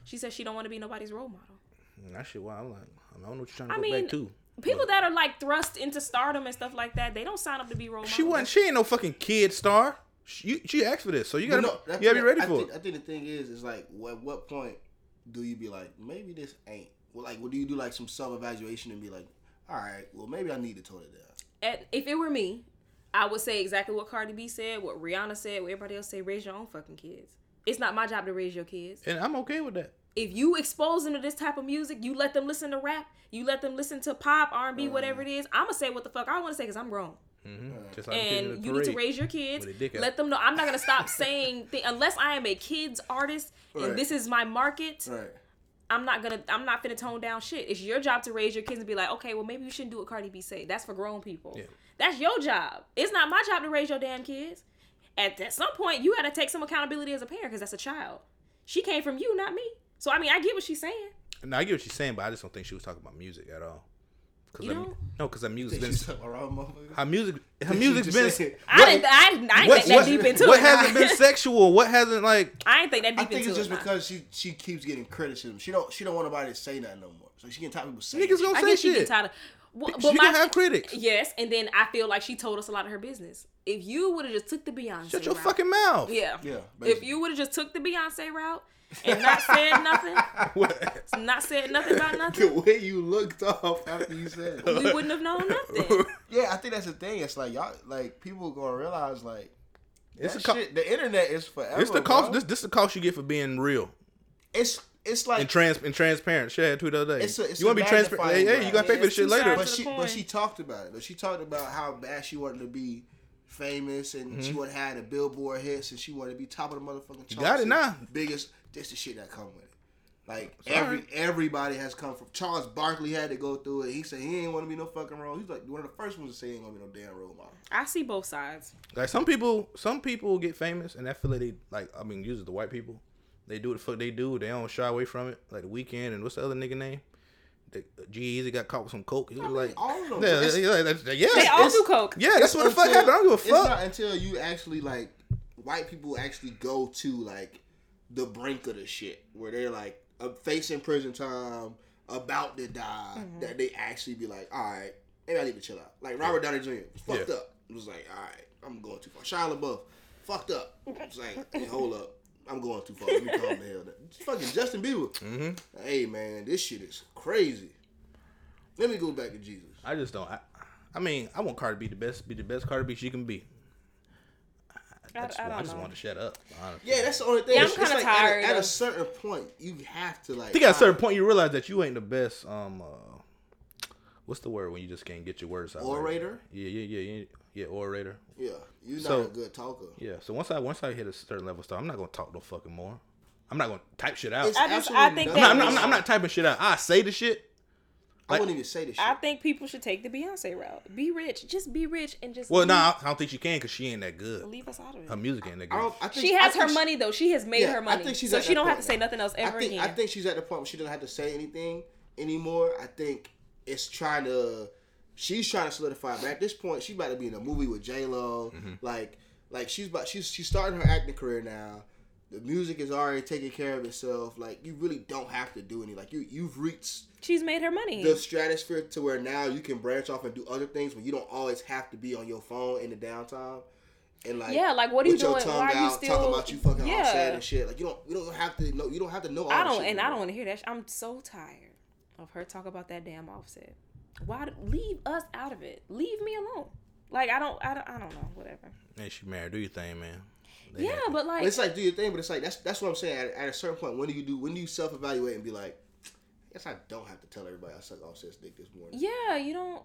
Speaker 3: She says she don't want to be nobody's role model.
Speaker 1: And that shit. Why I'm like, I don't know what you're trying to
Speaker 3: I
Speaker 1: go
Speaker 3: mean,
Speaker 1: back to.
Speaker 3: people that are like thrust into stardom and stuff like that, they don't sign up to be role models.
Speaker 1: She wasn't. She ain't no fucking kid star. She, she asked for this, so you gotta,
Speaker 2: But no,
Speaker 1: you gotta be ready
Speaker 2: I
Speaker 1: for
Speaker 2: think,
Speaker 1: it.
Speaker 2: I think the thing is, is like, what what point do you be like, maybe this ain't? Well, like, what do you do like some self evaluation and be like, all right, well maybe I need to tone it down.
Speaker 3: And if it were me, I would say exactly what Cardi B said, what Rihanna said, what everybody else say. Raise your own fucking kids. It's not my job to raise your kids.
Speaker 1: and I'm okay with that.
Speaker 3: If you expose them to this type of music, you
Speaker 1: Mm.
Speaker 3: let them listen to rap, you let them listen to pop, R and B, whatever it is. I'm gonna say what the fuck I want to say because I'm grown.
Speaker 1: Just like the kid in
Speaker 3: and
Speaker 1: the
Speaker 3: you need to
Speaker 1: parade.
Speaker 3: raise your kids.
Speaker 1: with a dick out.
Speaker 3: Let them know I'm not gonna stop saying thi- unless I am a kids artist
Speaker 2: Right.
Speaker 3: and this is my market.
Speaker 2: Right.
Speaker 3: I'm not gonna I'm not finna tone down shit. It's your job to raise your kids and be like, okay, well maybe you shouldn't do what Cardi B say. That's for grown people.
Speaker 1: Yeah.
Speaker 3: That's your job. It's not my job to raise your damn kids. At, at some point, you gotta take some accountability as a parent because that's a child. She came from you, not me. So I mean, I get what she's saying.
Speaker 1: No, I get what she's saying, but I just don't think she was talking about music at all. Cause
Speaker 3: You
Speaker 1: her-
Speaker 3: don't?
Speaker 1: no, because her music's
Speaker 2: She's
Speaker 1: been
Speaker 2: talking about "Oh, motherfucker.
Speaker 1: her music her
Speaker 2: She
Speaker 1: music's
Speaker 2: just
Speaker 1: been.
Speaker 2: said-
Speaker 3: I didn't I, didn't- I didn't think that
Speaker 1: what,
Speaker 3: deep into
Speaker 1: what
Speaker 3: it.
Speaker 1: hasn't been sexual? What hasn't like?
Speaker 3: I didn't think that
Speaker 2: I
Speaker 3: deep
Speaker 2: think
Speaker 3: into
Speaker 2: it's just
Speaker 3: it. nah.
Speaker 2: because she she keeps getting criticism. She don't she don't want nobody to say nothing no more. So she can talk people saying.
Speaker 1: Niggas
Speaker 2: shit.
Speaker 1: gonna
Speaker 3: I
Speaker 1: say
Speaker 3: guess she get
Speaker 1: shit.
Speaker 3: tired of. Well,
Speaker 1: She
Speaker 3: but
Speaker 1: gonna
Speaker 3: my-
Speaker 1: have critics.
Speaker 3: Yes, and then I feel like she told us a lot of her business. If you would have just took the Beyonce,
Speaker 1: Shut your
Speaker 3: route-
Speaker 1: fucking mouth.
Speaker 3: Yeah.
Speaker 2: Yeah,
Speaker 3: If
Speaker 2: basically.
Speaker 3: you would have just took the Beyonce route and not said nothing,
Speaker 1: What?
Speaker 3: not said nothing about nothing,
Speaker 2: the way you looked off after you said. it.
Speaker 3: we wouldn't have known nothing.
Speaker 2: yeah, I think that's the thing. It's like y'all like people gonna realize like
Speaker 1: It's
Speaker 2: that
Speaker 1: a co-
Speaker 2: shit, the internet is forever.
Speaker 1: It's the cost.
Speaker 2: bro.
Speaker 1: This this the cost you get for being real
Speaker 2: it's it's
Speaker 1: and
Speaker 2: like
Speaker 1: trans and transparent. Shit, I had a tweet the other day.
Speaker 2: It's a- it's
Speaker 1: you want
Speaker 2: a
Speaker 1: to be transparent? Hey,
Speaker 2: magnifying
Speaker 1: hey, you gotta
Speaker 2: glass.
Speaker 1: pay for this
Speaker 3: It's
Speaker 1: shit
Speaker 3: two
Speaker 1: later.
Speaker 3: sides
Speaker 2: but
Speaker 3: to the
Speaker 2: she
Speaker 3: coin.
Speaker 2: but she talked about it. But she talked about how bad she wanted to be famous and she would have had the billboard hits and she wanted to be top of the motherfucking charts.
Speaker 1: Mm-hmm. got it
Speaker 2: and
Speaker 1: now.
Speaker 2: Biggest this the shit that come with it. Like
Speaker 1: Sorry.
Speaker 2: every everybody has come from Charles Barkley had to go through it. He said he ain't want to be no fucking role. He's like one of the first ones to say he ain't gonna be no damn role model.
Speaker 3: I see both sides.
Speaker 1: Like some people, some people get famous, and I feel like they like. I mean, usually the white people, they do what the fuck they do. They don't shy away from it. Like the weekend and what's the other nigga name? The G Easy got caught with some coke. He was like,
Speaker 2: all of them.
Speaker 1: yeah,
Speaker 2: It's-
Speaker 1: yeah, that's- yeah,
Speaker 3: They all
Speaker 1: it's-
Speaker 3: do coke.
Speaker 1: yeah, that's what the fuck happened. I don't give a
Speaker 2: It's
Speaker 1: fuck.
Speaker 2: not until you actually like white people actually go to like the brink of the shit where they're like uh, facing prison time, about to die, that they actually be like, all right, maybe I need to chill out. Like Robert Downey Jr. was fucked
Speaker 1: Yeah.
Speaker 2: up. It was like, all right, I'm going too far. Shia LaBeouf fucked up. It's like, hey, hold up. I'm going too far. Let me calm the hell down. Fucking Justin Bieber.
Speaker 1: Mm-hmm.
Speaker 2: Hey man, this shit is crazy. Let me go back to Jesus.
Speaker 1: I just don't. I, I mean, I want Cardi B the best, be the best Cardi B she can be. I,
Speaker 3: I-
Speaker 1: just,
Speaker 3: I
Speaker 1: want- I
Speaker 3: don't
Speaker 1: just
Speaker 3: know.
Speaker 1: want to shut up. Honestly.
Speaker 2: Yeah, that's the only thing.
Speaker 3: Yeah, I'm
Speaker 2: It's- it's
Speaker 3: kinda
Speaker 2: like at a-
Speaker 3: tired
Speaker 2: At a,
Speaker 3: of-
Speaker 2: certain point, you have to like.
Speaker 1: I think at a certain point you realize that you ain't the best. Um, uh, what's the word when you just can't get your words out? right?
Speaker 2: Orator?
Speaker 1: Yeah, yeah, yeah, yeah, yeah. Orator.
Speaker 2: Yeah, you're not
Speaker 1: So-
Speaker 2: a good talker.
Speaker 1: Yeah. So once I once I hit a certain level, so I'm not gonna talk no fucking more. I'm not gonna type shit out.
Speaker 2: It's
Speaker 1: I'm
Speaker 3: I just-
Speaker 2: absolutely
Speaker 3: I think
Speaker 2: nothing.
Speaker 1: not, I'm, not, I'm not- I'm not typing shit out. I say the shit.
Speaker 2: I wouldn't even say this. Shit.
Speaker 3: I think people should take the Beyonce route. Be rich. Just be rich and just
Speaker 1: Well,
Speaker 3: leave,
Speaker 1: no, nah, I don't think she can because she ain't that good.
Speaker 3: leave us out of
Speaker 1: Her
Speaker 3: it.
Speaker 1: music ain't that
Speaker 2: I
Speaker 1: good.
Speaker 2: don't- I think-
Speaker 3: She
Speaker 2: I
Speaker 3: has
Speaker 2: think
Speaker 3: her
Speaker 2: she-
Speaker 3: money though. She has made
Speaker 2: yeah,
Speaker 3: her
Speaker 2: I
Speaker 3: money.
Speaker 2: think she's
Speaker 3: so
Speaker 2: at
Speaker 3: she
Speaker 2: that
Speaker 3: don't have to
Speaker 2: point
Speaker 3: say
Speaker 2: now.
Speaker 3: nothing else
Speaker 2: I
Speaker 3: ever
Speaker 2: think
Speaker 3: again.
Speaker 2: I think she's at the point where she doesn't have to say anything anymore. I think it's trying to. She's trying to solidify. But at this point, she's about to be in a movie with J Lo.
Speaker 1: Mm-hmm.
Speaker 2: Like, like she's about she's she's starting her acting career now. The music is already taking care of itself. Like, you really don't have to do any. Like, you you've reached
Speaker 3: She's made her money.
Speaker 2: the stratosphere to where now you can branch off and do other things when you don't always have to be on your phone in the downtime. And like
Speaker 3: Yeah, like, what are you
Speaker 2: with your
Speaker 3: doing?
Speaker 2: tongue
Speaker 3: Why are you
Speaker 2: out,
Speaker 3: still-
Speaker 2: talking about you fucking
Speaker 3: Yeah.
Speaker 2: offset and shit? Like you don't you don't have to know you don't have to know all
Speaker 3: I
Speaker 2: this
Speaker 3: don't,
Speaker 2: shit
Speaker 3: and I
Speaker 2: anymore.
Speaker 3: don't want to hear that. Sh- I'm so tired of her talk about that damn offset. Why do, leave us out of it? Leave me alone. Like I don't, I don't, I don't know. Whatever.
Speaker 1: And she married. Do your thing, man. They
Speaker 3: Yeah,
Speaker 1: happy.
Speaker 3: but
Speaker 2: But
Speaker 3: like,
Speaker 2: it's like do your thing, but it's like that's that's what I'm saying. At, at a certain point, when do you do when do you self evaluate and be like, yes, I don't have to tell everybody I suck offset's dick this morning.
Speaker 3: yeah, you don't.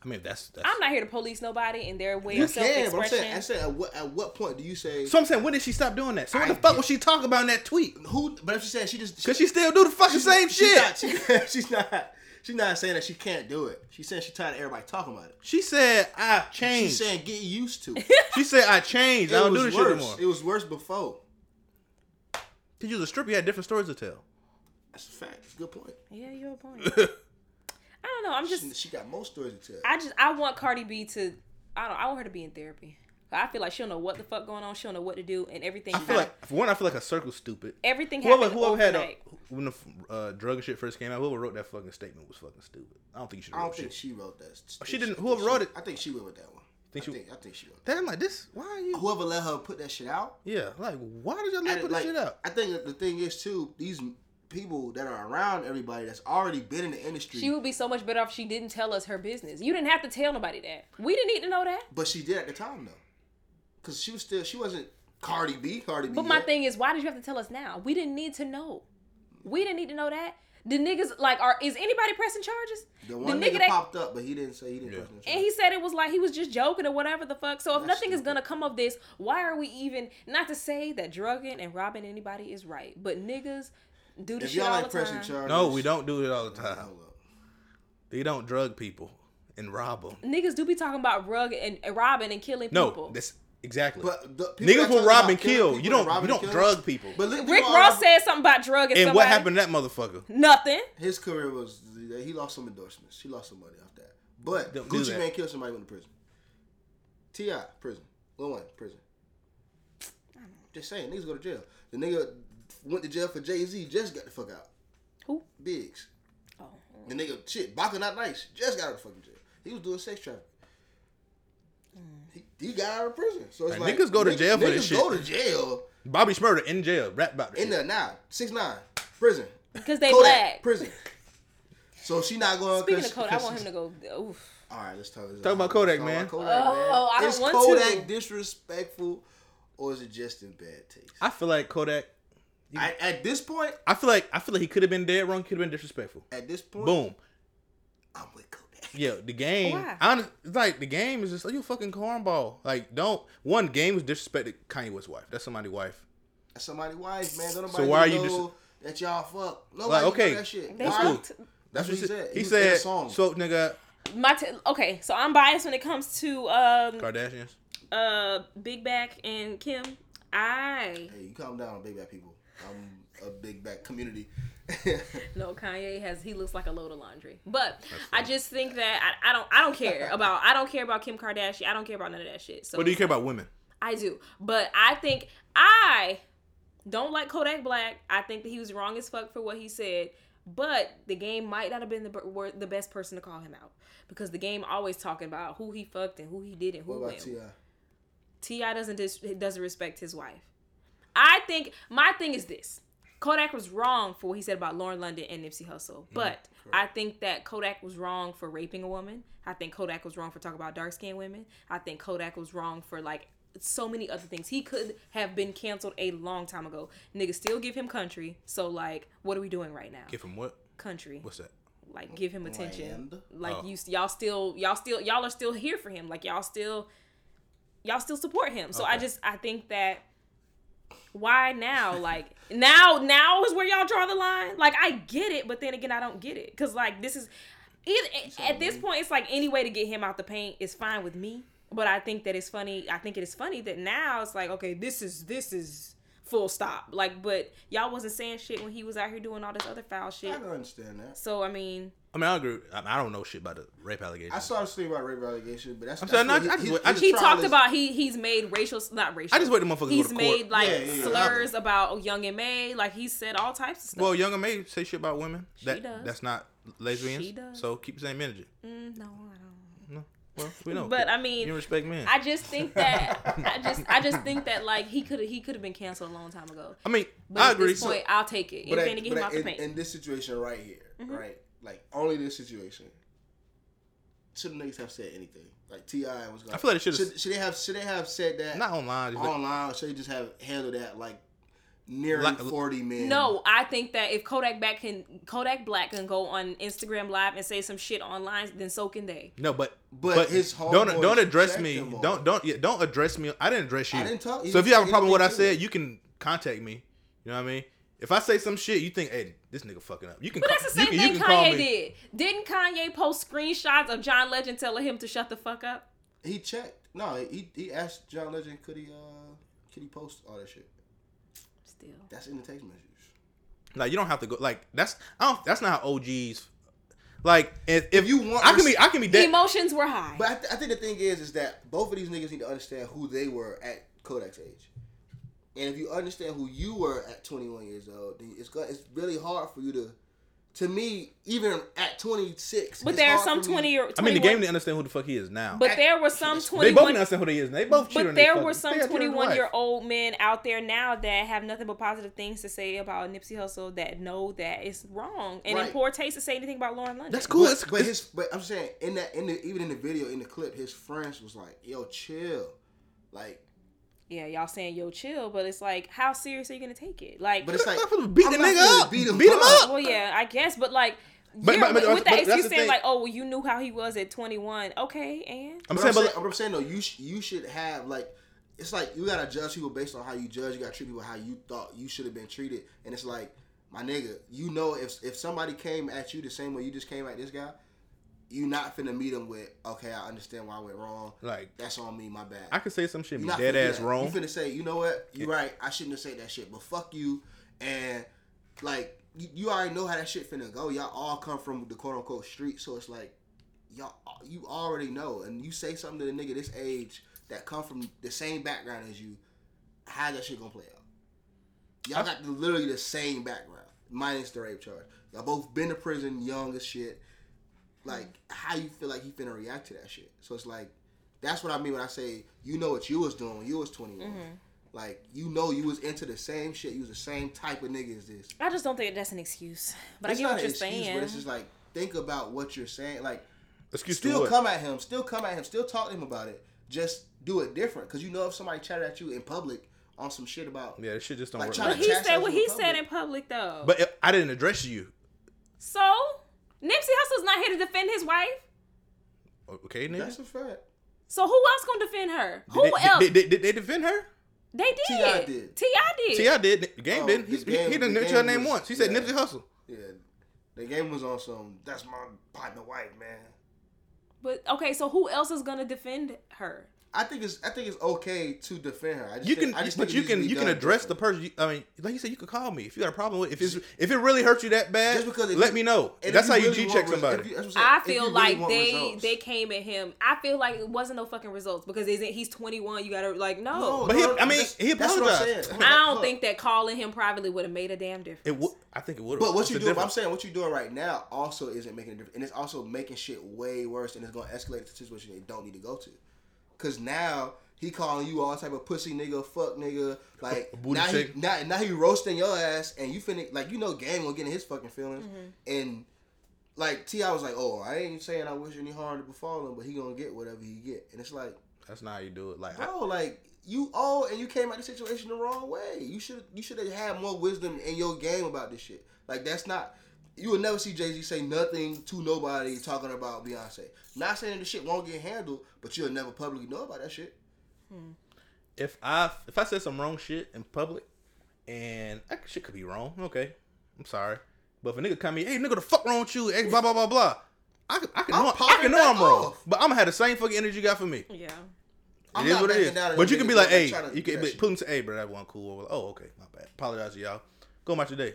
Speaker 1: I mean, that's that's.
Speaker 3: I'm not here to police nobody in their way
Speaker 2: You
Speaker 3: of self
Speaker 2: can, but I'm saying, I
Speaker 3: expression.
Speaker 2: said at what at what point do you say
Speaker 1: so I'm saying, when did she stop doing that? So what the
Speaker 2: I
Speaker 1: fuck
Speaker 2: get-
Speaker 1: was she talking about in that tweet?
Speaker 2: who? But I'm just saying she just
Speaker 1: Cause she still do the fucking same
Speaker 2: she's
Speaker 1: shit.
Speaker 2: Not, she- she's not. She's not saying that she can't do it. She's saying she's tired of everybody talking about it.
Speaker 1: she said, "I changed."
Speaker 2: She's saying get used to. It,
Speaker 1: She said, "I changed. I
Speaker 2: it
Speaker 1: don't
Speaker 2: was
Speaker 1: do this shit
Speaker 2: worse.
Speaker 1: anymore."
Speaker 2: It was worse before.
Speaker 1: Cause you was a stripper, you had different stories to tell.
Speaker 2: That's a fact. That's a good point.
Speaker 3: Yeah, you're a point. I don't know. I'm just,
Speaker 2: She, she got more stories to tell.
Speaker 3: I just, I want Cardi B to. I don't. I want her to be in therapy. I feel like she don't know what the fuck going on. She don't know what to do, and everything.
Speaker 1: I feel like for one, I feel like a circle stupid.
Speaker 3: everything
Speaker 1: Whoever
Speaker 3: happened
Speaker 1: whoever had a,
Speaker 3: overnight.
Speaker 1: when the uh, drug and shit first came out, whoever wrote that fucking statement was fucking stupid. I don't think you should.
Speaker 2: I
Speaker 1: Wrote
Speaker 2: don't
Speaker 1: shit. Oh,
Speaker 2: think she wrote that.
Speaker 1: she didn't-
Speaker 2: I think
Speaker 1: whoever
Speaker 2: she-
Speaker 1: wrote it-
Speaker 2: I think she went with that one.
Speaker 1: Think
Speaker 2: I
Speaker 1: she-
Speaker 2: think, I think she wrote.
Speaker 1: Damn, like this. Why are
Speaker 2: That.
Speaker 1: you?
Speaker 2: Whoever let her put that shit out.
Speaker 1: Yeah, like why did y'all
Speaker 2: I,
Speaker 1: not put
Speaker 2: like,
Speaker 1: this shit out?
Speaker 2: I think that the thing is too. These people that are around everybody that's already been in the industry,
Speaker 3: She would be so much better off if she didn't tell us her business. You didn't have to tell nobody that. We didn't need to know that.
Speaker 2: but she did at the time though, because she was still she wasn't Cardi B. Cardi B.
Speaker 3: But my
Speaker 2: yet.
Speaker 3: thing is, why did you have to tell us now? We didn't need to know. We didn't need to know that. The niggas like are is anybody pressing charges?
Speaker 2: The one
Speaker 3: nigga
Speaker 2: nigga,
Speaker 3: that-
Speaker 2: popped up, but he didn't say he didn't.
Speaker 1: Yeah.
Speaker 2: press no
Speaker 3: And
Speaker 2: charge.
Speaker 3: he said it was like he was just joking or whatever the fuck. So if
Speaker 2: That's
Speaker 3: nothing is
Speaker 2: stupid.
Speaker 3: gonna come of this, why are we even? Not to say that drugging and robbing anybody is right, but niggas do this
Speaker 2: If
Speaker 3: shit
Speaker 2: y'all
Speaker 3: all
Speaker 2: like
Speaker 3: the
Speaker 2: pressing
Speaker 3: time.
Speaker 2: charges,
Speaker 1: No, we don't do it all the
Speaker 2: Hold
Speaker 1: time.
Speaker 2: up.
Speaker 1: They don't drug people and rob them.
Speaker 3: niggas do be talking about rug and, and robbing and killing
Speaker 1: No,
Speaker 3: people.
Speaker 1: that's exactly.
Speaker 2: But the people
Speaker 1: Niggas
Speaker 2: that
Speaker 1: will
Speaker 2: talking
Speaker 1: rob
Speaker 2: about
Speaker 1: and
Speaker 2: killing
Speaker 1: kill.
Speaker 2: people
Speaker 1: You
Speaker 2: and
Speaker 1: don't.
Speaker 2: robbing
Speaker 1: You
Speaker 2: and
Speaker 1: don't
Speaker 2: killing-
Speaker 1: drug people.
Speaker 2: But look,
Speaker 3: Rick
Speaker 2: people are
Speaker 3: Ross
Speaker 2: robbing-
Speaker 3: said something about drugging.
Speaker 1: and
Speaker 3: somebody.
Speaker 1: what happened to that motherfucker?
Speaker 3: Nothing.
Speaker 2: his career was he lost some endorsements. He lost some money off that. But
Speaker 1: Don't do
Speaker 2: Gucci
Speaker 1: that.
Speaker 2: Man killed somebody went to prison. Ti prison. Lil Wayne prison. Just saying, niggas go to jail. The nigga went to jail for Jay Z. Just got the fuck out.
Speaker 3: Who?
Speaker 2: Biggs.
Speaker 3: Oh,
Speaker 2: The nigga shit. Baka not nice. Just got out of fucking jail. He was doing sex trafficking. He, he got out of prison. So it's
Speaker 1: Man,
Speaker 2: like
Speaker 1: niggas go to
Speaker 2: nigg-
Speaker 1: jail for this
Speaker 2: niggas
Speaker 1: shit.
Speaker 2: Go to jail
Speaker 1: Bobby Smurda in jail. Rap about this
Speaker 2: in
Speaker 1: shit.
Speaker 2: the now six nine prison.
Speaker 3: because they
Speaker 2: Kodak,
Speaker 3: black.
Speaker 2: prison. So she not going.
Speaker 3: Speaking of Kodak, I want him to go. Oof.
Speaker 2: All right, let's talk. Let's
Speaker 1: Talk about Kodak,
Speaker 2: let's
Speaker 1: man.
Speaker 2: Talk about Kodak,
Speaker 3: Oh,
Speaker 2: man.
Speaker 3: I don't
Speaker 2: is
Speaker 3: want
Speaker 2: Kodak
Speaker 3: to.
Speaker 2: disrespectful, or is it just in bad taste?
Speaker 1: I feel like Kodak.
Speaker 2: I, at this point,
Speaker 1: I feel like I feel like he could have been dead wrong. Could have been disrespectful.
Speaker 2: at this point,
Speaker 1: Boom.
Speaker 2: I'm with Kodak.
Speaker 1: Yeah, the game.
Speaker 3: Why?
Speaker 1: Honest, it's like the game is just like you a fucking cornball. Like don't one game was disrespected Kanye West's wife. That's somebody's wife.
Speaker 2: That's somebody's wife, man. Don't nobody
Speaker 1: why are you
Speaker 2: know
Speaker 1: dis-
Speaker 2: that y'all fuck. Nobody
Speaker 1: Like,
Speaker 2: know
Speaker 1: okay,
Speaker 2: that shit.
Speaker 3: They
Speaker 2: All right?
Speaker 3: fucked.
Speaker 2: That's what he said.
Speaker 1: He,
Speaker 2: He was in
Speaker 1: said,
Speaker 2: a song.
Speaker 1: "So nigga,
Speaker 3: My t- okay, so I'm biased when it comes to um
Speaker 1: Kardashians."
Speaker 3: uh Big Back and Kim. I
Speaker 2: Hey, you calm down, big back people. I'm a big back community.
Speaker 3: No, Kanye has he looks like a load of laundry. But I just think that I, I don't I don't care about I don't care about Kim Kardashian. I don't care about none of that shit. So
Speaker 1: What do you care about women?
Speaker 3: I do. But I think I don't like Kodak Black. I think that he was wrong as fuck for what he said. But the game might not have been the b- wor- the best person to call him out because the game always talking about who he fucked and who he did and
Speaker 2: what
Speaker 3: who
Speaker 2: about
Speaker 3: went.
Speaker 2: Ti?
Speaker 3: Ti doesn't dis- doesn't respect his wife. I think my thing is this: Kodak was wrong for what he said about Lauren London and Nipsey Hussle,
Speaker 1: Mm-hmm.
Speaker 3: but I think that Kodak was wrong for raping a woman. I think Kodak was wrong for talking about dark skinned women. I think Kodak was wrong for like so many other things. He could have been canceled a long time ago. Niggas still give him country. So like, what are we doing right now?
Speaker 1: Give him what?
Speaker 3: country
Speaker 1: What's that?
Speaker 3: like give him attention.
Speaker 2: Land.
Speaker 3: Like
Speaker 1: Oh.
Speaker 3: you, y'all still, y'all still, y'all are still here for him. Like y'all still, y'all still support him. So I
Speaker 1: Okay.
Speaker 3: just, I think that why now? Like now, now is where y'all draw the line. Like I get it, but then again, I don't get it because like this is, it, at this point, it's like any way to get him out the paint is fine with me. But I think that it's funny. I think it is funny that now it's like okay, this is this is full stop. Like, but y'all wasn't saying shit when he was out here doing all this other foul
Speaker 2: I
Speaker 3: shit.
Speaker 2: can understand that.
Speaker 3: So I mean,
Speaker 1: I mean, I agree. I, mean, I don't know shit about the rape
Speaker 2: I
Speaker 1: allegations.
Speaker 2: saw this thing about rape allegation, but that's.
Speaker 1: I'm
Speaker 2: that's
Speaker 1: sorry, no,
Speaker 2: what
Speaker 1: I- I
Speaker 2: his-
Speaker 1: just- I
Speaker 2: his
Speaker 1: just-
Speaker 3: he
Speaker 2: trial
Speaker 3: talked
Speaker 2: is-
Speaker 3: about he he's made racial not racial.
Speaker 1: I just wait the motherfucker to
Speaker 3: He's
Speaker 1: go to court.
Speaker 3: made like
Speaker 2: Yeah, yeah, yeah.
Speaker 3: slurs about Young and May. Like he said all types of stuff.
Speaker 1: well, Younger May say shit about women. that
Speaker 3: does.
Speaker 1: that's not lesbians.
Speaker 3: She does.
Speaker 1: So keep the same energy.
Speaker 3: Mm, no, I don't.
Speaker 1: No. Well, we know.
Speaker 3: But I
Speaker 1: you
Speaker 3: mean,
Speaker 1: don't respect men.
Speaker 3: I just think that I just I just think that like he could he could have been canceled a long time ago.
Speaker 1: I mean,
Speaker 3: But
Speaker 1: I
Speaker 3: at
Speaker 1: agree.
Speaker 3: this point, I'll take it. If
Speaker 2: But, at-
Speaker 3: anything, get him
Speaker 2: but
Speaker 3: out the
Speaker 2: in,
Speaker 3: paint.
Speaker 2: in this situation right here,
Speaker 3: Mm-hmm.
Speaker 2: right? Like only this situation. Should the niggas have said anything? Like Ti was. Like,
Speaker 1: I feel like they should've-
Speaker 2: Should, should they have? Should they have said that?
Speaker 1: not online. but-
Speaker 2: online. Or should they just have handled that like nearing
Speaker 1: Like-
Speaker 2: forty men?
Speaker 3: No, I think that if Kodak Black can Kodak Black can go on Instagram Live and say some shit online, then so can they.
Speaker 1: No, but
Speaker 2: But his homeboys
Speaker 1: don't don't address
Speaker 2: checked
Speaker 1: me.
Speaker 2: him on
Speaker 1: Don't
Speaker 2: it.
Speaker 1: don't yeah, don't address me. I didn't address you.
Speaker 2: I didn't talk- he
Speaker 1: So if you have a
Speaker 2: didn't-
Speaker 1: problem
Speaker 2: he
Speaker 1: with what I
Speaker 2: didn't do
Speaker 1: said,
Speaker 2: it.
Speaker 1: you can contact me. You know what I mean? If I say some shit, you think, hey, this nigga fucking up. You can.
Speaker 3: But
Speaker 1: call-
Speaker 3: that's the same
Speaker 1: you can,
Speaker 3: thing
Speaker 1: you can call
Speaker 3: Kanye
Speaker 1: me.
Speaker 3: did. Didn't Kanye post screenshots of John Legend telling him to shut the fuck up?
Speaker 2: He checked. No, he he asked John Legend, could he uh could he post all that shit?
Speaker 3: Still.
Speaker 2: That's in the text message.
Speaker 1: Like you don't have to go. Like that's I don't. That's not how OGs. Like if, if
Speaker 2: you want
Speaker 1: I can
Speaker 2: res-
Speaker 1: be. I can be dead.
Speaker 3: Emotions were high.
Speaker 2: But I, th- I think the thing is, is that both of these niggas need to understand who they were at Kodak's age. And if you understand who you were at 21 years old, then it's go- it's really hard for you to. To me, even at 26,
Speaker 3: But
Speaker 2: it's
Speaker 3: there are
Speaker 2: hard
Speaker 3: some
Speaker 2: for me-
Speaker 3: twenty year.
Speaker 1: I mean, the game didn't understand who the fuck he is now.
Speaker 3: But there were some
Speaker 1: they both
Speaker 3: twenty-one.
Speaker 1: didn't understand who they is. and They both. cheated
Speaker 3: but
Speaker 1: on their
Speaker 3: there
Speaker 1: fucking-
Speaker 3: were
Speaker 1: they
Speaker 3: some
Speaker 1: had children in
Speaker 3: twenty-one
Speaker 1: life.
Speaker 3: year old men out there now that have nothing but positive things to say about Nipsey Hussle that know that it's wrong and
Speaker 2: Right.
Speaker 3: in poor taste to say anything about Lauren London.
Speaker 1: That's cool.
Speaker 2: But,
Speaker 1: it's,
Speaker 2: but
Speaker 1: it's-
Speaker 2: his, but I'm saying in that, in the even in the video, in the clip, his friends was like, "Yo, chill," like
Speaker 3: yeah, y'all saying yo chill, but it's like, how serious are you gonna take it? Like,
Speaker 2: But it's like
Speaker 1: I'm finna beat
Speaker 2: I'm
Speaker 1: the
Speaker 2: not
Speaker 1: nigga
Speaker 2: finna
Speaker 1: up.
Speaker 2: Beat him,
Speaker 1: Beat him
Speaker 2: up.
Speaker 1: up.
Speaker 3: well, yeah, I guess, but like,
Speaker 1: But-
Speaker 3: you're-
Speaker 1: but- but-
Speaker 3: with
Speaker 1: but
Speaker 3: the
Speaker 1: that's
Speaker 3: excuse
Speaker 1: the
Speaker 3: saying
Speaker 1: thing.
Speaker 3: like, oh, well, you knew how he was at 21. Okay, and
Speaker 1: I'm
Speaker 2: But
Speaker 1: saying,
Speaker 2: I'm saying,
Speaker 1: but
Speaker 2: but I'm saying though, you sh- you should have like, it's like you gotta judge people based on how you judge. You gotta treat people how you thought you should have been treated. And it's like, my nigga, you know, if if somebody came at you the same way you just came at this guy, you not finna meet him with, okay, I understand why I went wrong.
Speaker 1: like
Speaker 2: That's on me, my bad.
Speaker 1: I could say some shit be
Speaker 2: You not
Speaker 1: dead
Speaker 2: finna do
Speaker 1: ass
Speaker 2: that.
Speaker 1: wrong.
Speaker 2: You finna say, you know what? You right. I shouldn't have said that shit, but fuck you. And like, you, you already know how that shit finna go. Y'all all come from the quote unquote street, so it's like, y'all, you already know. And you say something to the nigga this age that come from the same background as you, how that shit gonna play out? Y'all got the, literally the same background, minus the rape charge. Y'all both been to prison, young as shit. Like, how you feel like you finna react to that shit? So it's like, that's what I mean when I say you know what you was doing when you was 21.
Speaker 3: Mm-hmm.
Speaker 2: Like, you know you was into the same shit. You was the same type of nigga as this.
Speaker 3: I just don't think that's an excuse. But
Speaker 2: It's
Speaker 3: I get
Speaker 2: not
Speaker 3: what
Speaker 2: an
Speaker 3: you're
Speaker 2: excuse,
Speaker 3: saying.
Speaker 2: but it's just like, think about what you're saying. Like,
Speaker 1: Excuse
Speaker 2: still
Speaker 1: to what?
Speaker 2: come at him. Still come at him. Still talk to him about it. Just do it different. Because you know if somebody chatted at you in public on some shit about...
Speaker 1: yeah, this shit just don't
Speaker 2: Like,
Speaker 1: work.
Speaker 2: try to
Speaker 1: like that.
Speaker 3: but he
Speaker 2: Chastised
Speaker 3: said what
Speaker 2: in
Speaker 3: he
Speaker 2: public.
Speaker 3: said in public though.
Speaker 1: But if- I didn't address you.
Speaker 3: so Nipsey Hussle's not here to defend his wife.
Speaker 1: Okay, nigga.
Speaker 2: That's a fact.
Speaker 3: So who else gonna defend her?
Speaker 1: Did
Speaker 3: Who
Speaker 1: they,
Speaker 3: else?
Speaker 1: Did, did- did they defend her?
Speaker 3: they did.
Speaker 2: T.I. did.
Speaker 3: T.I. did.
Speaker 1: See, I did. The Game
Speaker 2: Oh,
Speaker 1: didn't.
Speaker 2: the
Speaker 1: He's,
Speaker 2: game-
Speaker 1: he didn't
Speaker 2: the
Speaker 1: mention her
Speaker 2: game
Speaker 1: name
Speaker 2: was-
Speaker 1: once. He said
Speaker 2: yeah.
Speaker 1: Nipsey Hustle.
Speaker 2: Yeah. The game was on some, that's my partner wife, man.
Speaker 3: But okay, so who else is gonna defend her?
Speaker 2: I think it's I think it's okay to defend her. I just
Speaker 1: You
Speaker 2: think-
Speaker 1: can,
Speaker 2: I just
Speaker 1: but
Speaker 2: think it
Speaker 1: you
Speaker 2: needs to
Speaker 1: can,
Speaker 2: be
Speaker 1: you can
Speaker 2: done
Speaker 1: address the
Speaker 2: different.
Speaker 1: person. You, I mean, like you said, you could call me if you got a problem with. If it's, if it really hurt you that bad,
Speaker 2: Just because if
Speaker 1: let
Speaker 2: you-
Speaker 1: me know.
Speaker 2: And if
Speaker 1: That's
Speaker 2: you
Speaker 1: how you
Speaker 2: really
Speaker 1: G
Speaker 2: want
Speaker 1: check
Speaker 2: res-
Speaker 1: somebody.
Speaker 2: if you- that's what I'm
Speaker 3: I
Speaker 2: saying. If you
Speaker 3: feel
Speaker 2: really
Speaker 3: like
Speaker 2: want
Speaker 3: they
Speaker 2: results.
Speaker 3: they came at him. I feel like it wasn't no fucking results because isn't he's 21. You gotta like no.
Speaker 1: But he- I mean,
Speaker 2: that's-
Speaker 1: he
Speaker 2: that's what I'm
Speaker 1: apologized.
Speaker 2: saying.
Speaker 3: I don't
Speaker 2: Look,
Speaker 3: think that calling him privately would have made a damn difference.
Speaker 1: it would. I think it would.
Speaker 2: But what you doing? I'm saying what you doing right now also isn't making a difference, and it's also making shit way worse, and it's gonna escalate to a situation they don't need to go to. Cause now he calling you all type of pussy nigga, fuck nigga, like
Speaker 1: Booty
Speaker 2: now he,
Speaker 1: shake.
Speaker 2: now now he roasting your ass, and you finna like you know game gonna get in his fucking feelings,
Speaker 3: Mm-hmm.
Speaker 2: and like Ti was like, oh, I ain't saying I wish any harm to befall him, but he gonna get whatever he get, and it's like.
Speaker 1: That's not how you do it. Like, I,
Speaker 2: bro, like you old and you came out of the situation the wrong way. You should you should have had more wisdom in your game about this shit. Like that's not you will never see Jay Z say nothing to nobody talking about Beyonce. Not saying the shit won't get handled, but you'll never publicly know about that shit.
Speaker 1: if I if I said some wrong shit in public, and I, shit could be wrong. Okay, I'm sorry. But if a nigga come in, hey nigga, the fuck wrong with you? Hey, blah blah blah blah. I can, I can
Speaker 2: I'm
Speaker 1: know, I
Speaker 2: popping
Speaker 1: can know
Speaker 2: that
Speaker 1: I'm wrong,
Speaker 2: off.
Speaker 1: but I'm gonna have the same fucking energy you got for me.
Speaker 3: Yeah.
Speaker 2: I'm
Speaker 1: it is
Speaker 2: not
Speaker 1: what it
Speaker 2: backing
Speaker 1: is.
Speaker 2: down on
Speaker 1: But you
Speaker 2: niggas
Speaker 1: can be
Speaker 2: that
Speaker 1: like,
Speaker 2: don't
Speaker 1: hey,
Speaker 2: try to
Speaker 1: you
Speaker 2: do
Speaker 1: can
Speaker 2: that
Speaker 1: be,
Speaker 2: shit.
Speaker 1: put them to, hey, bro, that wasn't cool. Or, Oh, okay, my bad. Apologize to y'all. Go about your day.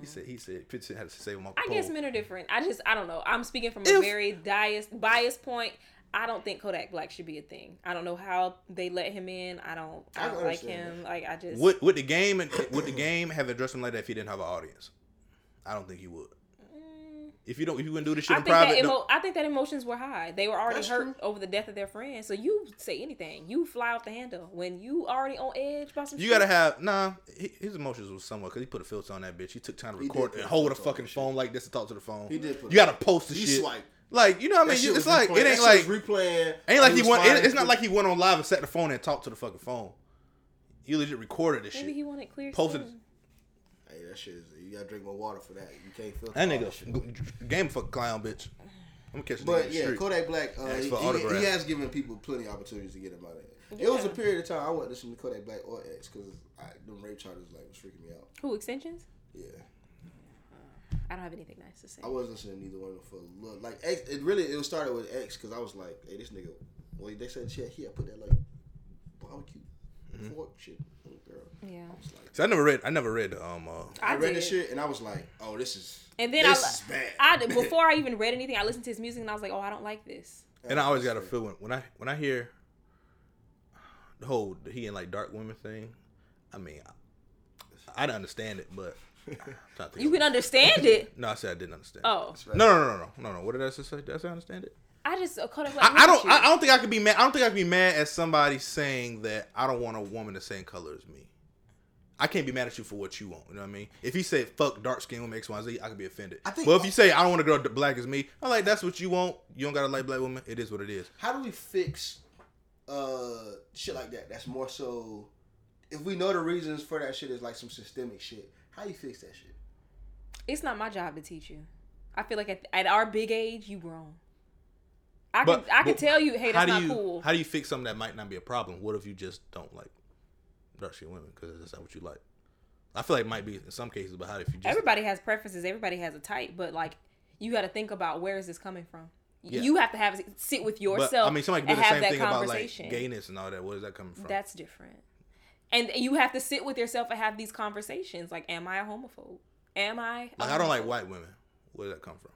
Speaker 1: He said, he said, 15 had to save him off the
Speaker 3: I guess
Speaker 1: pole.
Speaker 3: men are different. I just I don't know. I'm speaking from a
Speaker 1: If-
Speaker 3: very biased biased point. I don't think Kodak Black should be a thing. I don't know how they let him in. I don't.
Speaker 2: I
Speaker 3: I don't
Speaker 2: can
Speaker 3: like
Speaker 2: understand
Speaker 3: him. Like I just.
Speaker 1: Would, would the game and would the game have addressed him like that if he didn't have an audience? I don't think he would. If you don't, if you wouldn't do this shit
Speaker 3: Mm. I
Speaker 1: in
Speaker 3: think
Speaker 1: private,
Speaker 3: that
Speaker 1: don't-
Speaker 3: emo- I think that emotions were high. They were already
Speaker 2: That's
Speaker 3: hurt
Speaker 2: true.
Speaker 3: over the death of their friend. So you say anything, you fly off the handle when you already on edge about some.
Speaker 1: You
Speaker 3: shit.
Speaker 1: gotta have nah. hi- His emotions was somewhat because he put a filter on that bitch. He took time to
Speaker 2: He did
Speaker 1: record
Speaker 2: put
Speaker 1: and
Speaker 2: a
Speaker 1: hold a
Speaker 2: filter on
Speaker 1: fucking
Speaker 2: that
Speaker 1: phone like this to talk to the phone.
Speaker 2: He did put
Speaker 1: You gotta post the
Speaker 2: He
Speaker 1: shit.
Speaker 2: swiped.
Speaker 1: Like you know what I
Speaker 2: That
Speaker 1: mean?
Speaker 2: shit
Speaker 1: You- It's
Speaker 2: was
Speaker 1: like
Speaker 2: replaying.
Speaker 1: it
Speaker 2: That
Speaker 1: ain't like
Speaker 2: shit was replaying.
Speaker 1: ain't like he
Speaker 2: was
Speaker 1: went. it-
Speaker 2: fine.
Speaker 1: it's not like he went on live and sat the phone and talked to the fucking phone. He legit recorded this
Speaker 3: Maybe
Speaker 1: shit.
Speaker 3: he wanted clear.
Speaker 1: Posted-
Speaker 3: skin.
Speaker 2: Hey, that shit is. You gotta drink more water for that. You can't filter.
Speaker 1: that
Speaker 2: all shit.
Speaker 1: nigga g- game fuck clown bitch. I'm catching
Speaker 2: But
Speaker 1: yeah,
Speaker 2: yeah, Kodak Black, uh,
Speaker 1: Ask
Speaker 2: he,
Speaker 1: for autographs.
Speaker 2: he has given people plenty of opportunities to get him out of it. It was a
Speaker 3: Yeah.
Speaker 2: period of time I wasn't listening to Kodak Black or X because the rape charges like was freaking me out.
Speaker 3: Who extensions?
Speaker 2: Yeah,
Speaker 3: I don't have anything nice to say.
Speaker 2: I wasn't listening to neither one of them for a little. Like X, it really it was started with X because I was like, hey, this nigga. Well, they said shit. He had put that like barbecue
Speaker 1: Mm-hmm.
Speaker 2: fork shit on the girl.
Speaker 3: Yeah.
Speaker 2: I was like,
Speaker 1: So I never read. I never read um. Uh,
Speaker 2: I,
Speaker 3: I
Speaker 2: read this
Speaker 3: did.
Speaker 2: shit and I was like, oh, this is.
Speaker 3: And then
Speaker 2: this
Speaker 3: I,
Speaker 2: is bad.
Speaker 3: I did- before I even read anything, I listened to his music and I was like, oh, I don't like this.
Speaker 1: and I always got a feeling when I when I hear the whole the he and like dark women thing. I mean, I, I don't understand it, but I'm trying to think
Speaker 3: You
Speaker 1: of-
Speaker 3: can understand it.
Speaker 1: No, I said I didn't understand.
Speaker 3: Oh,
Speaker 2: That's
Speaker 1: No,
Speaker 2: right.
Speaker 1: no, no, no, no, no. What did I just say? Did I say I understand it?
Speaker 3: I just uh, Kodak Black.
Speaker 1: I, I don't.
Speaker 3: look at
Speaker 1: I, I don't think I could be mad. I don't think I could be mad at somebody saying that I don't want a woman the same color as me. I can't be mad at you for what you want. You know what I mean? If he said "fuck dark skin women X Y Z," I could be offended.
Speaker 2: I think-
Speaker 1: but if you say I don't want a girl d- black as me, I'm like that's what you want. You don't gotta like black women. It is what it is.
Speaker 2: How do we fix uh shit like that. That's more so if we know the reasons for that shit is like some systemic shit. How you fix that shit?
Speaker 3: It's not my job to teach you. I feel like at, at our big age, you grown. I can
Speaker 1: But-
Speaker 3: I can
Speaker 1: but
Speaker 3: tell you, hey,
Speaker 1: how
Speaker 3: that's not
Speaker 1: do you,
Speaker 3: cool.
Speaker 1: How do you fix something that might not be a problem? What if you just don't like Russian women because that's not what you like? I feel like it might be in some cases, but how if you just
Speaker 3: everybody has preferences. Everybody has a type, but like you got to think about where is this coming from.
Speaker 1: Yeah.
Speaker 3: You have to have sit with
Speaker 1: but,
Speaker 3: yourself.
Speaker 1: I mean, somebody could
Speaker 3: and
Speaker 1: do the
Speaker 3: have
Speaker 1: same
Speaker 3: that
Speaker 1: thing about like
Speaker 3: conversation.
Speaker 1: gayness and all that. Where is that coming from?
Speaker 3: That's different. And you have to sit with yourself and have these conversations. Like, am I a homophobe? Am I? a
Speaker 1: like I don't like
Speaker 3: homophobe?
Speaker 1: white women. Where did that come from?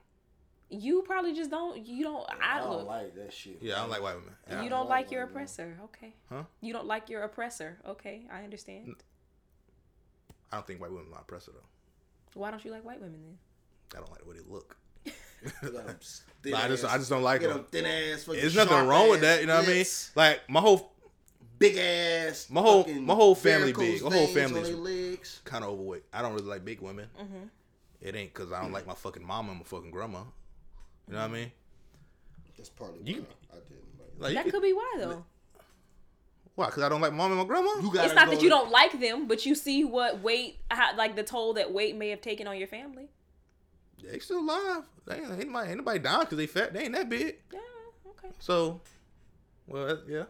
Speaker 3: You probably just don't. You don't. I, look.
Speaker 2: like that shit.
Speaker 1: Yeah, I don't like white women. Yeah.
Speaker 3: you
Speaker 2: I
Speaker 3: don't
Speaker 2: don't
Speaker 3: like
Speaker 2: like
Speaker 3: your
Speaker 2: white women.
Speaker 3: oppressor. Okay.
Speaker 1: Huh?
Speaker 3: You don't like your oppressor. Okay, I understand.
Speaker 1: I don't think white women are oppressive though.
Speaker 3: Why don't you like white women then?
Speaker 1: I don't like the way they look.
Speaker 2: Like,
Speaker 1: I just- I just don't like
Speaker 2: get
Speaker 1: them.
Speaker 2: them thin ass. fucking
Speaker 1: There's nothing
Speaker 2: sharp
Speaker 1: wrong with
Speaker 2: ass
Speaker 1: that. You know what I mean?
Speaker 2: lips,
Speaker 1: Like my whole
Speaker 2: Big ass.
Speaker 1: My whole-
Speaker 2: fucking
Speaker 1: my whole family
Speaker 2: varicose
Speaker 1: big. My whole
Speaker 2: veins on
Speaker 1: family's-
Speaker 2: their legs.
Speaker 1: kind of overweight. I don't really like big women.
Speaker 3: Mm-hmm.
Speaker 1: It ain't because I don't like my fucking mama and my fucking grandma. You know what I mean?
Speaker 2: That's partly
Speaker 1: You-
Speaker 2: why I didn't like.
Speaker 1: Like
Speaker 3: that
Speaker 1: you
Speaker 3: could be why though.
Speaker 1: why? Because I don't like my mom and my grandma.
Speaker 2: You gotta
Speaker 3: it's not
Speaker 2: go
Speaker 3: that you
Speaker 2: to-
Speaker 3: don't like them, but you see what weight, how, like the toll that weight may have taken on your family.
Speaker 1: They still alive. They ain't, ain't nobody, ain't nobody down because they fat. They ain't that big.
Speaker 3: Yeah, okay.
Speaker 1: So, well, that- yeah.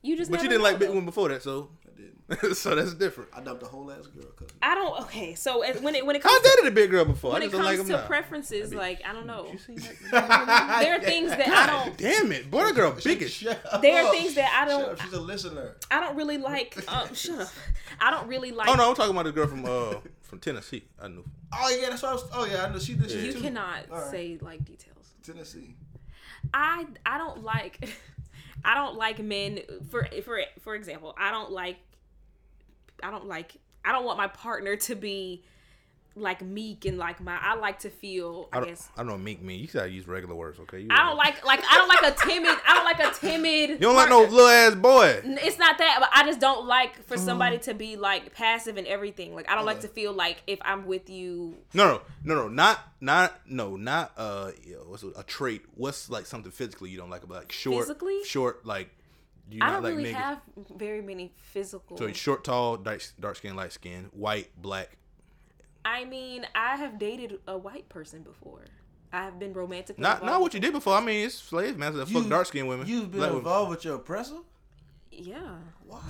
Speaker 3: You just
Speaker 1: But you
Speaker 3: never
Speaker 1: didn't
Speaker 3: know,
Speaker 1: like big
Speaker 3: though.
Speaker 1: women before that, so
Speaker 2: I didn't.
Speaker 1: so that's different.
Speaker 2: I dumped a whole ass girl. Cause
Speaker 3: I don't. Okay, so as, when it when it
Speaker 1: I
Speaker 3: comes to,
Speaker 1: dated a big girl before.
Speaker 3: when
Speaker 1: I
Speaker 3: it
Speaker 1: just don't
Speaker 3: comes
Speaker 1: like them
Speaker 3: to
Speaker 1: now.
Speaker 3: preferences, like I don't know,
Speaker 1: You see that?
Speaker 3: there are things that I don't.
Speaker 1: Damn it, boy, that girl big as shit.
Speaker 2: Shut
Speaker 3: There are
Speaker 2: up.
Speaker 3: things that I
Speaker 2: Shut
Speaker 3: don't.
Speaker 2: up. She's a listener.
Speaker 3: I don't really like. Um, shut up. I don't really like.
Speaker 1: Oh no, I'm talking about this girl from uh from Tennessee. I knew.
Speaker 2: Oh yeah, that's what I was. Oh yeah, I know she did. shit
Speaker 3: You
Speaker 2: too.
Speaker 3: cannot
Speaker 2: All right.
Speaker 3: say like details.
Speaker 2: Tennessee.
Speaker 3: I I don't like I don't like men for for for example, I don't like I don't like I don't want my partner to be like meek and like my I like to feel
Speaker 1: I
Speaker 3: I,
Speaker 1: don't,
Speaker 3: guess
Speaker 1: I don't know meek mean. You gotta use regular words, okay? You
Speaker 3: I don't like like I don't like a timid I don't like a timid
Speaker 1: You don't like no little ass boy.
Speaker 3: it's not that but I just don't like
Speaker 1: Mm-hmm.
Speaker 3: for somebody to be like passive and everything. Like I don't like to feel like if I'm with you
Speaker 1: No, no, no, no, not, not, no, not. Uh, you know, what's a, a trait? What's like something physically you don't like about like short,
Speaker 3: Physically?
Speaker 1: short, like you
Speaker 3: I
Speaker 1: not
Speaker 3: don't
Speaker 1: like
Speaker 3: really
Speaker 1: niggas.
Speaker 3: have very many physical
Speaker 1: So he's short, tall, dark, dark skin, light skin, white, black.
Speaker 3: I mean, I have dated a white person before. I have been romantically
Speaker 1: Not, not
Speaker 3: involved.
Speaker 1: what you did before. I mean, it's slave masters that fuck dark skinned women.
Speaker 2: You've been
Speaker 1: black women.
Speaker 2: involved with your oppressor.
Speaker 3: Yeah,
Speaker 2: Why?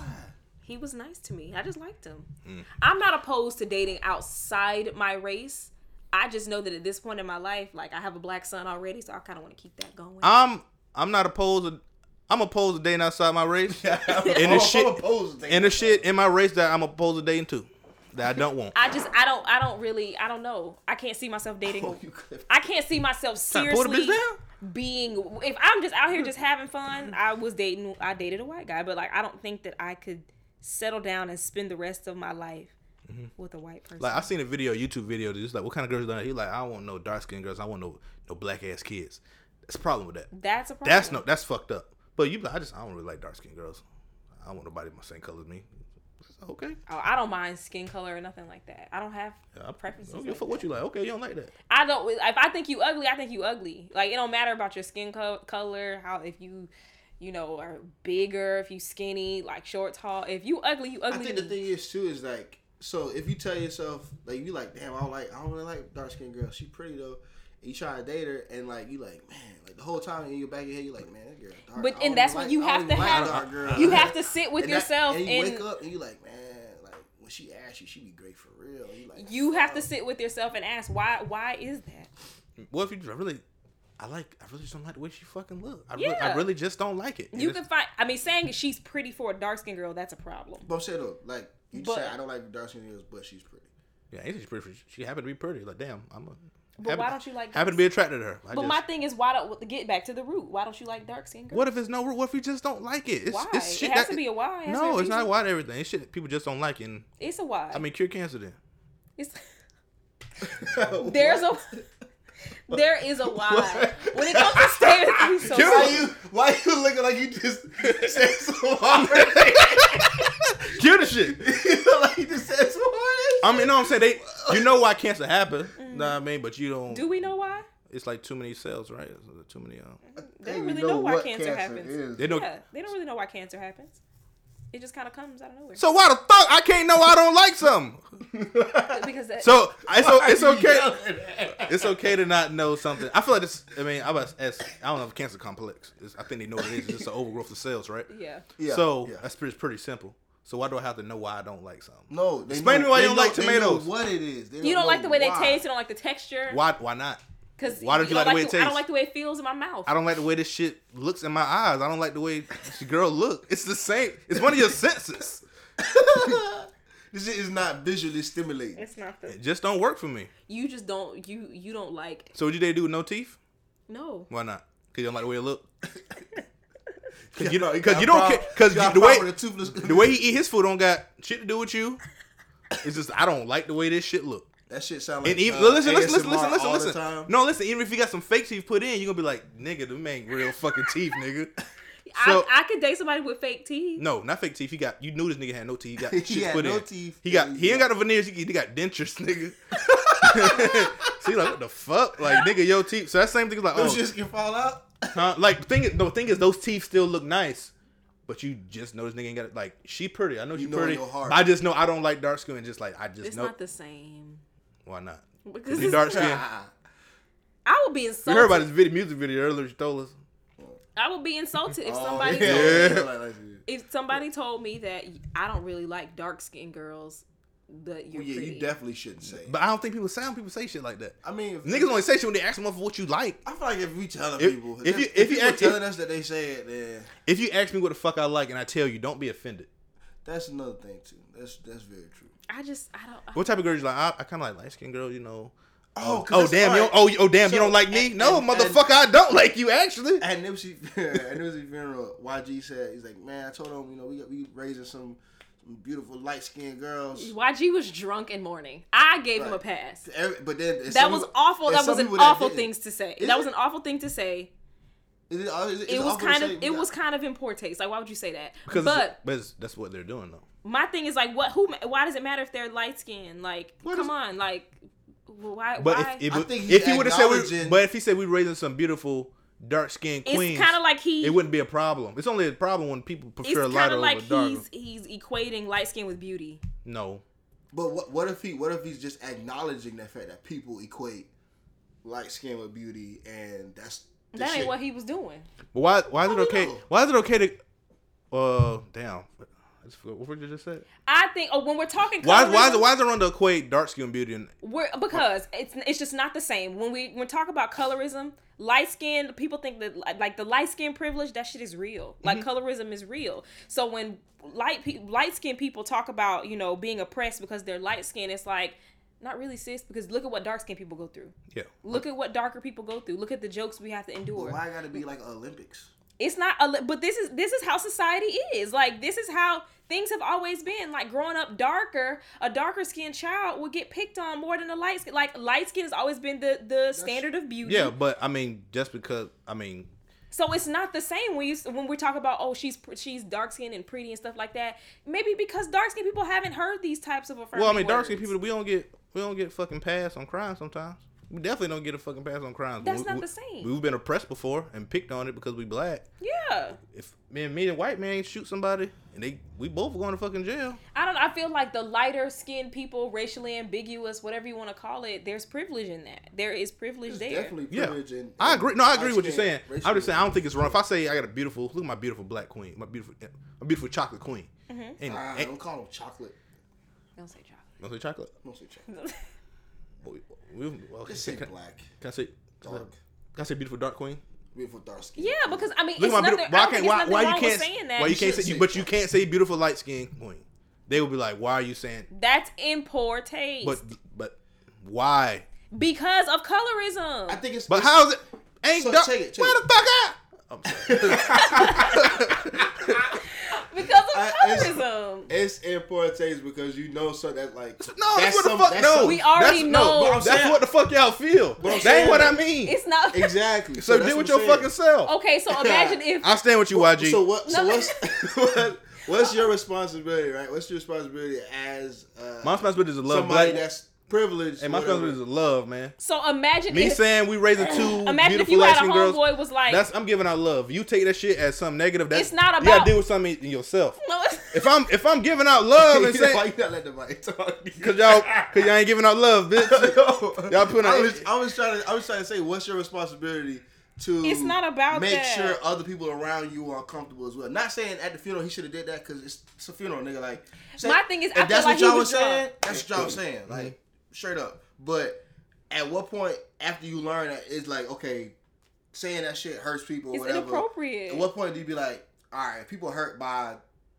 Speaker 3: he was nice to me. I just liked him.
Speaker 1: Mm.
Speaker 3: I'm not opposed to dating outside my race. I just know that at this point in my life, like I have a black son already, so I kind of want to keep that going.
Speaker 1: I'm, I'm not opposed. To, I'm opposed to dating outside my race. and
Speaker 2: Oh, I'm
Speaker 1: the shit,
Speaker 2: opposed to
Speaker 1: and the shit in my race that I'm opposed to dating too, that I don't want.
Speaker 3: I just, I don't, I don't really, I don't know. I can't see myself dating.
Speaker 2: Oh, you could-
Speaker 3: I can't see myself
Speaker 1: Tryna pull the bitch
Speaker 3: seriously
Speaker 1: down?
Speaker 3: being. If I'm just out here just having fun, I was dating. I dated a white guy, but like I don't think that I could settle down and spend the rest of my life
Speaker 2: Mm-hmm.
Speaker 3: with a white person.
Speaker 1: Like I seen a video, a YouTube video, just like what kind of girls done that? He like, I don't want no dark skinned girls, I want no no black ass kids. That's the problem with that.
Speaker 3: that's a problem.
Speaker 1: That's no that's fucked up. But you be like, I just I don't really like dark skinned girls. I don't want nobody my same color as me. It's Okay.
Speaker 3: Oh, I don't mind skin color or nothing like that. I don't have
Speaker 1: I
Speaker 3: preferences.
Speaker 1: don't
Speaker 3: like
Speaker 1: give a fuck what you like. Okay, you don't like that.
Speaker 3: that. I don't. If I think you ugly, I think you ugly. Like it don't matter about your skin co- color. How if you, you know, are bigger, if you skinny, like short, tall. If you ugly, you
Speaker 2: I
Speaker 3: ugly.
Speaker 2: think
Speaker 3: to
Speaker 2: the
Speaker 3: me.
Speaker 2: thing is too is like so if you tell yourself like you like damn I don't like I don't really like dark skinned girls she pretty though and you try to date her and like you like man like the whole time in your back of your head you like man that girl dark.
Speaker 3: But-
Speaker 2: I
Speaker 3: and
Speaker 2: don't
Speaker 3: that's when you
Speaker 2: I don't
Speaker 3: have to
Speaker 2: like
Speaker 3: have-
Speaker 2: dark girls.
Speaker 3: you have to sit with
Speaker 2: And that-
Speaker 3: yourself
Speaker 2: and
Speaker 3: and,
Speaker 2: you wake up and you like man like when she asks you she be great for real you like
Speaker 3: you have to
Speaker 2: fuck.
Speaker 3: sit with yourself and ask why why is that
Speaker 1: What if you just I really I like I really just don't like the way she fucking look. I, really, I
Speaker 3: Yeah.
Speaker 1: really just don't like it. And
Speaker 3: you
Speaker 1: it's-
Speaker 3: can find i mean saying she's pretty for a dark skinned girl that's a problem
Speaker 2: But I'm saying though like you
Speaker 3: But-
Speaker 2: say I don't like dark skinned girls but she's pretty.
Speaker 1: yeah, ain't she pretty. She happened to be pretty. Like damn, I'm a
Speaker 3: But
Speaker 1: happen-
Speaker 3: why don't you like
Speaker 1: happen to be attracted to her? I
Speaker 3: but
Speaker 1: just-
Speaker 3: my thing is why don't get back to the root why don't you like dark skinned girls
Speaker 1: What if it's no? What if we just don't like it? It's,
Speaker 3: why
Speaker 1: it's shit
Speaker 3: it has
Speaker 1: that-
Speaker 3: to be a why It has to be
Speaker 1: No,
Speaker 3: a
Speaker 1: it's not
Speaker 3: reason.
Speaker 1: wide everything. It's shit that people just don't like. And
Speaker 3: it's a why
Speaker 1: I mean, cure cancer then.
Speaker 3: it's there's a there is a why when it comes to staying with you so
Speaker 1: Cure-
Speaker 2: Why you why you looking like you just said some hard?
Speaker 1: Cure the shit.
Speaker 2: like you just said some hard.
Speaker 1: I mean, no, I'm saying they. You know why cancer happened? Know what I mean? But you don't.
Speaker 3: Mm. do we know why
Speaker 1: it's like too many cells, right? It's too many. Um,
Speaker 2: They
Speaker 3: They
Speaker 2: don't
Speaker 3: don't
Speaker 2: even
Speaker 3: really know,
Speaker 2: know
Speaker 3: why
Speaker 2: what
Speaker 3: cancer,
Speaker 2: cancer
Speaker 3: happens.
Speaker 2: is.
Speaker 1: They don't-
Speaker 3: Yeah, they don't really know why cancer happens. It just kind of comes out of nowhere.
Speaker 1: so why the fuck I can't know I don't like something?
Speaker 3: because that,
Speaker 1: So it's o- it's okay.
Speaker 2: okay.
Speaker 1: It's okay to not know something. I feel like this. I mean, I was ask, I don't know if cancer complex. It's, I think they know what it is. It's just an overgrowth of cells, right?
Speaker 3: yeah,
Speaker 2: Yeah,
Speaker 1: so
Speaker 2: yeah.
Speaker 1: that's pretty, pretty simple. So why do I have to know why I don't like something?
Speaker 2: No, they
Speaker 1: Explain to
Speaker 2: know-
Speaker 1: me why you
Speaker 2: they
Speaker 1: don't
Speaker 2: know-
Speaker 1: like
Speaker 2: they know
Speaker 1: tomatoes.
Speaker 2: What it is? They
Speaker 3: you don't like the
Speaker 2: know
Speaker 3: way
Speaker 2: why.
Speaker 3: they taste. You don't like the texture.
Speaker 1: Why why not?
Speaker 3: Cause
Speaker 1: Why don't you like the way it
Speaker 3: I
Speaker 1: tastes?
Speaker 3: don't like the way it feels in my mouth.
Speaker 1: I don't like the way this shit looks in my eyes. I don't like the way this girl look. It's the same. It's one of your senses.
Speaker 2: This shit is not visually stimulating.
Speaker 3: It's not the.
Speaker 1: It just don't work for me.
Speaker 3: You just don't. You you don't like.
Speaker 1: So what you they do with no teeth?
Speaker 3: No.
Speaker 1: Why not? Cause you don't like the way it look. Cause you don't.
Speaker 2: Got
Speaker 1: Cause
Speaker 2: a
Speaker 1: you don't.
Speaker 2: problem-
Speaker 1: care- Cause
Speaker 2: got
Speaker 1: you,
Speaker 2: a
Speaker 1: the
Speaker 2: problem with
Speaker 1: way
Speaker 2: a toothless-
Speaker 1: the way he eat his food don't got shit to do with you. It's just I don't like the way this shit look.
Speaker 2: that shit sound like
Speaker 1: And even
Speaker 2: uh,
Speaker 1: listen, listen, listen, listen,
Speaker 2: ASMR
Speaker 1: listen,
Speaker 2: all the
Speaker 1: listen.
Speaker 2: time.
Speaker 1: No, listen. Even if you got some fake teeth put in, you gonna be like, nigga, them ain't real fucking teeth, nigga. So-
Speaker 3: I, I could date somebody with fake teeth.
Speaker 1: No, not fake teeth. He got you knew this nigga had no teeth. He got
Speaker 2: He
Speaker 1: shit
Speaker 2: had
Speaker 1: put
Speaker 2: no
Speaker 1: in.
Speaker 2: teeth.
Speaker 1: He got he ain't got the veneers. He, he got dentures, nigga. so you like what the fuck, like nigga, your teeth. So that same thing is like,
Speaker 2: Them
Speaker 1: oh,
Speaker 2: shits can fall out.
Speaker 1: huh? like thing. is- The thing is, those teeth still look nice, but you just know this nigga ain't got like she pretty. I know she
Speaker 2: know in
Speaker 1: pretty.
Speaker 2: your heart.
Speaker 1: but I just know I don't like dark skin. and Just like I just
Speaker 3: it's
Speaker 1: know
Speaker 3: not the same.
Speaker 1: why not.
Speaker 3: Because
Speaker 1: You
Speaker 3: it's-
Speaker 1: dark skin.
Speaker 3: I would be
Speaker 1: You
Speaker 3: insulted.
Speaker 1: heard about this video, music video earlier. She told us.
Speaker 3: I would be insulted if
Speaker 2: Oh,
Speaker 3: somebody
Speaker 2: yeah.
Speaker 3: told,
Speaker 1: Yeah.
Speaker 2: Like, like, yeah.
Speaker 3: if somebody told me that I don't really like dark skinned girls,
Speaker 1: Oh,
Speaker 3: but you're
Speaker 2: Well, Oh, yeah,
Speaker 3: pretty.
Speaker 2: you definitely shouldn't say. But
Speaker 1: But I don't think people sound people say shit like that.
Speaker 2: I mean, if,
Speaker 1: Niggas only say shit when they ask them for what you like.
Speaker 2: I feel like if we telling
Speaker 1: If-
Speaker 2: people,
Speaker 1: if you- if you
Speaker 2: people
Speaker 1: act-
Speaker 2: telling us that they say it, then
Speaker 1: If you ask me what the fuck I like and I tell you, don't be offended.
Speaker 2: that's another thing too. That's that's very true.
Speaker 3: I just I don't.
Speaker 1: What type of girl you like? I, I kind of like light skinned girl, you know.
Speaker 2: Oh,
Speaker 1: Oh, damn, you don't, oh, you- oh damn, you
Speaker 2: So,
Speaker 1: don't like me?
Speaker 2: and-
Speaker 1: no,
Speaker 2: and-
Speaker 1: motherfucker, I don't like you actually.
Speaker 2: At Nipsey, at Nipsey funeral, YG said he's like, man, I told him, you know, we got we raising some, some beautiful light skinned girls.
Speaker 3: YG was drunk and mourning. I gave him a
Speaker 2: Right.
Speaker 3: pass.
Speaker 2: Every- But then it's
Speaker 3: That
Speaker 2: some-
Speaker 3: was awful.
Speaker 2: there's
Speaker 3: That
Speaker 2: some
Speaker 3: was an
Speaker 2: people that
Speaker 3: awful
Speaker 2: didn't.
Speaker 3: thing to say.
Speaker 2: Is
Speaker 3: That
Speaker 2: it?
Speaker 3: was an awful thing to say.
Speaker 2: Is it, is it,
Speaker 3: It was kind of it was
Speaker 2: Kind
Speaker 3: kind of in poor taste. Like why would you say that?
Speaker 1: Because it's-
Speaker 3: but
Speaker 1: but it's- that's what they're doing though.
Speaker 3: my thing is like what who ma- why does it matter if they're light skinned? Like
Speaker 1: What
Speaker 3: come
Speaker 1: is-
Speaker 3: on, like why
Speaker 1: But
Speaker 3: why
Speaker 1: if, if,
Speaker 2: I
Speaker 1: it-
Speaker 2: think he's
Speaker 1: if he would have said, we,
Speaker 2: acknowledging-
Speaker 1: but if he said we raising some beautiful dark skinned
Speaker 3: it's
Speaker 1: queens,
Speaker 3: kind of like he
Speaker 1: it wouldn't be a problem. It's only a problem when people
Speaker 3: it's
Speaker 1: prefer
Speaker 3: kind
Speaker 1: lighter
Speaker 3: of like
Speaker 1: over darker.
Speaker 3: he's he's equating light skin with beauty.
Speaker 1: No,
Speaker 2: but what, what if he? What if he's just acknowledging that fact that people equate light skin with beauty, and that's the
Speaker 3: that
Speaker 2: shit.
Speaker 3: ain't what he was doing.
Speaker 1: but why? Why is it
Speaker 2: do you
Speaker 1: okay?
Speaker 2: know?
Speaker 1: Why is it okay to? Uh, damn. I just forgot- What did you just say?
Speaker 3: I think oh, when we're talking
Speaker 1: Why,
Speaker 3: colorism,
Speaker 1: why, is it, why is it wrong to equate dark skin beauty and
Speaker 3: We're, because it's it's just not the same. When we when we talk about colorism, light skin people think that li- like the light skin privilege that shit is real. Like colorism is real. So when light pe- light skin people talk about you know being oppressed because they're light skin, it's like not really sis because look at what dark skin people go through.
Speaker 1: yeah?
Speaker 3: Look at what darker people go through. Look at the jokes we have to endure.
Speaker 2: Why it gotta be like Olympics?
Speaker 3: it's not a, but this is this is how society is like this is how things have always been like growing up darker a darker skinned child would get picked on more than a light skin like light skin has always been the the standard of beauty
Speaker 1: Yeah, but I mean, just because I mean,
Speaker 3: so it's not the same when you when we talk about oh she's pr- she's dark skinned and pretty and stuff like that maybe because dark skinned people haven't heard these types of affirmative
Speaker 1: well, I mean, dark
Speaker 3: skinned
Speaker 1: skinned people, we don't get we don't get fucking pass on crime sometimes. We definitely don't get a fucking pass on crimes.
Speaker 3: That's
Speaker 1: we,
Speaker 3: not
Speaker 1: we-
Speaker 3: the same.
Speaker 1: We've been oppressed before and picked on it because we black.
Speaker 3: yeah
Speaker 1: If me and me and white man shoot somebody and they we both going to fucking jail.
Speaker 3: I don't. I feel like the lighter skinned people, racially ambiguous, whatever you want to call it, there's privilege in that. There is privilege
Speaker 2: It's
Speaker 3: there.
Speaker 2: definitely
Speaker 1: Yeah,
Speaker 2: privilege. And,
Speaker 1: I agree. No, I agree with what you're saying.
Speaker 2: light-skinned
Speaker 1: I'm just saying I
Speaker 2: racial-
Speaker 1: don't think it's wrong. If I say I got a beautiful, look at my beautiful black queen, my beautiful, my beautiful chocolate queen,
Speaker 3: Mm-hmm.
Speaker 1: and,
Speaker 2: Ah,
Speaker 1: and
Speaker 2: don't call them chocolate.
Speaker 3: Don't say chocolate.
Speaker 1: don't say chocolate.
Speaker 2: Don't say chocolate.
Speaker 1: We, we, okay,
Speaker 2: Just say
Speaker 1: can,
Speaker 2: black,
Speaker 1: can I say
Speaker 2: dark,
Speaker 1: Can I say beautiful dark queen?
Speaker 2: beautiful dark skin.
Speaker 3: Yeah, because I mean,
Speaker 1: Look
Speaker 3: it's
Speaker 1: at my
Speaker 3: nothing.
Speaker 1: beautiful.
Speaker 3: I
Speaker 1: Why
Speaker 3: don't
Speaker 1: can't?
Speaker 3: think
Speaker 1: Why, why you can't?
Speaker 3: it's nothing wrong with saying that.
Speaker 1: Why you can't
Speaker 2: should
Speaker 1: say? You,
Speaker 2: say
Speaker 1: but you
Speaker 2: that.
Speaker 1: can't say beautiful light skin queen. They would be like, why are you saying?
Speaker 3: That's in poor taste
Speaker 1: But but why?
Speaker 3: because of colorism.
Speaker 2: I think it's.
Speaker 1: But how's it? Ain't
Speaker 2: So,
Speaker 1: dark.
Speaker 2: check it, check
Speaker 1: why
Speaker 2: it.
Speaker 1: the fuck? I,
Speaker 3: because of
Speaker 2: I- it's-
Speaker 3: colorism.
Speaker 2: It's in poor taste because you know so that like
Speaker 1: no, that's, what the
Speaker 2: some-
Speaker 1: fuck.
Speaker 2: that's
Speaker 1: No,
Speaker 2: some-
Speaker 3: We already
Speaker 1: that's,
Speaker 3: know.
Speaker 1: No, but
Speaker 3: But
Speaker 2: I'm
Speaker 1: that's
Speaker 2: saying-
Speaker 1: what the fuck y'all feel.
Speaker 2: I'm
Speaker 1: That ain't
Speaker 2: saying-
Speaker 1: what I mean.
Speaker 3: It's not
Speaker 2: exactly.
Speaker 1: so
Speaker 2: that's
Speaker 1: deal with
Speaker 2: what
Speaker 1: your
Speaker 2: I'm
Speaker 1: fucking
Speaker 2: saying.
Speaker 1: self.
Speaker 3: okay. So imagine if
Speaker 1: I stand with you, YG.
Speaker 2: So what? So
Speaker 3: No.
Speaker 2: what's what, what's your responsibility, right? What's your responsibility as uh,
Speaker 1: My responsibility is to love
Speaker 2: somebody
Speaker 1: black.
Speaker 2: that's privilege.
Speaker 1: And my
Speaker 2: whatever.
Speaker 1: cousin is love, man.
Speaker 3: So imagine
Speaker 1: Me
Speaker 3: if,
Speaker 1: saying we raising two
Speaker 3: imagine if
Speaker 1: beautiful
Speaker 3: you had a
Speaker 1: Latin girls.
Speaker 3: homeboy was like,
Speaker 1: That's I'm giving out love. You take that shit as something negative. That's
Speaker 3: It's not
Speaker 1: You gotta
Speaker 3: about-
Speaker 1: deal with something in yourself.
Speaker 3: no, it's-
Speaker 1: If I'm if I'm giving out love and
Speaker 2: Why
Speaker 1: saying
Speaker 2: you not let the mic talk?
Speaker 1: because y'all because y'all ain't giving out love, bitch.
Speaker 2: y'all
Speaker 1: putting
Speaker 2: I
Speaker 1: out-
Speaker 2: was, I was trying to. I was trying to say, what's your responsibility to?
Speaker 3: It's not about
Speaker 2: make
Speaker 3: that.
Speaker 2: sure other people around you are comfortable as well. Not saying at the funeral he should have did that because it's, it's a funeral, nigga. Like say-
Speaker 3: My thing is,
Speaker 2: if
Speaker 3: I feel
Speaker 2: that's
Speaker 3: like
Speaker 2: what
Speaker 3: he
Speaker 2: y'all
Speaker 3: was
Speaker 2: was saying.
Speaker 3: drunk.
Speaker 2: That's what y'all was saying, like straight up. But at what point after you learn that it's like okay, saying that shit hurts people. or
Speaker 3: it's
Speaker 2: whatever.
Speaker 3: inappropriate.
Speaker 2: At what point do you be like, all right, people hurt by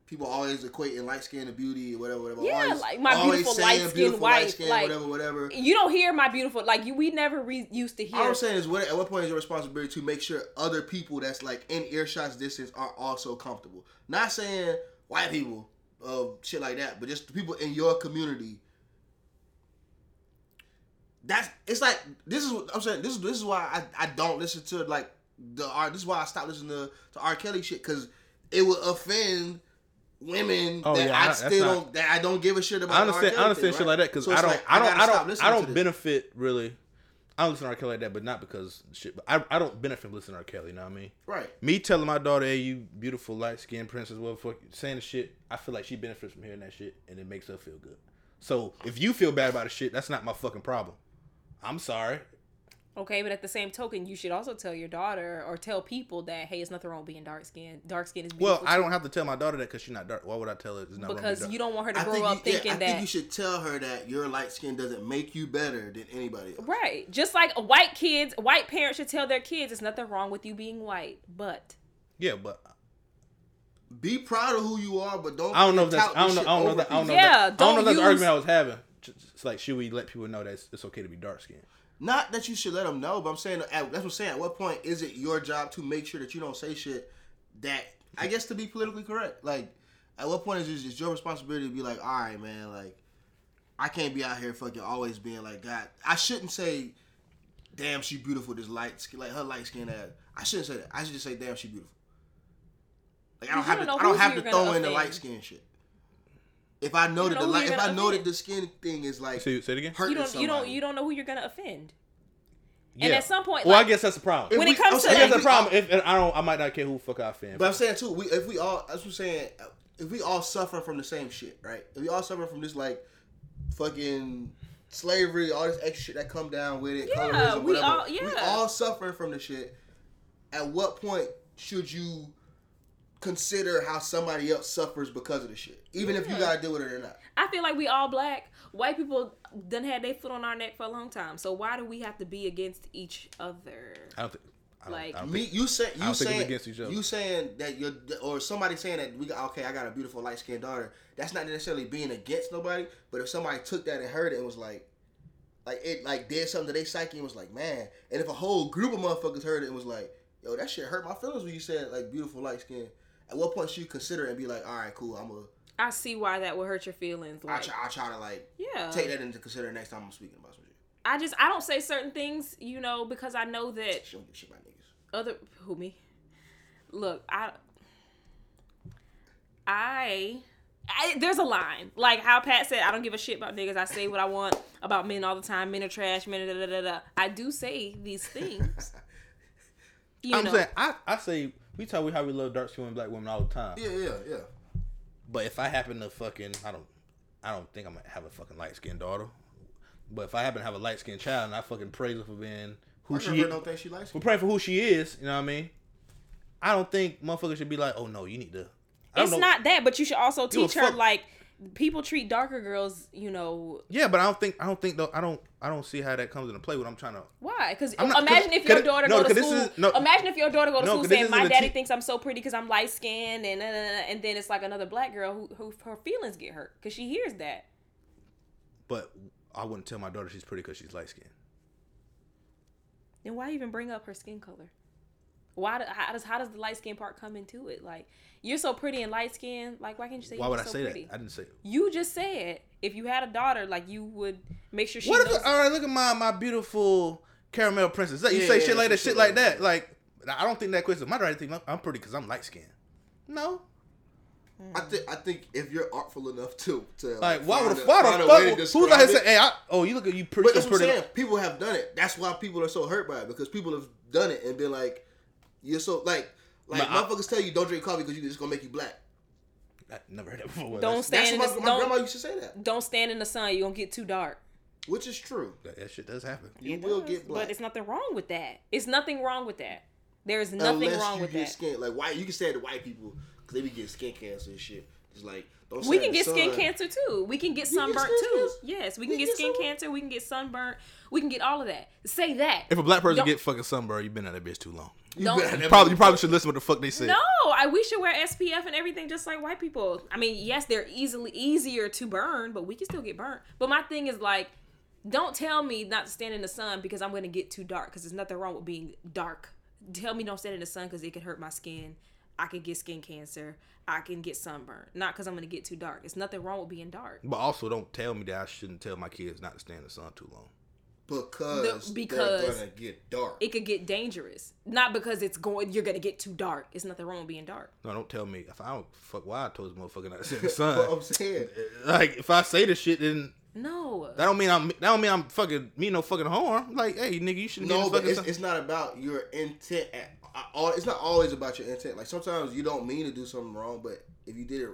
Speaker 2: people always equating light skin to beauty or whatever, whatever.
Speaker 3: Yeah,
Speaker 2: always,
Speaker 3: like my
Speaker 2: always
Speaker 3: beautiful
Speaker 2: saying
Speaker 3: light-skinned
Speaker 2: beautiful
Speaker 3: wife,
Speaker 2: light-skinned,
Speaker 3: like-
Speaker 2: whatever, whatever.
Speaker 3: you don't hear my beautiful like you. We never re- used to hear.
Speaker 2: All I'm saying is, what at what point is your responsibility to make sure other people that's like in earshot's distance are also comfortable? Not saying white people, uh, shit like that, but just the people in your community. That's it's like this is what I'm saying. This is this is why I, I don't listen to like the R. This is why I stopped listening to, to R. Kelly shit because it would offend women
Speaker 1: Oh,
Speaker 2: that
Speaker 1: yeah, I-
Speaker 2: I,
Speaker 1: that's
Speaker 2: still
Speaker 1: not-
Speaker 2: don't that I don't give a shit about.
Speaker 1: I
Speaker 2: the R.
Speaker 1: understand.
Speaker 2: Kelly
Speaker 1: I understand shit
Speaker 2: thing, right?
Speaker 1: like that because
Speaker 2: So
Speaker 1: I
Speaker 2: it's
Speaker 1: don't,
Speaker 2: like,
Speaker 1: I don't,
Speaker 2: gotta
Speaker 1: I
Speaker 2: stop
Speaker 1: don't,
Speaker 2: listening
Speaker 1: I
Speaker 2: to
Speaker 1: don't
Speaker 2: this.
Speaker 1: benefit really. I don't listen to R. Kelly like that, but not because shit. But I, I don't benefit from listening to R. Kelly. You know what I mean?
Speaker 2: right.
Speaker 1: Me telling my daughter, "Hey, you beautiful light skinned princess," what the fuck, saying the shit. I feel like she benefits from hearing that shit, and it makes her feel good. So if you feel bad about the shit, that's not my fucking problem. I'm sorry.
Speaker 3: Okay, but at the same token, you should also tell your daughter or tell people that hey, it's nothing wrong with being dark skinned. Dark skin is
Speaker 1: Well,
Speaker 3: beautiful
Speaker 1: I don't have to tell my daughter that because she's not dark. Why would I tell her? It's not wrong to be
Speaker 3: because
Speaker 1: dark?
Speaker 3: you don't want her to
Speaker 2: I
Speaker 3: grow
Speaker 2: think
Speaker 3: up
Speaker 2: you, yeah,
Speaker 3: thinking
Speaker 2: I
Speaker 3: that.
Speaker 2: think you should tell her that your light skin doesn't make you better than anybody else.
Speaker 3: Right. Just like a white kids, white parents should tell their kids it's nothing wrong with you being white, but
Speaker 1: Yeah, but
Speaker 2: Be proud of who you are, but don't.
Speaker 1: I don't know if that's
Speaker 2: tout
Speaker 1: I don't
Speaker 2: this
Speaker 1: know
Speaker 2: shit
Speaker 1: I don't know
Speaker 2: over
Speaker 1: that I don't know
Speaker 2: people.
Speaker 3: Yeah,
Speaker 1: that, I don't know
Speaker 3: don't
Speaker 1: if that's the
Speaker 3: use-
Speaker 1: argument I was having. Just- It's like should we let people know that it's, it's okay to be dark skinned?
Speaker 2: Not that you should let them know, but I'm saying at, that's what I'm saying. At what point is it your job to make sure that you don't say shit that I guess to be politically correct? Like, at what point is it it's your responsibility to be like, all right, man, like I can't be out here fucking always being like, God, I shouldn't say, damn, she beautiful. This light skin, like her light skin ass. I shouldn't say that. I should just say, damn, she beautiful. Like I don't
Speaker 3: Because
Speaker 2: have
Speaker 3: you don't
Speaker 2: to.
Speaker 3: know
Speaker 2: I don't
Speaker 3: who
Speaker 2: have to
Speaker 3: you're
Speaker 2: throw
Speaker 3: gonna
Speaker 2: in the
Speaker 3: offend.
Speaker 2: light skin shit. If I know
Speaker 3: You
Speaker 2: that
Speaker 3: know
Speaker 2: the
Speaker 3: who
Speaker 2: light,
Speaker 3: you're
Speaker 2: if
Speaker 3: gonna
Speaker 2: I know that
Speaker 3: offend.
Speaker 2: the skin thing is like
Speaker 1: Say say it again.
Speaker 2: hurting
Speaker 3: you don't you don't
Speaker 2: somebody.
Speaker 3: you don't know who you're gonna offend.
Speaker 1: Yeah.
Speaker 3: at some point,
Speaker 1: well,
Speaker 3: like-
Speaker 1: I guess that's the problem.
Speaker 3: When
Speaker 2: we-
Speaker 3: it comes
Speaker 2: I'm
Speaker 3: to
Speaker 1: I guess
Speaker 2: saying
Speaker 3: like,
Speaker 1: that's
Speaker 2: we-
Speaker 1: the problem. If and I don't, I might not care who the fuck I offend.
Speaker 2: But I'm saying too, we if we all that's what I'm saying, if we all suffer from the same shit, right? If we all suffer from this like fucking slavery, all this extra shit that come down with it,
Speaker 3: Yeah,
Speaker 2: colorism,
Speaker 3: we
Speaker 2: whatever.
Speaker 3: all-
Speaker 2: We
Speaker 3: yeah.
Speaker 2: all suffering from the shit. At what point should you consider how somebody else suffers because of the shit? Even if you
Speaker 3: Yeah.
Speaker 2: gotta deal with it or not.
Speaker 3: I feel like we all black. White people done had their foot on our neck for a long time. So why do we have to be against each other?
Speaker 1: I don't think. I don't,
Speaker 3: Like-
Speaker 1: I don't
Speaker 2: Me,
Speaker 1: think,
Speaker 2: you say
Speaker 1: I
Speaker 2: you
Speaker 1: don't think it's
Speaker 2: saying
Speaker 1: against each other.
Speaker 2: you saying that you're or somebody saying that we got okay. I got a beautiful light skinned daughter. That's not necessarily being against nobody, but if somebody took that and heard it and was like, like it like did something to their psyche and was like, man. And if a whole group of motherfuckers heard it and was like, yo, that shit hurt my feelings when you said like beautiful light skin. At what point should you consider it and be like, all right, cool, I'm a,
Speaker 3: I see why that would hurt your feelings.
Speaker 2: I
Speaker 3: Like,
Speaker 2: try, I try to like
Speaker 3: yeah,
Speaker 2: take that into consider next time I'm speaking about some shit.
Speaker 3: I just I don't say certain things, you know, because I know that
Speaker 2: She don't give a shit about niggas.
Speaker 3: other who me look i i I, there's a line like how Pat said. I don't give a shit about niggas. I say what I want about men all the time. Men are trash. Men are da da da da. I do say these things. You
Speaker 1: I'm
Speaker 3: know,
Speaker 1: saying I, I say we talk we how we love dark skinned black women all the time.
Speaker 2: Yeah, yeah, yeah.
Speaker 1: But if I happen to fucking I don't I don't think I'm gonna have a fucking light skinned daughter. But if I happen to have a light skinned child and I fucking praise her for being who
Speaker 2: My
Speaker 1: she
Speaker 2: girlfriend
Speaker 1: is,
Speaker 2: don't think she likes
Speaker 1: we're
Speaker 2: me.
Speaker 1: praying for who she is. You know what I mean? I don't think motherfuckers should be like, oh no, you need to. I don't
Speaker 3: it's
Speaker 1: know-
Speaker 3: not that, but you should also
Speaker 1: Give a
Speaker 3: teach her
Speaker 1: fuck.
Speaker 3: like people treat darker girls. You know
Speaker 1: Yeah, but I don't think I don't think though I don't I don't see how that comes into play. What I'm trying to
Speaker 3: why? Because
Speaker 1: I'm not-
Speaker 3: imagine
Speaker 1: 'cause-
Speaker 3: if your
Speaker 1: 'cause-
Speaker 3: daughter
Speaker 1: no,
Speaker 3: go
Speaker 1: 'cause
Speaker 3: to
Speaker 1: this
Speaker 3: school.
Speaker 1: is- no.
Speaker 3: imagine if your daughter go to
Speaker 1: No,
Speaker 3: school
Speaker 1: 'cause this
Speaker 3: saying,
Speaker 1: isn't
Speaker 3: "My
Speaker 1: a
Speaker 3: daddy
Speaker 1: te-
Speaker 3: thinks I'm so pretty because I'm light skinned," and uh, and then it's like another black girl who, who her feelings get hurt because she hears that.
Speaker 1: but I wouldn't tell my daughter she's pretty because she's light skinned.
Speaker 3: Then why even bring up her skin color? Why do, how does how does the light skin part come into it? Like you're so pretty and light skinned. Like why can't you say?
Speaker 1: Why
Speaker 3: you're
Speaker 1: would I
Speaker 3: so
Speaker 1: say
Speaker 3: pretty?
Speaker 1: that? I didn't say.
Speaker 3: You just said if you had a daughter, like you would make sure she.
Speaker 1: What if?
Speaker 3: knows-
Speaker 1: all right, look at my my beautiful caramel princess. Like, you
Speaker 2: Yeah,
Speaker 1: say
Speaker 2: yeah,
Speaker 1: shit like
Speaker 2: some
Speaker 1: that,
Speaker 2: shit
Speaker 1: shit like
Speaker 2: like that.
Speaker 1: that. Like I don't think that question. My daughter think I'm, I'm pretty because I'm light skinned. No,
Speaker 2: I think I think if you're artful enough to to
Speaker 1: Like, why
Speaker 2: find
Speaker 1: would the,
Speaker 2: a-
Speaker 1: why
Speaker 2: find a
Speaker 1: the
Speaker 2: way to
Speaker 1: fuck? Who's
Speaker 2: describe
Speaker 1: out here
Speaker 2: it.
Speaker 1: saying, "Hey, I, oh, you look at you pretty,
Speaker 2: But that's what I'm
Speaker 1: pretty
Speaker 2: saying. People have done it. That's why people are so hurt by it because people have done it and been like, "You're so like, like
Speaker 1: But I-
Speaker 2: motherfuckers tell you don't drink coffee because you it's gonna make you black."
Speaker 1: I never heard that before.
Speaker 3: Don't
Speaker 1: That's-
Speaker 2: That's
Speaker 3: stand
Speaker 2: what
Speaker 3: in the-
Speaker 2: my, my
Speaker 3: don't-
Speaker 2: grandma used to say that,
Speaker 3: Don't stand in the sun. You're gonna get too dark.
Speaker 2: which is true.
Speaker 1: that, that shit does happen.
Speaker 2: You
Speaker 3: It
Speaker 2: will
Speaker 3: does,
Speaker 2: get black
Speaker 3: But it's nothing wrong with that. It's nothing wrong with that. There's nothing
Speaker 2: unless
Speaker 3: wrong
Speaker 2: you
Speaker 3: with
Speaker 2: get
Speaker 3: that.
Speaker 2: skin like white. You can say it to white people because they be getting skin cancer and shit. It's like don't.
Speaker 3: We
Speaker 2: stand
Speaker 3: can
Speaker 2: in the
Speaker 3: get skin
Speaker 2: sun.
Speaker 3: cancer too. We can get
Speaker 2: You can get
Speaker 3: sunburnt
Speaker 2: skin
Speaker 3: too.
Speaker 2: cancer?
Speaker 3: Yes, we
Speaker 2: You
Speaker 3: can get,
Speaker 2: get
Speaker 3: skin
Speaker 2: sunburnt?
Speaker 3: cancer. We can get sunburnt. We can get all of that. Say that.
Speaker 1: If a black person
Speaker 3: Don't-
Speaker 1: get fucking sunburned, you've been at that bitch too long.
Speaker 2: You
Speaker 3: Don't-
Speaker 2: better-
Speaker 1: Probably, you probably should listen to what the fuck they said.
Speaker 3: No, I we should wear SPF and everything just like white people. I mean, yes, they're easily easier to burn, but we can still get burnt. But my thing is like, don't tell me not to stand in the sun because I'm gonna get too dark. Because there's nothing wrong with being dark. Tell me don't stand in the sun because it could hurt my skin. I could get skin cancer. I can get sunburn. Not because I'm gonna get too dark. It's nothing wrong with being dark.
Speaker 1: But also, don't tell me that I shouldn't tell my kids not to stand in the sun too long.
Speaker 2: because
Speaker 3: The-
Speaker 2: they're
Speaker 3: because-
Speaker 2: gonna get dark.
Speaker 3: It could get dangerous. Not because it's going. You're gonna get too dark. It's nothing wrong with being dark.
Speaker 1: No, don't tell me if I don't fuck why I told this motherfucker not to stand in the
Speaker 2: But I'm
Speaker 1: sun.
Speaker 2: saying
Speaker 1: like if I say this shit, then
Speaker 3: No.
Speaker 1: that don't mean I'm that don't mean I'm fucking mean no fucking harm. Like, hey, nigga, you shouldn't.
Speaker 2: No,
Speaker 1: be in the
Speaker 2: but
Speaker 1: fucking
Speaker 2: it's,
Speaker 1: sun.
Speaker 2: it's not about your intent. At, all, it's not always about your intent. Like sometimes you don't mean to do something wrong, but if you did it,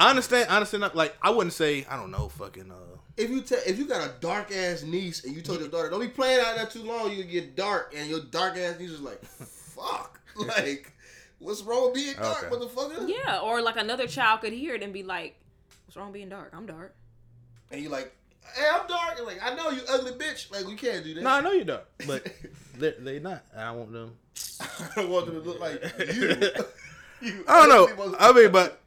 Speaker 1: I understand. I understand. Like, I wouldn't say I don't know fucking. uh
Speaker 2: if you te- if you got a dark ass niece and you told your daughter, don't be playing out there too long, you get dark, and your dark ass niece is like, fuck, like what's wrong with being dark,
Speaker 1: Okay.
Speaker 2: motherfucker?
Speaker 3: Yeah, or like another child could hear it and be like, "What's wrong with being dark? I'm dark."
Speaker 2: And you like, hey, I'm dark, and like I know you ugly bitch, like we can't do that.
Speaker 1: No, I know you don't. But they they not. and I want them.
Speaker 2: I don't want them to look like you. You
Speaker 1: I don't
Speaker 2: ugly
Speaker 1: know.
Speaker 2: motherfucker.
Speaker 1: I mean, but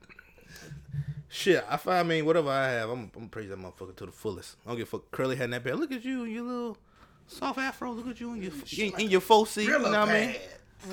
Speaker 1: shit. I find. I mean, whatever I have, I'm I'm praise that motherfucker to the fullest. I don't give a fuck. Curly head in that bad. Look at you and your little soft afro. Look at you and your in, in your full seat. You know
Speaker 2: Gorilla
Speaker 1: what I mean?
Speaker 2: pad.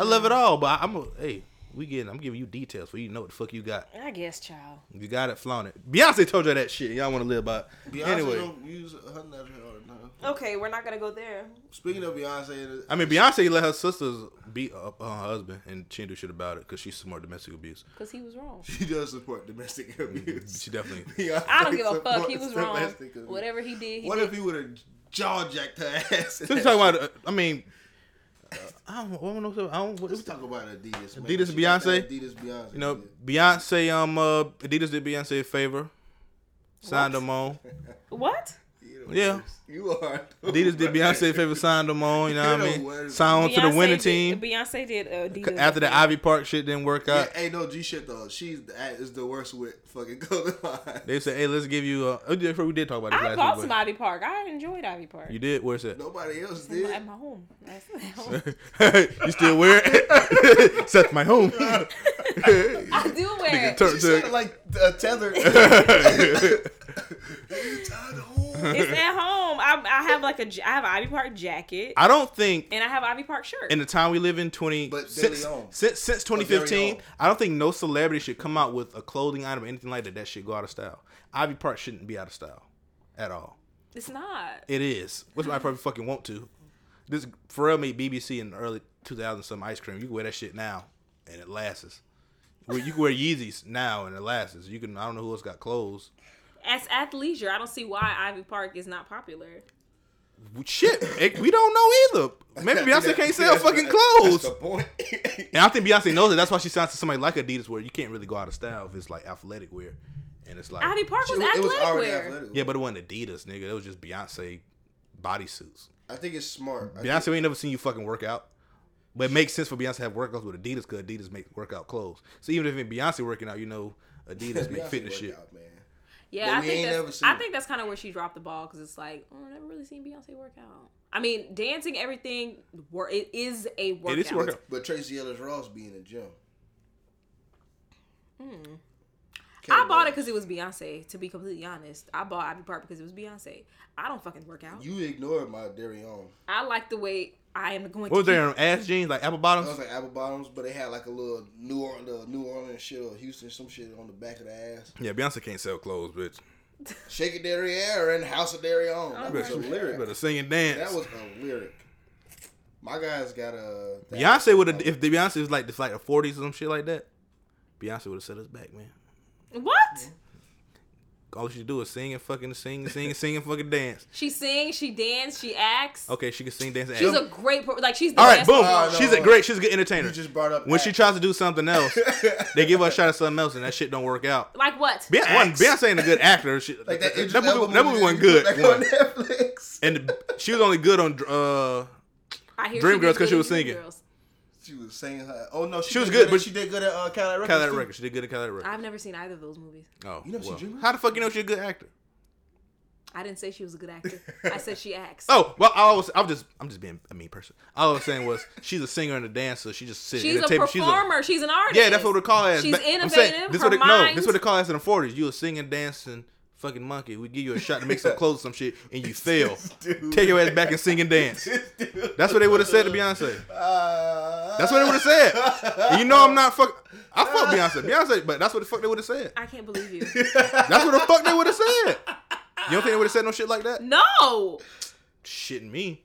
Speaker 1: I love it all, but I- I'm a hey. We getting. I'm giving you details so you know what the fuck you got.
Speaker 3: I guess, child.
Speaker 1: If You got it, flaunt it. Beyonce told you that shit. Y'all want to live by. It.
Speaker 2: Beyonce
Speaker 1: Anyway,
Speaker 2: don't use her natural hair all the time.
Speaker 3: Okay, we're not gonna go there.
Speaker 2: Speaking of Beyonce,
Speaker 1: I mean Beyonce let her sisters beat up on her husband, and she didn't do shit about it because she's more domestic abuse.
Speaker 3: Cause he was wrong.
Speaker 2: she does support domestic abuse.
Speaker 1: She definitely.
Speaker 2: Beyonce
Speaker 3: I don't give a fuck. He
Speaker 2: supports
Speaker 3: was wrong.
Speaker 2: domestic abuse.
Speaker 3: Whatever he did, he
Speaker 2: What
Speaker 3: did.
Speaker 2: if he would have jaw jacked her ass?
Speaker 1: Let's talk about. uh, I mean, uh, I don't. I don't know. I don't. What,
Speaker 2: Let's talk about Adidas.
Speaker 1: Adidas
Speaker 2: man. She got that
Speaker 1: Beyonce?
Speaker 2: Adidas Beyonce.
Speaker 1: you know, Beyonce. Um, uh, Adidas did Beyonce a favor. Signed
Speaker 3: What?
Speaker 1: them on.
Speaker 3: What?
Speaker 1: yeah.
Speaker 2: You are.
Speaker 1: Adidas did Beyonce a favor. Signed them on. You know what I
Speaker 2: You're the
Speaker 1: mean?
Speaker 2: worst.
Speaker 1: Signed on to the winning
Speaker 3: did,
Speaker 1: team.
Speaker 3: Beyonce did uh, Adidas.
Speaker 1: After the Ivy Park shit didn't work
Speaker 2: Yeah,
Speaker 1: out,
Speaker 2: hey, no G shit though. She's the, is the worst with fucking color line.
Speaker 1: they said, "Hey, let's give you." A, Oh, we did- we did talk about this
Speaker 3: I
Speaker 1: last
Speaker 3: bought
Speaker 1: week.
Speaker 3: some
Speaker 1: but-
Speaker 3: Ivy Park. I enjoyed Ivy Park.
Speaker 1: You did. Where's that?
Speaker 2: Nobody else
Speaker 3: At my-
Speaker 2: did.
Speaker 3: At my home. That's my home.
Speaker 1: you still wear it? Set my home.
Speaker 3: I do wear it.
Speaker 2: She
Speaker 1: Turn
Speaker 2: sounded
Speaker 1: to.
Speaker 2: like a tether. It's at home.
Speaker 3: It's at home. I, I have like a j- I have an Ivy Park jacket
Speaker 1: I don't think
Speaker 3: and I have Ivy Park shirt.
Speaker 1: in the time we live in 20
Speaker 2: But De
Speaker 1: since,
Speaker 2: Leon.
Speaker 1: since since
Speaker 2: De
Speaker 1: 2015
Speaker 2: Leon.
Speaker 1: i don't think no celebrity should come out with a clothing item or anything like that that should go out of style ivy park shouldn't be out of style at all
Speaker 3: it's not.
Speaker 1: it is which i probably fucking want to this pharrell made bbc in the early 2000 some ice cream you can wear that shit now and it lasts Well, you can wear yeezys now and it lasts you can i don't know who else got clothes
Speaker 3: As athleisure, I don't see why Ivy Park is not popular.
Speaker 1: shit it- we don't know either maybe beyonce can't sell fucking clothes
Speaker 2: That's the point.
Speaker 1: And I think Beyonce knows it. That's why she signed to somebody like Adidas, where you can't really go out of style if it's like athletic wear, and it's like
Speaker 3: Ivy Park was
Speaker 2: it
Speaker 3: athletic
Speaker 2: was already
Speaker 3: wear.
Speaker 2: athletic.
Speaker 1: yeah, but it wasn't Adidas, nigga. It was just Beyonce bodysuits.
Speaker 2: I think it's smart. I
Speaker 1: Beyonce, we ain't never seen you fucking work out, but it makes sense for Beyonce to have workouts with Adidas because Adidas make workout clothes. So even if it Beyonce working out, you know Adidas
Speaker 2: think
Speaker 1: make
Speaker 2: Beyonce
Speaker 1: fitness
Speaker 2: worked
Speaker 1: shit.
Speaker 2: out, man. But
Speaker 3: Yeah, I
Speaker 2: we
Speaker 3: think
Speaker 2: ain't
Speaker 3: that's,
Speaker 2: never seen
Speaker 3: I
Speaker 2: it.
Speaker 3: think that's kind of where she dropped the ball because it's like oh, I never really seen Beyonce work out. I mean, dancing, everything, wor- it is a workout.
Speaker 1: It is a workout.
Speaker 2: But Tracy Ellis Ross be in the gym.
Speaker 3: Hmm. I bought it because it was Beyonce. To be completely honest, I bought Ivy Park because it was Beyonce. I don't fucking work out.
Speaker 2: You ignored my dairy on.
Speaker 3: I like the way I am going.
Speaker 1: What was
Speaker 3: to
Speaker 1: there? Ass jeans, like apple bottoms.
Speaker 2: I was like apple bottoms, but they had like a little New Orleans, the New Orleans shit or Houston, some shit on the back of the ass.
Speaker 1: Yeah, Beyonce can't sell clothes, bitch.
Speaker 2: Shake it derriere and house of dairy
Speaker 3: Oh,
Speaker 2: on. That was
Speaker 1: Bitch,
Speaker 2: a
Speaker 1: you
Speaker 2: lyric.
Speaker 1: better sing and dance.
Speaker 2: That was a lyric. My guys got a that-
Speaker 1: Beyonce would have if the Beyonce was like the like the forties or some shit like that. Beyonce would have set us back, man.
Speaker 3: What?
Speaker 1: All she do is sing and fucking sing, sing, sing and fucking dance.
Speaker 3: She sings, she dances, she acts.
Speaker 1: Okay, she can sing, dance, and
Speaker 3: She's
Speaker 1: act.
Speaker 3: a great per- like she's the
Speaker 1: All right,
Speaker 3: best
Speaker 1: boom.
Speaker 2: Oh, no,
Speaker 1: she's a
Speaker 2: no.
Speaker 1: great. She's a good entertainer.
Speaker 2: You just brought up
Speaker 1: when she
Speaker 2: act.
Speaker 1: tries to do something else, they give her a shot at something else, and that shit don't work out.
Speaker 3: Like what?
Speaker 1: Beyonce, one,
Speaker 2: Axe.
Speaker 1: Beyonce ain't a good actor. She,
Speaker 2: like
Speaker 1: that,
Speaker 2: that,
Speaker 1: that,
Speaker 2: Idris Elba
Speaker 1: movie, that movie wasn't good.
Speaker 2: Like on
Speaker 1: one.
Speaker 2: Netflix.
Speaker 1: And she was only good on uh,
Speaker 3: I hear
Speaker 1: Dreamgirls
Speaker 3: did
Speaker 1: 'cause she
Speaker 3: good
Speaker 1: was
Speaker 3: in
Speaker 1: singing.
Speaker 3: Dreamgirls.
Speaker 2: She was saying her. Oh no, she,
Speaker 1: She was
Speaker 2: did
Speaker 1: good,
Speaker 2: at-
Speaker 1: but-
Speaker 2: she did good at uh, Cadillac Records.
Speaker 1: Cadillac
Speaker 2: too.
Speaker 1: Records. She did good at Cadillac Records.
Speaker 3: I've never seen either of those movies.
Speaker 1: Oh,
Speaker 2: You know she
Speaker 1: well.
Speaker 2: dreamer?
Speaker 1: how the fuck you know she's a good actor?
Speaker 3: I didn't say she was a good actor. I said she acts.
Speaker 1: Oh, well, I was, I was just, I'm just being a mean person. All I was saying was she's a singer and a dancer. She just sits
Speaker 3: she's
Speaker 1: at
Speaker 3: a
Speaker 1: the table.
Speaker 3: performer. She's, an artist.
Speaker 1: She's a, yeah, that's what they call as.
Speaker 3: She's
Speaker 1: But
Speaker 3: innovative.
Speaker 1: this
Speaker 3: her
Speaker 1: what they, no,
Speaker 3: mind.
Speaker 1: this what they call as in the 40s. You a singing, dancing fucking monkey. We give you a shot to make some clothes, some shit, and you fail.
Speaker 2: Dude.
Speaker 1: Take your ass back and sing and dance. That's what they would have said to Beyonce.
Speaker 2: Uh,
Speaker 1: That's what they would have said. And you know I'm not fuck. I fuck Beyonce, Beyonce, but that's what the fuck they would have said.
Speaker 3: I can't believe you.
Speaker 1: That's what the fuck they would have said. You don't think they would have said no shit like that?
Speaker 3: No,
Speaker 1: Shitting me.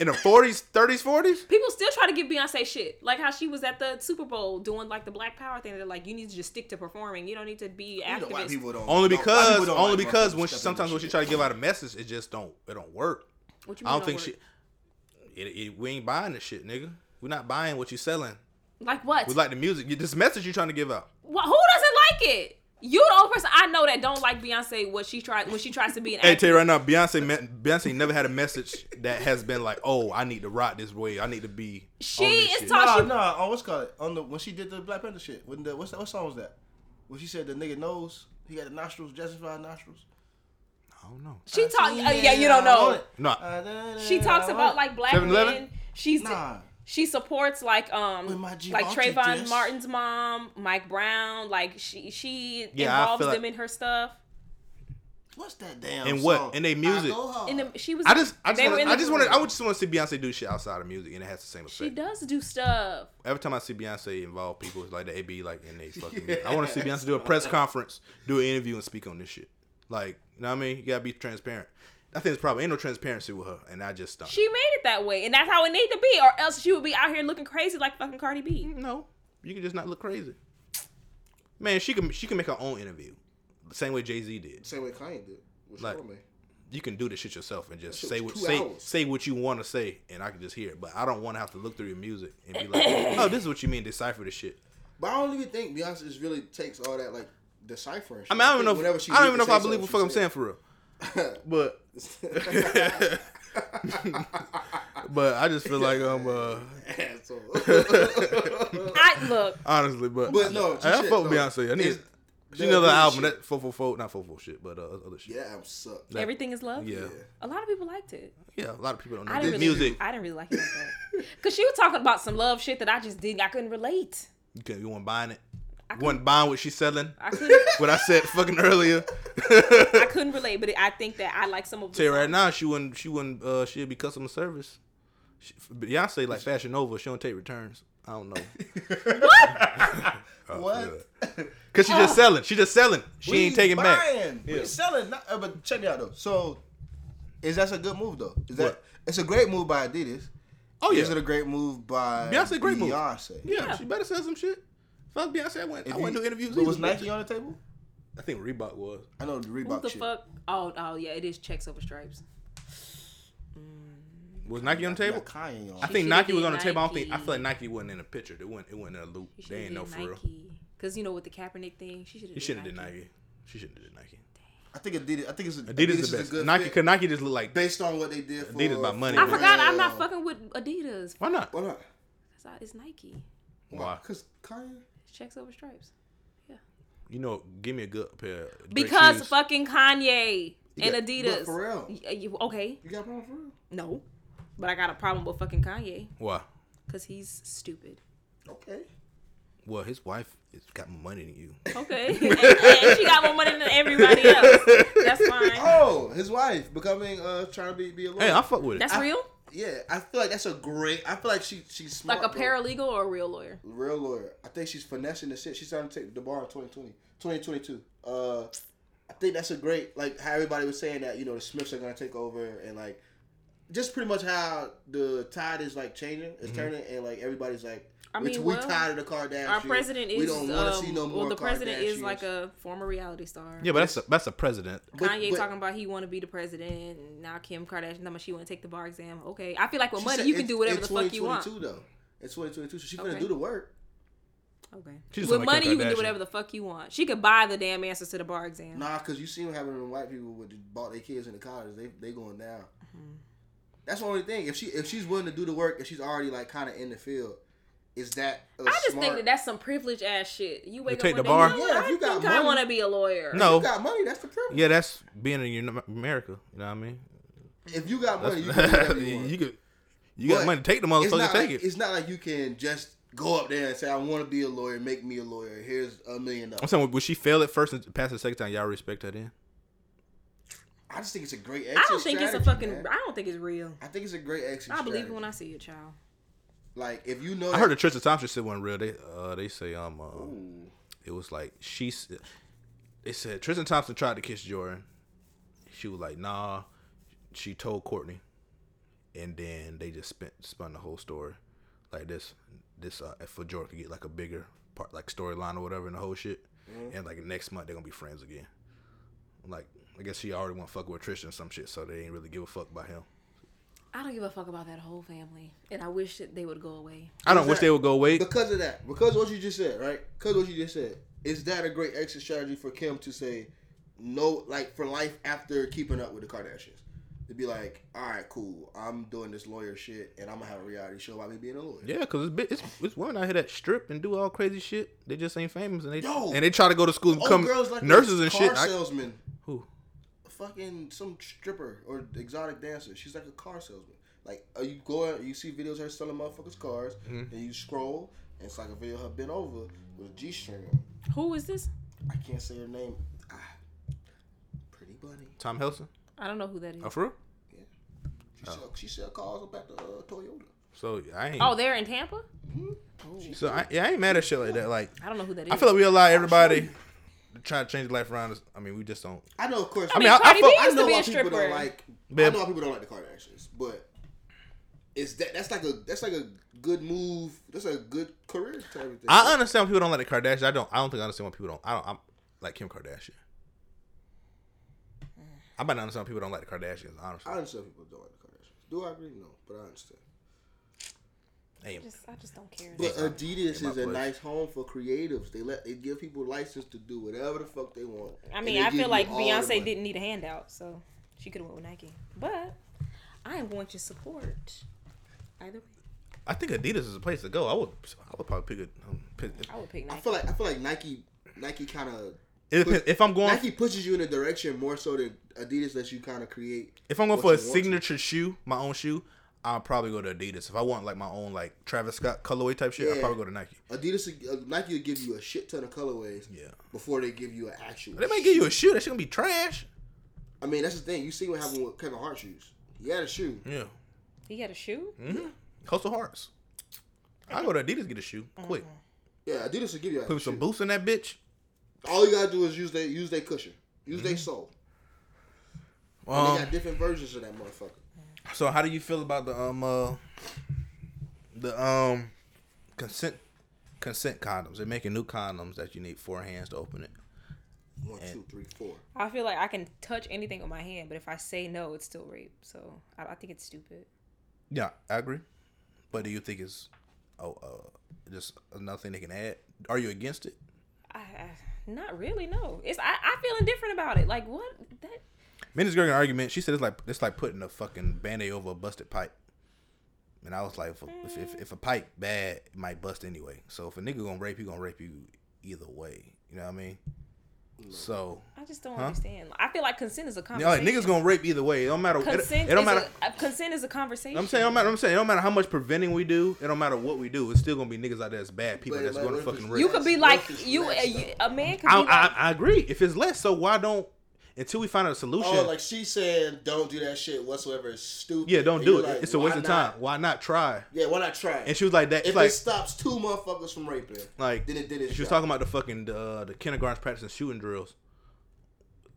Speaker 1: In the 40s, 30s, 40s.
Speaker 3: people still try to give Beyonce shit. Like how she was at the Super Bowl doing like the Black Power thing. They're like, you need to just stick to performing. You don't need to be
Speaker 2: You know why
Speaker 3: activist.
Speaker 2: people don't-
Speaker 1: Only
Speaker 2: no, why people
Speaker 1: because,
Speaker 2: don't
Speaker 1: only
Speaker 2: like
Speaker 1: because
Speaker 2: motherfuckers
Speaker 1: when she
Speaker 2: stepping
Speaker 1: sometimes
Speaker 2: in
Speaker 1: when she
Speaker 2: shit.
Speaker 1: try to give out a message, it just don't, it don't work.
Speaker 3: What you
Speaker 1: I
Speaker 3: mean
Speaker 1: don't think
Speaker 3: work?
Speaker 1: she. It, it, we ain't buying this shit, nigga. We're not buying what you selling.
Speaker 3: Like what?
Speaker 1: We like the music. You- This message you trying to give out.
Speaker 3: Wha- who doesn't like it? You the only person I know that don't like Beyonce. What she tried when she tries to be an
Speaker 1: Hey,
Speaker 3: activist.
Speaker 1: tell you right now, Beyonce, me- Beyonce never had a message that has been like, "Oh, I need to rock this way. I need to be." on
Speaker 3: She
Speaker 1: this
Speaker 3: is
Speaker 1: shit."
Speaker 3: talking-
Speaker 2: Nah,
Speaker 3: She-
Speaker 2: nah. On what's called it? On the when she did the Black Panther shit. When the what's that, what song was that? When she said the nigga nose, he got the nostrils, justified nostrils.
Speaker 1: I don't know.
Speaker 3: She talks. yeah, you don't know.
Speaker 1: No,
Speaker 3: She talks about like black
Speaker 1: 7-Eleven?
Speaker 3: men. She's
Speaker 2: Nah.
Speaker 3: she supports like
Speaker 2: With
Speaker 3: um
Speaker 2: my Givenchy
Speaker 3: like Trayvon
Speaker 2: dress.
Speaker 3: Martin's mom, Mike Brown. Like she she
Speaker 1: Yeah, I
Speaker 3: involves
Speaker 1: feel
Speaker 3: them
Speaker 1: like-
Speaker 3: in her stuff.
Speaker 2: What's that damn?
Speaker 1: And what?
Speaker 2: song?
Speaker 1: And they music.
Speaker 2: I go hard.
Speaker 3: In the she was.
Speaker 1: I just, I just,
Speaker 3: they were
Speaker 1: wanna,
Speaker 3: in
Speaker 1: I
Speaker 3: the
Speaker 1: just wanna,
Speaker 3: group.
Speaker 1: I would just want to see Beyonce do shit outside of music, and it has the same effect.
Speaker 3: She does do stuff.
Speaker 1: Every time I see Beyonce involve people, it's like they be like in they fucking. music. I want to see Beyonce do a press conference, do an interview, and speak on this shit. Like, you know what I mean? You gotta be transparent. I think it's probably ain't no transparency with her, and I just stopped.
Speaker 3: She made it that way, and that's how it need to be, or else she would be out here looking crazy like fucking Cardi B.
Speaker 1: no, you can just not look crazy. Man, she can she can make her own interview, the same way Jay Z did.
Speaker 2: Same way Kanye did. With
Speaker 1: Like-
Speaker 2: Charlamagne.
Speaker 1: You can do this shit yourself and just
Speaker 2: That shit
Speaker 1: say
Speaker 2: was
Speaker 1: what
Speaker 2: two
Speaker 1: say
Speaker 2: hours.
Speaker 1: say what you want to say, and I can just hear it. But I don't want to have to look through your music and be like, oh, this is what you mean, decipher this shit.
Speaker 2: But I don't even think Beyonce just really takes all that like deciphering.
Speaker 1: I mean, I don't
Speaker 2: think
Speaker 1: even know.
Speaker 2: whenever
Speaker 1: If,
Speaker 2: she
Speaker 1: I don't even
Speaker 2: really
Speaker 1: know if I
Speaker 2: says
Speaker 1: believe what fuck I'm
Speaker 2: something,
Speaker 1: saying for real. But
Speaker 2: she says
Speaker 1: but I just feel like I'm uh
Speaker 2: Asshole.
Speaker 3: I look.
Speaker 1: honestly, but
Speaker 2: But no,
Speaker 1: I, I
Speaker 2: shit,
Speaker 1: fuck with
Speaker 2: no.
Speaker 1: Beyonce. I need
Speaker 2: It's-
Speaker 1: she
Speaker 2: the
Speaker 1: another
Speaker 2: other
Speaker 1: album
Speaker 2: shit.
Speaker 1: that four four four not four four shit, but uh, other shit.
Speaker 2: Yeah, I'm sucked.
Speaker 3: Everything is love.
Speaker 1: Yeah. yeah,
Speaker 3: A lot of people liked it.
Speaker 1: A lot of people don't know
Speaker 3: I
Speaker 1: this
Speaker 3: didn't really,
Speaker 1: music.
Speaker 3: I didn't really like it like that. Cause she was talking about some love shit that I just did. I couldn't relate.
Speaker 1: You can't. You want buying it. You want buying what she's selling.
Speaker 3: I couldn't.
Speaker 1: What I said fucking earlier.
Speaker 3: I couldn't relate, but it, I think that I like some of. the
Speaker 1: Tell you right
Speaker 3: songs.
Speaker 1: now, she wouldn't. She wouldn't. Uh, she'd be customer service. She, Beyonce like Fashion Nova. She don't take returns. I don't know.
Speaker 2: What?
Speaker 1: Cause she
Speaker 3: Oh.
Speaker 1: just selling. She just selling. She
Speaker 2: We
Speaker 1: ain't taking back.
Speaker 2: buying. We selling. Not, uh, but check me out though. So, is that a good move though? Is that
Speaker 1: What?
Speaker 2: it's a great move by Adidas?
Speaker 1: Oh yeah.
Speaker 2: Is it a great move by
Speaker 1: Beyonce, great move.
Speaker 2: Beyonce.
Speaker 1: Yeah,
Speaker 3: Yeah.
Speaker 1: she better sell some shit. Fuck Beyonce. I went. I
Speaker 2: If
Speaker 1: went
Speaker 2: you-
Speaker 1: to interviews.
Speaker 2: But was
Speaker 1: either, bitch.
Speaker 2: Nike on the table?
Speaker 1: I think Reebok was.
Speaker 2: I know the
Speaker 3: What
Speaker 2: Reebok
Speaker 3: the
Speaker 2: shit.
Speaker 3: fuck? Oh, oh yeah, it is checks over stripes.
Speaker 1: Was Nike on the table?
Speaker 2: Got Kanye
Speaker 1: I
Speaker 2: on.
Speaker 1: think
Speaker 2: it.
Speaker 3: should've
Speaker 1: Nike was
Speaker 3: did
Speaker 1: on the table. I don't think. I
Speaker 3: Nike.
Speaker 1: feel like Nike wasn't in the picture. They wasn't. It wasn't in a loop.
Speaker 3: She
Speaker 1: They
Speaker 3: should
Speaker 1: ain't know
Speaker 3: have
Speaker 1: for
Speaker 3: did
Speaker 1: real.
Speaker 3: Nike. Cause you know with the Kaepernick thing, she should have.
Speaker 1: You shouldn't have did Nike. She shouldn't have did Nike.
Speaker 2: I think Adidas. I think it's a, Adidas,
Speaker 1: Adidas,
Speaker 2: is
Speaker 1: the best.
Speaker 2: a good
Speaker 1: Nike.
Speaker 2: fit
Speaker 1: Cause Nike just look like.
Speaker 2: based on what they did. For,
Speaker 1: Adidas by money,
Speaker 3: I
Speaker 1: Yeah.
Speaker 3: forgot. I'm not
Speaker 2: Yeah.
Speaker 3: fucking with Adidas.
Speaker 1: Why not?
Speaker 2: Why not?
Speaker 3: That's all- It's Nike.
Speaker 1: Why?
Speaker 2: Because Kanye.
Speaker 3: It's checks over stripes.
Speaker 1: You know, give me a good pair. of Drake
Speaker 3: Because
Speaker 1: shoes.
Speaker 3: fucking Kanye and
Speaker 1: got-
Speaker 3: Adidas.
Speaker 2: But Pharrell.
Speaker 3: Y- you- okay,
Speaker 2: You got a problem for real?
Speaker 3: no, but I got a problem with fucking Kanye
Speaker 1: Why?
Speaker 3: because he's stupid.
Speaker 2: Okay.
Speaker 1: Well, his wife has got more money than you.
Speaker 3: Okay, and, and she got more money than everybody else. That's fine.
Speaker 2: Oh, his wife becoming uh trying to be be a lawyer.
Speaker 1: hey, I fuck with it.
Speaker 3: That's real.
Speaker 2: yeah, I feel like that's a great. I feel like she she's smart,
Speaker 3: Like a
Speaker 2: though.
Speaker 3: paralegal or a real lawyer.
Speaker 2: real lawyer. I think she's finessing the shit. She's trying to take the bar in 2020, 2022. Uh, I think that's a great like how everybody was saying that you know the Smiths are gonna take over and Mm-hmm. like just pretty much how the tide is like changing, it's turning, and like everybody's like
Speaker 3: I
Speaker 2: we,
Speaker 3: mean, well,
Speaker 2: we tired of the Kardashians.
Speaker 3: our president is.
Speaker 2: We don't want to
Speaker 3: um,
Speaker 2: see no more
Speaker 3: Well, the president is
Speaker 2: Kardashians.
Speaker 3: like a former reality star.
Speaker 1: Yeah, but that's a, that's a president.
Speaker 2: But-
Speaker 3: Kanye
Speaker 2: but-
Speaker 3: talking about he want to be the president. And now Kim Kardashian talking about she want to take the bar exam. Okay, I feel like with
Speaker 2: She
Speaker 3: money
Speaker 2: said
Speaker 3: you can
Speaker 2: in-
Speaker 3: do whatever
Speaker 2: in
Speaker 3: the fuck you want.
Speaker 2: 2022 though. It's 2022, so she gonna
Speaker 3: Okay.
Speaker 2: do the work.
Speaker 3: Okay,
Speaker 1: She just
Speaker 3: with
Speaker 1: like Kim
Speaker 3: money you can do
Speaker 1: Kardashian.
Speaker 3: whatever the fuck you want. She could buy the damn answers to the bar exam.
Speaker 2: Nah, cause you see what happened when white people with bought their kids into college. They they going down.
Speaker 3: Mm-hmm.
Speaker 2: That's the only thing. If she if she's willing to do the work, if she's already like kind of in the field, is that a
Speaker 3: I just
Speaker 2: smart,
Speaker 3: think that that's some privilege ass shit. You wake
Speaker 1: take
Speaker 3: up
Speaker 1: the
Speaker 3: one
Speaker 1: bar?
Speaker 3: day, you know
Speaker 2: Yeah,
Speaker 3: what?
Speaker 2: if you
Speaker 3: I
Speaker 2: got
Speaker 3: think I
Speaker 2: money-
Speaker 3: want to be a lawyer.
Speaker 1: No.
Speaker 2: you got money. That's the privilege.
Speaker 1: Yeah, that's being in uni- America. You know what I mean?
Speaker 2: If you got money, you can do
Speaker 1: That's,
Speaker 2: whatever
Speaker 1: you,
Speaker 2: you want.
Speaker 1: could. You got
Speaker 2: But
Speaker 1: money. Take the
Speaker 2: it's
Speaker 1: motherfucker.
Speaker 2: not
Speaker 1: Take
Speaker 2: like,
Speaker 1: it.
Speaker 2: It's not like you can just go up there and say, "I want to be a lawyer. Make me a lawyer. Here's a million
Speaker 1: I'm
Speaker 2: dollars."
Speaker 1: saying, would she fail it first and pass the second time? Y'all respect her then?
Speaker 2: I just think it's a great. Exit
Speaker 3: I don't think it's a
Speaker 2: strategy,
Speaker 3: fucking.
Speaker 2: man.
Speaker 3: I don't think it's real.
Speaker 2: I think it's a great exit.
Speaker 3: I believe it
Speaker 2: strategy.
Speaker 3: when I see it, child.
Speaker 2: Like if you know,
Speaker 1: I heard
Speaker 2: that-
Speaker 1: the Trisha Thompson shit wasn't real. They uh, they say um uh,
Speaker 2: Ooh.
Speaker 1: it was like she. s- They said Tristan Thompson tried to kiss Jordan. She was like, nah. She told Courtney, and then they just spent spun the whole story, like this this uh, for Jordan to get like a bigger part like storyline or whatever and the whole shit.
Speaker 2: Mm-hmm.
Speaker 1: And like next month they're gonna be friends again. Like I guess she already went fuck with Tristan or some shit, so they ain't really give a fuck about him.
Speaker 3: I don't give a fuck about that whole family, and I wish that they would go away.
Speaker 1: I don't
Speaker 2: Is
Speaker 1: wish
Speaker 2: that-
Speaker 1: they would go away.
Speaker 2: because of that, because of what you just said, right? Because what you just said, is that a great exit strategy for Kim to say no, like for life after keeping up with the Kardashians? To be like, all right, cool, I'm doing this lawyer shit, and I'm gonna have a reality show about me being a lawyer.
Speaker 1: Yeah, because it's, bi- it's it's women out here that strip and do all crazy shit. They just ain't famous, and they
Speaker 2: Yo!
Speaker 1: and they try to go to school and
Speaker 2: Old
Speaker 1: become
Speaker 2: girls like
Speaker 1: nurses and
Speaker 2: this
Speaker 1: shit.
Speaker 2: car
Speaker 1: I-
Speaker 2: salesman,
Speaker 1: who?
Speaker 2: fucking some stripper or exotic dancer. She's like a car salesman. Like, are you going? You see videos of her selling motherfuckers cars,
Speaker 1: Mm-hmm.
Speaker 2: and you scroll, and it's like a video of her bent over with a G string on.
Speaker 3: Who is this?
Speaker 2: I can't say her name. Ah, pretty bunny.
Speaker 1: Tom Helson?
Speaker 3: I don't know who that is.
Speaker 1: Oh, for real?
Speaker 2: She, sell, she sell cars up at the uh, Toyota.
Speaker 1: So I ain't.
Speaker 3: Oh, they're in Tampa.
Speaker 2: Oh.
Speaker 1: so I, yeah, I ain't mad at shit like that. Like
Speaker 3: I don't know who that is.
Speaker 1: I feel like we allow everybody to try to change their life around. us. I mean, we just don't.
Speaker 2: I know, of course.
Speaker 1: mean, I- I
Speaker 3: Cardi
Speaker 1: fuck-
Speaker 3: B
Speaker 1: I
Speaker 2: I
Speaker 3: used
Speaker 2: know
Speaker 3: to be
Speaker 2: why
Speaker 3: a
Speaker 2: people
Speaker 3: stripper.
Speaker 2: don't like.
Speaker 1: Babe.
Speaker 2: I know why people don't like the Kardashians, but it's that that's like a that's like a good move. That's a good career to everything.
Speaker 1: I understand why people don't like the Kardashians. I don't. I don't think I understand why people don't. I don't. I'm like Kim Kardashian. I might not understand why people don't like the Kardashians. Honestly,
Speaker 2: I understand people don't like the Kardashians. Do I agree? No, but I understand.
Speaker 1: Damn.
Speaker 3: just, I just don't care.
Speaker 2: But Adidas
Speaker 1: In my
Speaker 2: is a
Speaker 1: place.
Speaker 2: nice home for creatives. They let they give people license to do whatever the fuck they want.
Speaker 3: I
Speaker 2: and
Speaker 3: mean,
Speaker 2: they
Speaker 3: I
Speaker 2: give
Speaker 3: feel
Speaker 2: you
Speaker 3: like
Speaker 2: all the money.
Speaker 3: Beyonce didn't need a handout, so she could have went with Nike. But I am going to support either way.
Speaker 1: I think Adidas is a place to go. I would. I would probably pick a. Um, pick,
Speaker 3: I would pick
Speaker 2: I
Speaker 3: Nike.
Speaker 2: feel like I feel like Nike Nike kind of
Speaker 1: it depends- if I'm going,
Speaker 2: Nike pushes you in a direction more so than Adidas lets you kind of create.
Speaker 1: If I'm going
Speaker 2: what
Speaker 1: for a
Speaker 2: you want to.
Speaker 1: signature shoe, my own shoe, I'll probably go to Adidas. If I want like my own like Travis Scott colorway type shit, I'll
Speaker 2: Yeah.
Speaker 1: probably go to Nike.
Speaker 2: Adidas, uh, Nike will give you a shit ton of colorways.
Speaker 1: Yeah.
Speaker 2: Before they give you an actual.
Speaker 1: They might give you a shoe that's gonna be trash.
Speaker 2: I mean, that's the thing. You see what happened with Kevin Hart shoes. He had a shoe.
Speaker 1: Yeah.
Speaker 3: he had a shoe.
Speaker 1: Hustle Hearts. I go to Adidas get a shoe quick.
Speaker 2: Yeah, Adidas will give you a
Speaker 1: Put
Speaker 2: shoe.
Speaker 1: some boots in that bitch.
Speaker 2: All you gotta do is use their use their cushion, use their sole. And they
Speaker 1: Mm-hmm. Um,
Speaker 2: got different versions of that motherfucker.
Speaker 1: so how do you feel about the um uh, the um consent consent condoms? They're making new condoms that you need four hands to open it.
Speaker 2: One, two, three, four.
Speaker 3: I feel like I can touch anything with my hand, but if I say no, it's still rape. So I, I think it's stupid.
Speaker 1: Yeah, I agree. But do you think it's oh uh just another thing they can add? Are you against it?
Speaker 3: I, I not really. No, it's I, I feel indifferent about it. Like what that
Speaker 1: Me and this girl got an argument. She said it's like it's like putting a fucking band aid over a busted pipe. And I was like, if, if, if, if a pipe bad, it might bust anyway. So if a nigga gonna rape you, gonna rape you either way. You know what I mean? So
Speaker 3: I just don't understand. I feel like consent is a
Speaker 1: you know, like
Speaker 3: conversation.
Speaker 1: niggas gonna rape either way. It don't matter. It,
Speaker 3: consent.
Speaker 1: it don't
Speaker 3: is
Speaker 1: matter.
Speaker 3: A, uh, consent is a conversation.
Speaker 1: I'm saying, it don't matter. I'm saying, it don't matter how much preventing we do. It don't matter what we do. It's still gonna be niggas out there that's bad people
Speaker 2: But
Speaker 1: that's
Speaker 2: like,
Speaker 1: gonna
Speaker 2: what if
Speaker 1: fucking
Speaker 2: it's-
Speaker 1: rape.
Speaker 3: you could be
Speaker 2: That's
Speaker 3: like
Speaker 2: racist,
Speaker 3: you,
Speaker 2: that's
Speaker 3: a, you- a man could be
Speaker 1: I,
Speaker 3: like
Speaker 1: I, I agree. If it's less, so why don't? Until we find out a solution,
Speaker 2: Oh, like she's saying, don't do that shit whatsoever. It's stupid.
Speaker 1: yeah, don't
Speaker 2: And
Speaker 1: do
Speaker 2: you're
Speaker 1: it.
Speaker 2: like,
Speaker 1: it's a
Speaker 2: why
Speaker 1: waste of
Speaker 2: not?
Speaker 1: time. Why not try?
Speaker 2: Yeah, why not try?
Speaker 1: And she was like that.
Speaker 2: if
Speaker 1: It's like
Speaker 2: it stops two motherfuckers from raping,
Speaker 1: like
Speaker 2: then it did it.
Speaker 1: she was talking about the fucking uh, the kindergartens practicing shooting drills.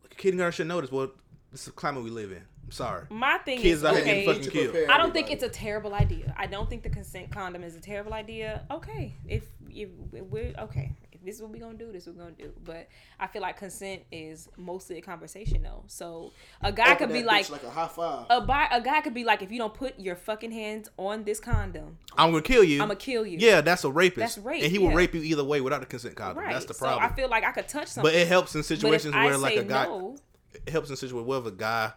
Speaker 1: Like, kindergarten should know this. Well, This is the climate we live in. I'm sorry.
Speaker 3: My thing
Speaker 1: Kids
Speaker 3: is
Speaker 1: out here
Speaker 3: okay.
Speaker 1: getting fucking
Speaker 2: To prepare
Speaker 1: killed.
Speaker 3: I don't think
Speaker 2: everybody.
Speaker 3: it's a terrible idea. I don't think the consent condom is a terrible idea. Okay, if if we're okay, if this is what we're gonna do, this is what we're gonna do. But I feel like consent is mostly a conversation though. So a guy
Speaker 2: Open
Speaker 3: could be
Speaker 2: that
Speaker 3: like. oh,
Speaker 2: bitch like a high five.
Speaker 3: a, bi- a guy could be like, if you don't put your fucking hands on this condom,
Speaker 1: I'm gonna kill you.
Speaker 3: I'm gonna kill you.
Speaker 1: Yeah, that's a rapist.
Speaker 3: That's rape,
Speaker 1: And he will
Speaker 3: yeah.
Speaker 1: rape you either way without a consent condom.
Speaker 3: right.
Speaker 1: That's the
Speaker 3: So
Speaker 1: problem.
Speaker 3: I feel like I could touch something.
Speaker 1: but it helps in
Speaker 3: but if
Speaker 1: situations
Speaker 3: I
Speaker 1: where like
Speaker 3: say
Speaker 1: a guy
Speaker 3: no,
Speaker 1: it helps in situations where if a guy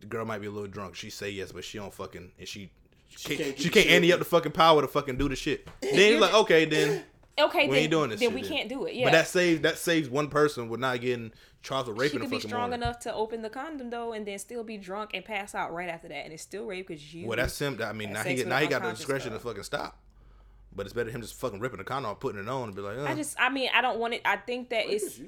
Speaker 1: the girl might be a little drunk. She say yes, but she don't fucking and she she
Speaker 2: can't
Speaker 1: can't,
Speaker 2: do
Speaker 1: she
Speaker 2: the
Speaker 1: can't
Speaker 2: shit.
Speaker 1: ante up the fucking power to fucking do the shit. Then you're like, okay, then
Speaker 3: okay,
Speaker 1: we
Speaker 3: then,
Speaker 1: ain't doing this.
Speaker 3: then
Speaker 1: shit
Speaker 3: we can't do it. Yeah,
Speaker 1: But that saves that saves one person with not getting charged with
Speaker 3: she
Speaker 1: raping.
Speaker 3: could
Speaker 1: a
Speaker 3: be
Speaker 1: fucking
Speaker 3: strong
Speaker 1: morning.
Speaker 3: enough to open the condom though, and then still be drunk and pass out right after that, and it's still rape because you.
Speaker 1: Well, that's him. I mean,
Speaker 3: Had
Speaker 1: now he
Speaker 3: sex
Speaker 1: get,
Speaker 3: with
Speaker 1: now
Speaker 3: an
Speaker 1: he got the
Speaker 3: unconscious
Speaker 1: discretion
Speaker 3: girl.
Speaker 1: to fucking stop. But it's better him just fucking ripping the condom, off, putting it on, and be like, uh.
Speaker 3: I just, I mean, I don't want it. I think that it's.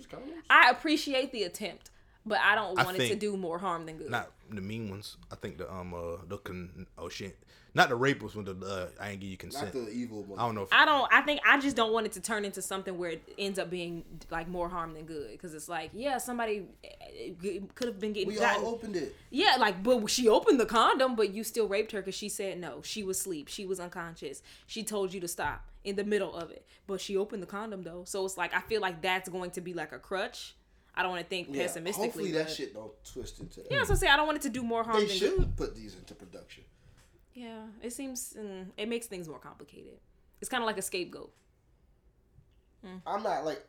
Speaker 3: I appreciate the attempt, but I don't
Speaker 1: I
Speaker 3: want it to
Speaker 1: think-
Speaker 3: do more harm than good.
Speaker 1: not the mean ones. I think the um uh the con- oh shit, not the rapists when the uh, I ain't give you
Speaker 2: Not
Speaker 1: consent.
Speaker 2: the evil
Speaker 1: I
Speaker 2: one.
Speaker 1: don't know. If,
Speaker 3: I don't. I think I just don't want it to turn into something where it ends up being like more harm than good. Because it's like, yeah, somebody eh, could have been getting
Speaker 2: We
Speaker 3: gotten.
Speaker 2: all opened it.
Speaker 3: Yeah, like, but she opened the condom, but you still raped her because she said no. She was asleep. She was unconscious. She told you to stop in the middle of it, but she opened the condom though. So it's like I feel like that's going to be like a crutch. I don't want to think
Speaker 2: Yeah,
Speaker 3: pessimistically.
Speaker 2: Hopefully
Speaker 3: but-
Speaker 2: that shit don't twist into that.
Speaker 3: Yeah, so say I don't want it to do more harm
Speaker 2: They
Speaker 3: than good.
Speaker 2: should put these into production.
Speaker 3: Yeah, it seems mm, it makes things more complicated. It's kind of like a scapegoat. Mm.
Speaker 2: I'm not like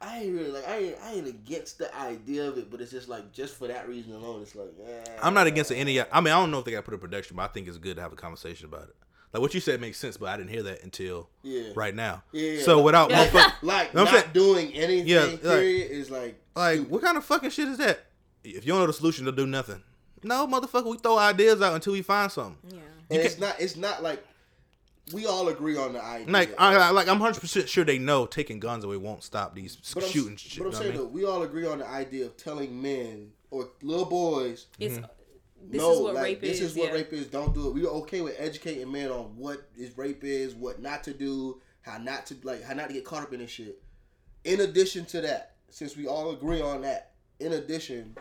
Speaker 2: I ain't really like I ain't, I ain't against the idea of it, but it's just like just for that reason alone, it's like eh.
Speaker 1: I'm not against any. I mean, I don't know if they got put in production, but I think it's good to have a conversation about it. Like what you said makes sense, but I didn't hear that until
Speaker 2: Yeah.
Speaker 1: right now.
Speaker 2: Yeah.
Speaker 1: So without motherfuck-
Speaker 2: like
Speaker 1: No, I'm
Speaker 2: not
Speaker 1: saying-
Speaker 2: doing anything.
Speaker 1: Yeah, like-
Speaker 2: period is like
Speaker 1: like what kind of fucking shit is that? If you don't know the solution, they'll do nothing. No, motherfucker, we throw ideas out until we find something.
Speaker 3: Yeah,
Speaker 2: and it's not it's not like we all agree on the idea.
Speaker 1: Like, I, I- like I'm 100 percent sure they know taking guns away won't stop these
Speaker 2: but I'm,
Speaker 1: shooting shit.
Speaker 2: But I'm
Speaker 1: know what I
Speaker 2: saying
Speaker 1: mean?
Speaker 2: though, we all agree on the idea of telling men or little boys
Speaker 3: it's
Speaker 1: Mm-hmm.
Speaker 3: this
Speaker 2: no,
Speaker 3: is what
Speaker 2: like,
Speaker 3: rape
Speaker 2: this
Speaker 3: is.
Speaker 2: is what
Speaker 3: yeah.
Speaker 2: rape is. Don't do it. We're okay with educating men on what is rape is, what not to do, how not to like, how not to get caught up in this shit. In addition to that, since we all agree on that, in addition,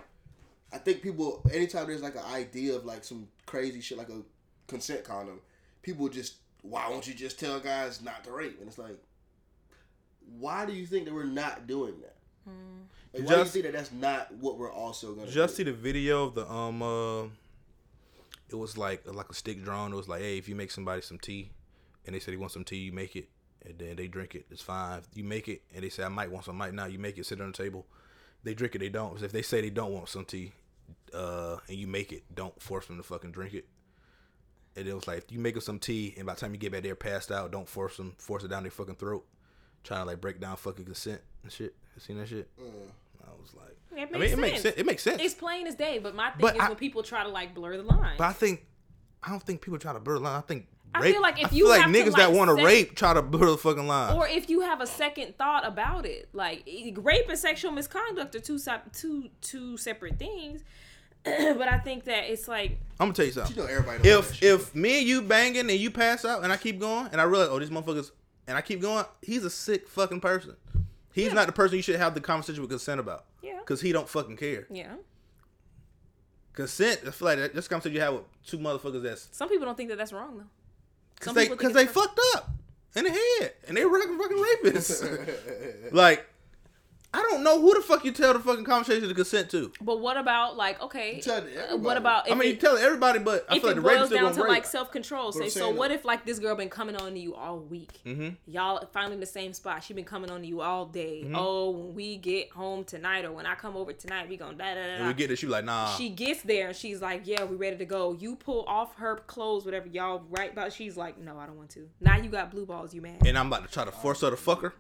Speaker 2: I think people anytime there's like an idea of like some crazy shit like a consent condom, people just why won't you just tell guys not to rape? And it's like, why do you think that we're not doing that?
Speaker 3: Hmm.
Speaker 2: Like, why do you
Speaker 1: Just-
Speaker 2: think that that's not what we're also gonna
Speaker 1: just
Speaker 2: do?
Speaker 1: see the video of the um uh it was like like a stick drawn it was like hey if you make somebody some tea and they said he wants some tea you make it and then they drink it it's fine If you make it and they say i might want some I might not you make it sit on the table they drink it they don't So if they say they don't want some tea uh and you make it don't force them to fucking drink it and it was like if you make them some tea and by the time you get back there passed out don't force them force it down their fucking throat trying to like break down fucking consent and shit you seen that shit i was like
Speaker 3: It
Speaker 1: I mean,
Speaker 3: makes
Speaker 1: it makes
Speaker 3: sense.
Speaker 1: sense. It makes sense.
Speaker 3: It's plain as day, but my thing
Speaker 1: But
Speaker 3: is
Speaker 1: I-
Speaker 3: when people try to like blur the line.
Speaker 1: But I think I don't think people try to blur the line. I think
Speaker 3: I
Speaker 1: rape,
Speaker 3: feel like if
Speaker 1: I feel
Speaker 3: you
Speaker 1: like
Speaker 3: have to,
Speaker 1: niggas that
Speaker 3: like,
Speaker 1: want to
Speaker 3: set-
Speaker 1: rape try to blur the fucking line.
Speaker 3: or if you have a second thought about it, like e- rape and sexual misconduct are two se- two two separate things. but I think that it's like
Speaker 1: I'm gonna tell you something.
Speaker 2: You know everybody don't like that
Speaker 1: if
Speaker 2: shit.
Speaker 1: if me and you banging and you pass out and I keep going and I realize oh these motherfuckers and I keep going, he's a sick fucking person. He's not the person you should have the conversation with consent about.
Speaker 3: Yeah.
Speaker 1: Cause he don't fucking care.
Speaker 3: yeah.
Speaker 1: Consent. I feel like that, that's conversation you have with two motherfuckers that's
Speaker 3: Some people don't think that that's wrong though.
Speaker 1: Cause
Speaker 3: Some
Speaker 1: they,
Speaker 3: people
Speaker 1: cause
Speaker 3: think
Speaker 1: they
Speaker 3: it's wrong.
Speaker 1: fucked up in the head, and they fucking fucking rapists. like, I don't know who the fuck you tell the fucking conversation to consent to.
Speaker 3: But what about like okay?
Speaker 2: tell
Speaker 3: uh, What
Speaker 2: everybody.
Speaker 3: about if
Speaker 1: I mean, you
Speaker 3: it,
Speaker 1: tell everybody, but I
Speaker 3: if
Speaker 1: feel like
Speaker 3: it
Speaker 1: the
Speaker 3: boils
Speaker 1: rapists still
Speaker 3: down
Speaker 1: gonna
Speaker 3: to
Speaker 1: rape.
Speaker 3: like self control? Say
Speaker 2: I'm
Speaker 3: so.
Speaker 2: saying,
Speaker 3: What
Speaker 2: though-
Speaker 3: if like this girl been coming on to you all week?
Speaker 1: Mm-hmm.
Speaker 3: Y'all finally the same spot. She been coming on to you all day.
Speaker 1: Mm-hmm.
Speaker 3: Oh, when we get home tonight, or when I come over tonight, we gonna da da da.
Speaker 1: and we get this, you like, nah.
Speaker 3: she gets there and she's like, "Yeah, we ready to go." You pull off her clothes, whatever y'all right about. She's like, "No, I don't want to." Now you got blue balls. You mad?
Speaker 1: and I'm about to try to force her to fuck her.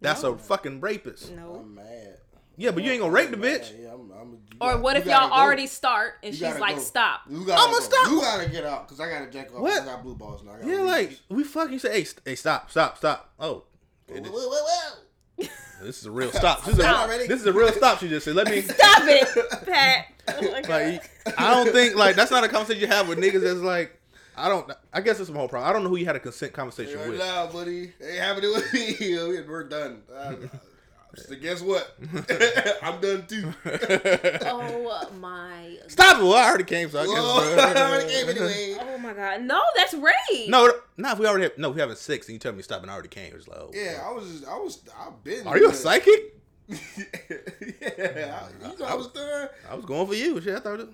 Speaker 1: That's a fucking rapist.
Speaker 3: No.
Speaker 2: I'm mad.
Speaker 1: Yeah, but you ain't gonna rape the
Speaker 2: I'm
Speaker 1: bitch.
Speaker 2: mad. Yeah, I'm, I'm, you
Speaker 3: Or
Speaker 2: gotta-
Speaker 3: what
Speaker 2: you
Speaker 3: if y'all
Speaker 2: gotta go.
Speaker 3: already start and
Speaker 2: You
Speaker 3: she's
Speaker 2: gotta
Speaker 3: like,
Speaker 2: go.
Speaker 3: "Stop."
Speaker 2: You gotta
Speaker 1: I'ma
Speaker 2: go.
Speaker 1: stop.
Speaker 2: You gotta get out because I gotta jack off.
Speaker 1: What?
Speaker 2: I got blue balls now. I gotta
Speaker 1: Yeah,
Speaker 2: leave.
Speaker 1: like we fucking say, hey, st- hey, stop, stop, stop. Oh,
Speaker 2: Whoa, whoa, whoa, whoa.
Speaker 1: this is a real stop. This is a,
Speaker 2: Stop.
Speaker 1: this is a real stop. She just said, let me.
Speaker 3: Stop it, Pat. Oh my God.
Speaker 1: Like, I don't think like that's not a conversation you have with niggas. That's like, I don't. I guess that's my whole problem. I don't know who you had a consent conversation
Speaker 2: Right
Speaker 1: with.
Speaker 2: now, buddy. Ain't happening with me. We're done. Uh, So guess what? I'm done too.
Speaker 3: Oh my.
Speaker 1: Stop it! Well, I already came, so I guess.
Speaker 2: Whoa, I already came anyway.
Speaker 3: Oh my God. No, that's rape.
Speaker 1: No, no, if we already have, no, if we have a six, and you tell me to stop, and I already came. It's like, oh,
Speaker 2: Yeah, I was, just, I was, I've been.
Speaker 1: Are you a psychic?
Speaker 2: yeah, I, you know, I was done.
Speaker 1: I was going for you. Shit, I thought. It,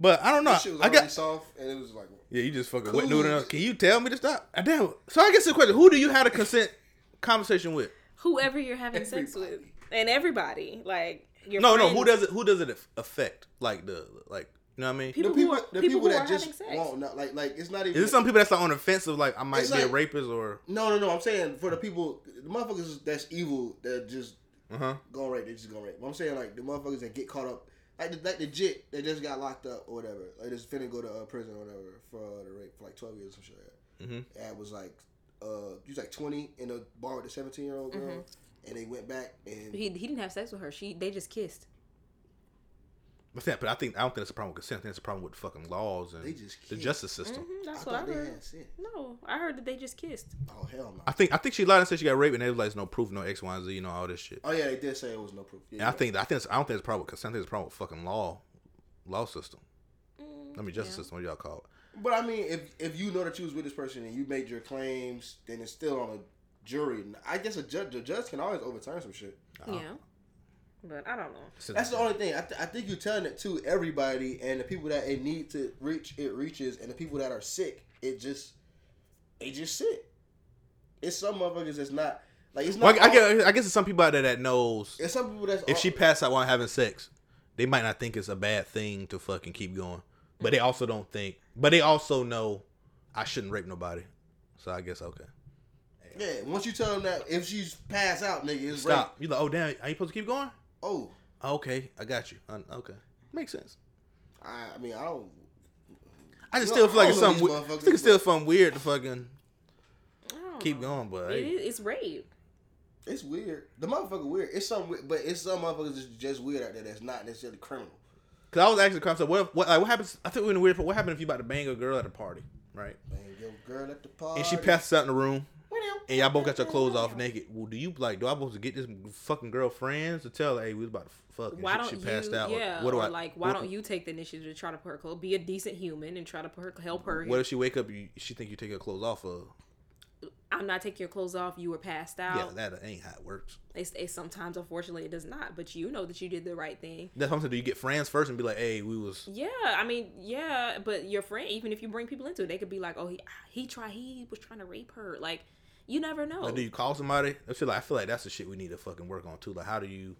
Speaker 1: but I don't know.
Speaker 2: That shit was
Speaker 1: I
Speaker 2: already
Speaker 1: got.
Speaker 2: soft, and it was like,
Speaker 1: Yeah, you just fucking wet noodle.
Speaker 2: Clues.
Speaker 1: Can you tell me to stop? I damn. So I guess the question: Who do you have a consent conversation with?
Speaker 3: Whoever you're having sex with, and everybody, like your
Speaker 1: No, no.
Speaker 3: friends,
Speaker 1: Who does it? Who does it aff- affect? Like the like. You know what I mean?
Speaker 3: People
Speaker 2: the
Speaker 3: who
Speaker 2: people,
Speaker 3: are-
Speaker 2: the
Speaker 3: people
Speaker 2: people,
Speaker 3: who
Speaker 2: that
Speaker 3: are
Speaker 2: just
Speaker 3: having sex.
Speaker 2: won't, not, like, like it's not even.
Speaker 1: Is there some people that's like on the fence of like I might
Speaker 2: It's
Speaker 1: be a
Speaker 2: like-
Speaker 1: rapist or?
Speaker 2: No, no, no. I'm saying for the people, the motherfuckers that's evil that just
Speaker 1: Uh huh.
Speaker 2: go rape, they just go rape. But I'm saying like the motherfuckers that get caught up, like the, like the jit that just got locked up or whatever, like just finna go to uh, prison or whatever for uh, the rape for like 12 years or some shit. Like
Speaker 1: Mhm.
Speaker 2: that. That was like, uh, he was like 20 in a bar with a 17 year old girl, and they went back and
Speaker 3: Mm-hmm. He, he didn't have sex with her. She they just kissed.
Speaker 1: But, that, but I think I don't think it's a problem with consent. I think it's a problem with fucking laws and
Speaker 2: They just
Speaker 1: the
Speaker 2: can't. Mm-hmm.
Speaker 1: justice system.
Speaker 3: hmm
Speaker 2: I
Speaker 3: that's what I
Speaker 2: thought they
Speaker 3: heard.
Speaker 2: had sex.
Speaker 3: No, I heard that they just kissed.
Speaker 2: Oh hell
Speaker 1: I
Speaker 2: no.
Speaker 1: think I think she lied and said she got raped, and there was like no proof, no X, Y, and Z, you know all this shit.
Speaker 2: Oh yeah, they did say it was no proof. Yeah,
Speaker 1: And I think I think it's, I don't think it's a problem with consent. I think it's a problem with fucking law, law system.
Speaker 2: Mm.
Speaker 1: I mean justice system. What y'all call it?
Speaker 2: But I mean, if if you know that you was with this person and you made your claims, then it's still on a jury. I guess a judge, the judge can always overturn some shit.
Speaker 3: Yeah,
Speaker 2: Oh.
Speaker 3: but I don't know.
Speaker 1: Since-
Speaker 2: That's the only thing. I, th- I think you're telling it to everybody, and the people that it need to reach, it reaches, and the people that are sick, it just, it just sick. It's some motherfuckers that's not like it's
Speaker 1: Well,
Speaker 2: not.
Speaker 1: I, I guess I guess it's some people out there that knows
Speaker 2: It's some people that's
Speaker 1: if she
Speaker 2: all-
Speaker 1: passed out while having sex, they might not think it's a bad thing to fucking keep going, but they also don't think, but they also know I shouldn't rape nobody. So I guess okay.
Speaker 2: yeah. Once you tell them that if she's passed out, nigga, it's rape.
Speaker 1: Stop. You like oh damn, are you supposed to keep going?
Speaker 2: Oh,
Speaker 1: Okay, I got you. Un- okay, makes sense.
Speaker 2: I, I mean, I don't.
Speaker 1: I just
Speaker 2: No,
Speaker 1: still feel like
Speaker 2: all
Speaker 1: it's
Speaker 2: of
Speaker 1: something.
Speaker 2: these
Speaker 1: We- I
Speaker 2: motherfuckers,
Speaker 1: think it's still something weird to fucking
Speaker 3: I don't
Speaker 1: keep
Speaker 3: know.
Speaker 1: going, but
Speaker 3: Uh-huh. It
Speaker 1: hey,
Speaker 3: is, it's rape.
Speaker 2: It's weird. The motherfucker weird. It's some, we- but it's some motherfuckers that's just weird out there that's not necessarily criminal.
Speaker 1: cause I was asking the concept, what if- what like, what happens? I think we're in a weird. What happened if you about to bang a girl at a party, right?
Speaker 2: Man, yo, girl at the party.
Speaker 1: And she passes out in the room, and y'all both got your clothes off naked. Well, do you like? Do I supposed to get this fucking girl friends to tell? her, Hey, we was about to fuck. And
Speaker 3: Why
Speaker 1: she,
Speaker 3: don't
Speaker 1: she passed
Speaker 3: you?
Speaker 1: out?
Speaker 3: Yeah.
Speaker 1: What do
Speaker 3: or
Speaker 1: I
Speaker 3: like? Why
Speaker 1: what-
Speaker 3: don't you take the initiative to try to put her clothes? Be a decent human and try to put her help her.
Speaker 1: What if she wake up? You, she think you take her clothes off of?
Speaker 3: I'm not taking your clothes off. You were passed
Speaker 1: Yeah,
Speaker 3: out.
Speaker 1: that ain't how it works.
Speaker 3: They say sometimes, unfortunately, it does not. But you know that you did the right thing.
Speaker 1: That's what I'm saying. Do you get friends first and be like, hey, we was?
Speaker 3: Yeah, I mean, yeah, but your friend, even if you bring people into it, they could be like, "Oh, he he try he was trying to rape her." Like, you never know.
Speaker 1: Like, do you call somebody? I feel like I feel like that's the shit we need to fucking work on too. Like, how do you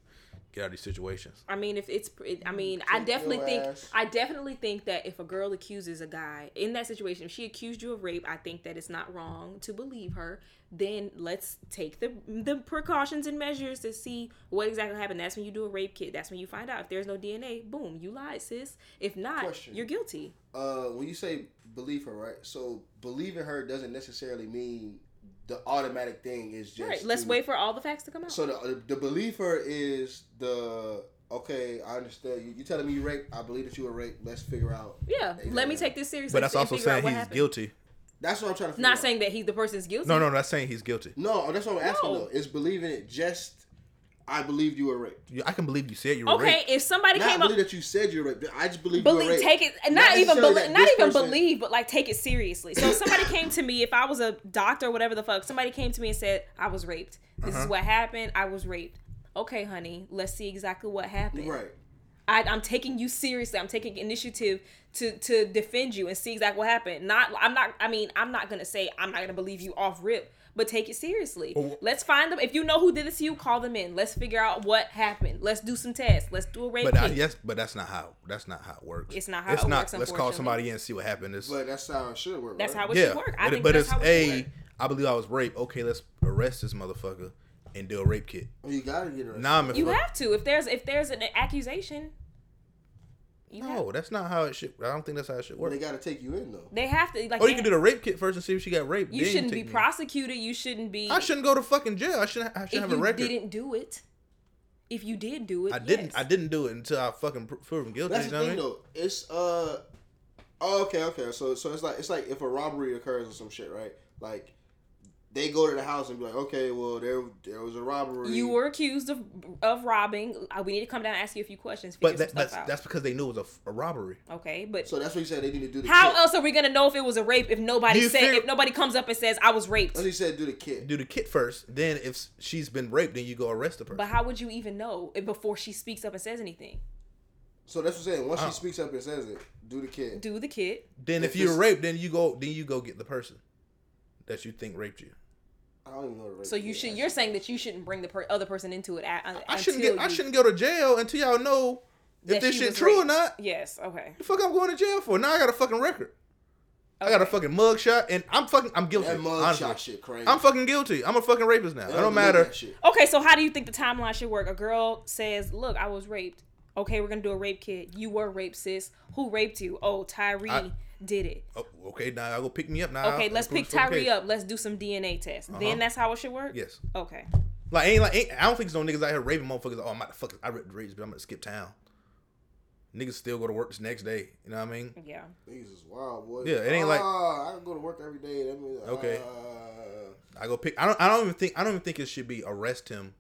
Speaker 1: get out of these situations?
Speaker 3: I mean, if it's, it, I mean, I
Speaker 2: Take
Speaker 3: definitely
Speaker 2: Mm, your
Speaker 3: think,
Speaker 2: ass.
Speaker 3: I definitely think that if a girl accuses a guy in that situation, if she accused you of rape, I think that it's not wrong to believe her. Then let's take the the precautions and measures to see what exactly happened. That's when you do a rape kit. That's when you find out if there's no DNA. Boom, you lied, sis. If not,
Speaker 2: Question.
Speaker 3: you're guilty.
Speaker 2: uh, when you say believe her, right? So believing her doesn't necessarily mean the automatic thing is just.
Speaker 3: right. Let's
Speaker 2: to-
Speaker 3: wait for all the facts to come out.
Speaker 2: So the the believe her is the okay. I understand. You, you telling me you raped? I believe that you were raped. Let's figure out.
Speaker 3: yeah. Let me
Speaker 2: Exactly.
Speaker 3: take this seriously.
Speaker 1: But that's
Speaker 3: and
Speaker 1: also
Speaker 3: figure out
Speaker 1: saying
Speaker 3: what
Speaker 1: he's
Speaker 3: happened.
Speaker 1: guilty.
Speaker 2: That's what I'm trying to. Figure
Speaker 3: Not
Speaker 2: out.
Speaker 3: saying that he the person's guilty.
Speaker 1: No, no, no. That's saying he's guilty.
Speaker 2: no. That's what I'm asking.
Speaker 3: No.
Speaker 2: though. Is believing it just? I believed you were raped.
Speaker 1: You- I can believe you said you were
Speaker 3: Okay,
Speaker 1: raped.
Speaker 3: if somebody
Speaker 2: Not
Speaker 3: came up
Speaker 2: believe that you said you were raped. I just believe. you were
Speaker 3: believe
Speaker 2: raped.
Speaker 3: take it and not,
Speaker 2: Not
Speaker 3: even
Speaker 2: necessarily
Speaker 3: believe
Speaker 2: that
Speaker 3: not
Speaker 2: this
Speaker 3: even
Speaker 2: person-
Speaker 3: believe but like take it seriously so if somebody came to me if i was a doctor or whatever the fuck somebody came to me and said i was raped this
Speaker 1: Uh-huh.
Speaker 3: is what happened i was raped okay honey let's see exactly what happened
Speaker 2: Right.
Speaker 3: I, i'm taking you seriously i'm taking initiative to to defend you and see exactly what happened not i'm not i mean i'm not gonna say i'm not gonna believe you off rip but take it seriously. Let's find them. If you know who did this to you, call them in. Let's figure out what happened. Let's do some tests. Let's do a rape
Speaker 1: But uh, I,
Speaker 3: kit.
Speaker 1: yes, but that's not how that's not how it works.
Speaker 3: It's not how
Speaker 1: it's
Speaker 3: it
Speaker 1: not.
Speaker 3: works,
Speaker 1: let's call
Speaker 3: unfortunately.
Speaker 1: somebody in and see what happened. It's,
Speaker 2: But that's how it should work.
Speaker 3: That's
Speaker 2: right?
Speaker 3: how it
Speaker 1: yeah,
Speaker 3: should work. I
Speaker 1: but,
Speaker 3: think
Speaker 1: but
Speaker 3: that's
Speaker 1: it's
Speaker 3: how it should
Speaker 1: a.
Speaker 3: work.
Speaker 1: I believe I was raped. Okay, let's arrest this motherfucker and do a rape kit.
Speaker 2: you gotta get it.
Speaker 1: Now I'm in
Speaker 3: You
Speaker 1: fuck-
Speaker 3: have to. If there's if there's an accusation, you have,
Speaker 1: No, that's not how it should. I don't think that's how it should
Speaker 2: They
Speaker 1: work.
Speaker 2: gotta take you in though.
Speaker 3: they have to. Like
Speaker 1: Or Oh,
Speaker 3: they-
Speaker 1: you can do the rape kit first and see if she got raped.
Speaker 3: you
Speaker 1: then
Speaker 3: shouldn't be
Speaker 1: take me.
Speaker 3: prosecuted. You shouldn't be.
Speaker 1: I shouldn't go to fucking jail. I shouldn't. I should
Speaker 3: If
Speaker 1: have a
Speaker 3: you
Speaker 1: record.
Speaker 3: didn't do it, if you did do it,
Speaker 1: I didn't.
Speaker 3: yes.
Speaker 1: I didn't do it until I fucking pro- proven guilty.
Speaker 2: That's
Speaker 1: you
Speaker 2: the
Speaker 1: know what I
Speaker 2: thing
Speaker 1: mean?
Speaker 2: though. It's uh oh, okay, okay. So so it's like it's like if a robbery occurs or some shit, right? Like they go to the house and be like, okay, well there there was a robbery.
Speaker 3: You were accused of of robbing. Uh, We need to come down and ask you a few questions. Figure
Speaker 1: But
Speaker 3: some
Speaker 1: that,
Speaker 3: stuff
Speaker 1: that's,
Speaker 3: out.
Speaker 1: that's because they knew it was a, a robbery.
Speaker 3: okay, but
Speaker 2: So that's what he said. They need to do the
Speaker 3: how
Speaker 2: kit.
Speaker 3: else are we gonna know if it was a rape if nobody
Speaker 1: You
Speaker 3: said
Speaker 1: figure-
Speaker 3: if nobody comes up and says I was raped?
Speaker 2: That's what he said. Do the kid.
Speaker 1: Do the kid first, then if s- she's been raped, then you go arrest the person.
Speaker 3: But how would you even know if- before she speaks up and says anything?
Speaker 2: So that's what I'm saying. Once
Speaker 1: Oh.
Speaker 2: she speaks up and says it, do the kid.
Speaker 3: Do the kid?
Speaker 1: then if,
Speaker 2: if
Speaker 1: you're
Speaker 2: it's-
Speaker 1: raped, then you go then you go get the person that you think raped you.
Speaker 2: I don't even know the rape.
Speaker 3: So you
Speaker 2: kid,
Speaker 3: should.
Speaker 2: actually.
Speaker 3: You're saying that you shouldn't bring the per- other person into it. At,
Speaker 1: I shouldn't get I shouldn't go to jail until y'all know if
Speaker 3: That
Speaker 1: this
Speaker 3: she
Speaker 1: shit
Speaker 3: was
Speaker 1: true or
Speaker 3: raped.
Speaker 1: not.
Speaker 3: Yes. Okay.
Speaker 1: The fuck I'm going to jail for? Now I got a fucking record. I got a fucking mugshot, and I'm fucking I'm guilty.
Speaker 2: that
Speaker 1: honestly.
Speaker 2: mugshot shit crazy.
Speaker 1: I'm fucking guilty. I'm a fucking rapist now.
Speaker 2: I
Speaker 1: It
Speaker 2: don't
Speaker 1: don't
Speaker 2: believe
Speaker 1: matter.
Speaker 2: that shit.
Speaker 3: Okay. So how do you think the timeline should work? A girl says, "Look, I was raped." Okay, we're gonna do a rape kit. You were raped, sis. Who raped you? Oh, Tyree
Speaker 1: I-
Speaker 3: did it.
Speaker 1: Oh, okay, now I go pick me up now.
Speaker 3: Okay,
Speaker 1: I'll
Speaker 3: let's
Speaker 1: prove
Speaker 3: pick
Speaker 1: it's okay.
Speaker 3: Tyree up. Let's do some DNA tests. Then that's how it should work.
Speaker 1: Uh-huh. Yes.
Speaker 3: Okay.
Speaker 1: Like ain't like ain't, I don't think there's no niggas out here raping motherfuckers. Oh, I'm about to fucking I ripped the rapes, but I'm gonna skip town. Niggas still go to work this next day. You know what I mean?
Speaker 3: Yeah.
Speaker 2: Niggas is wild, boy.
Speaker 1: Yeah, it ain't like-
Speaker 2: Ah, I can go to work every day. That means,
Speaker 1: Okay.
Speaker 2: Uh,
Speaker 1: I go pick. I don't. I don't even think. I don't even think it should be arrest him.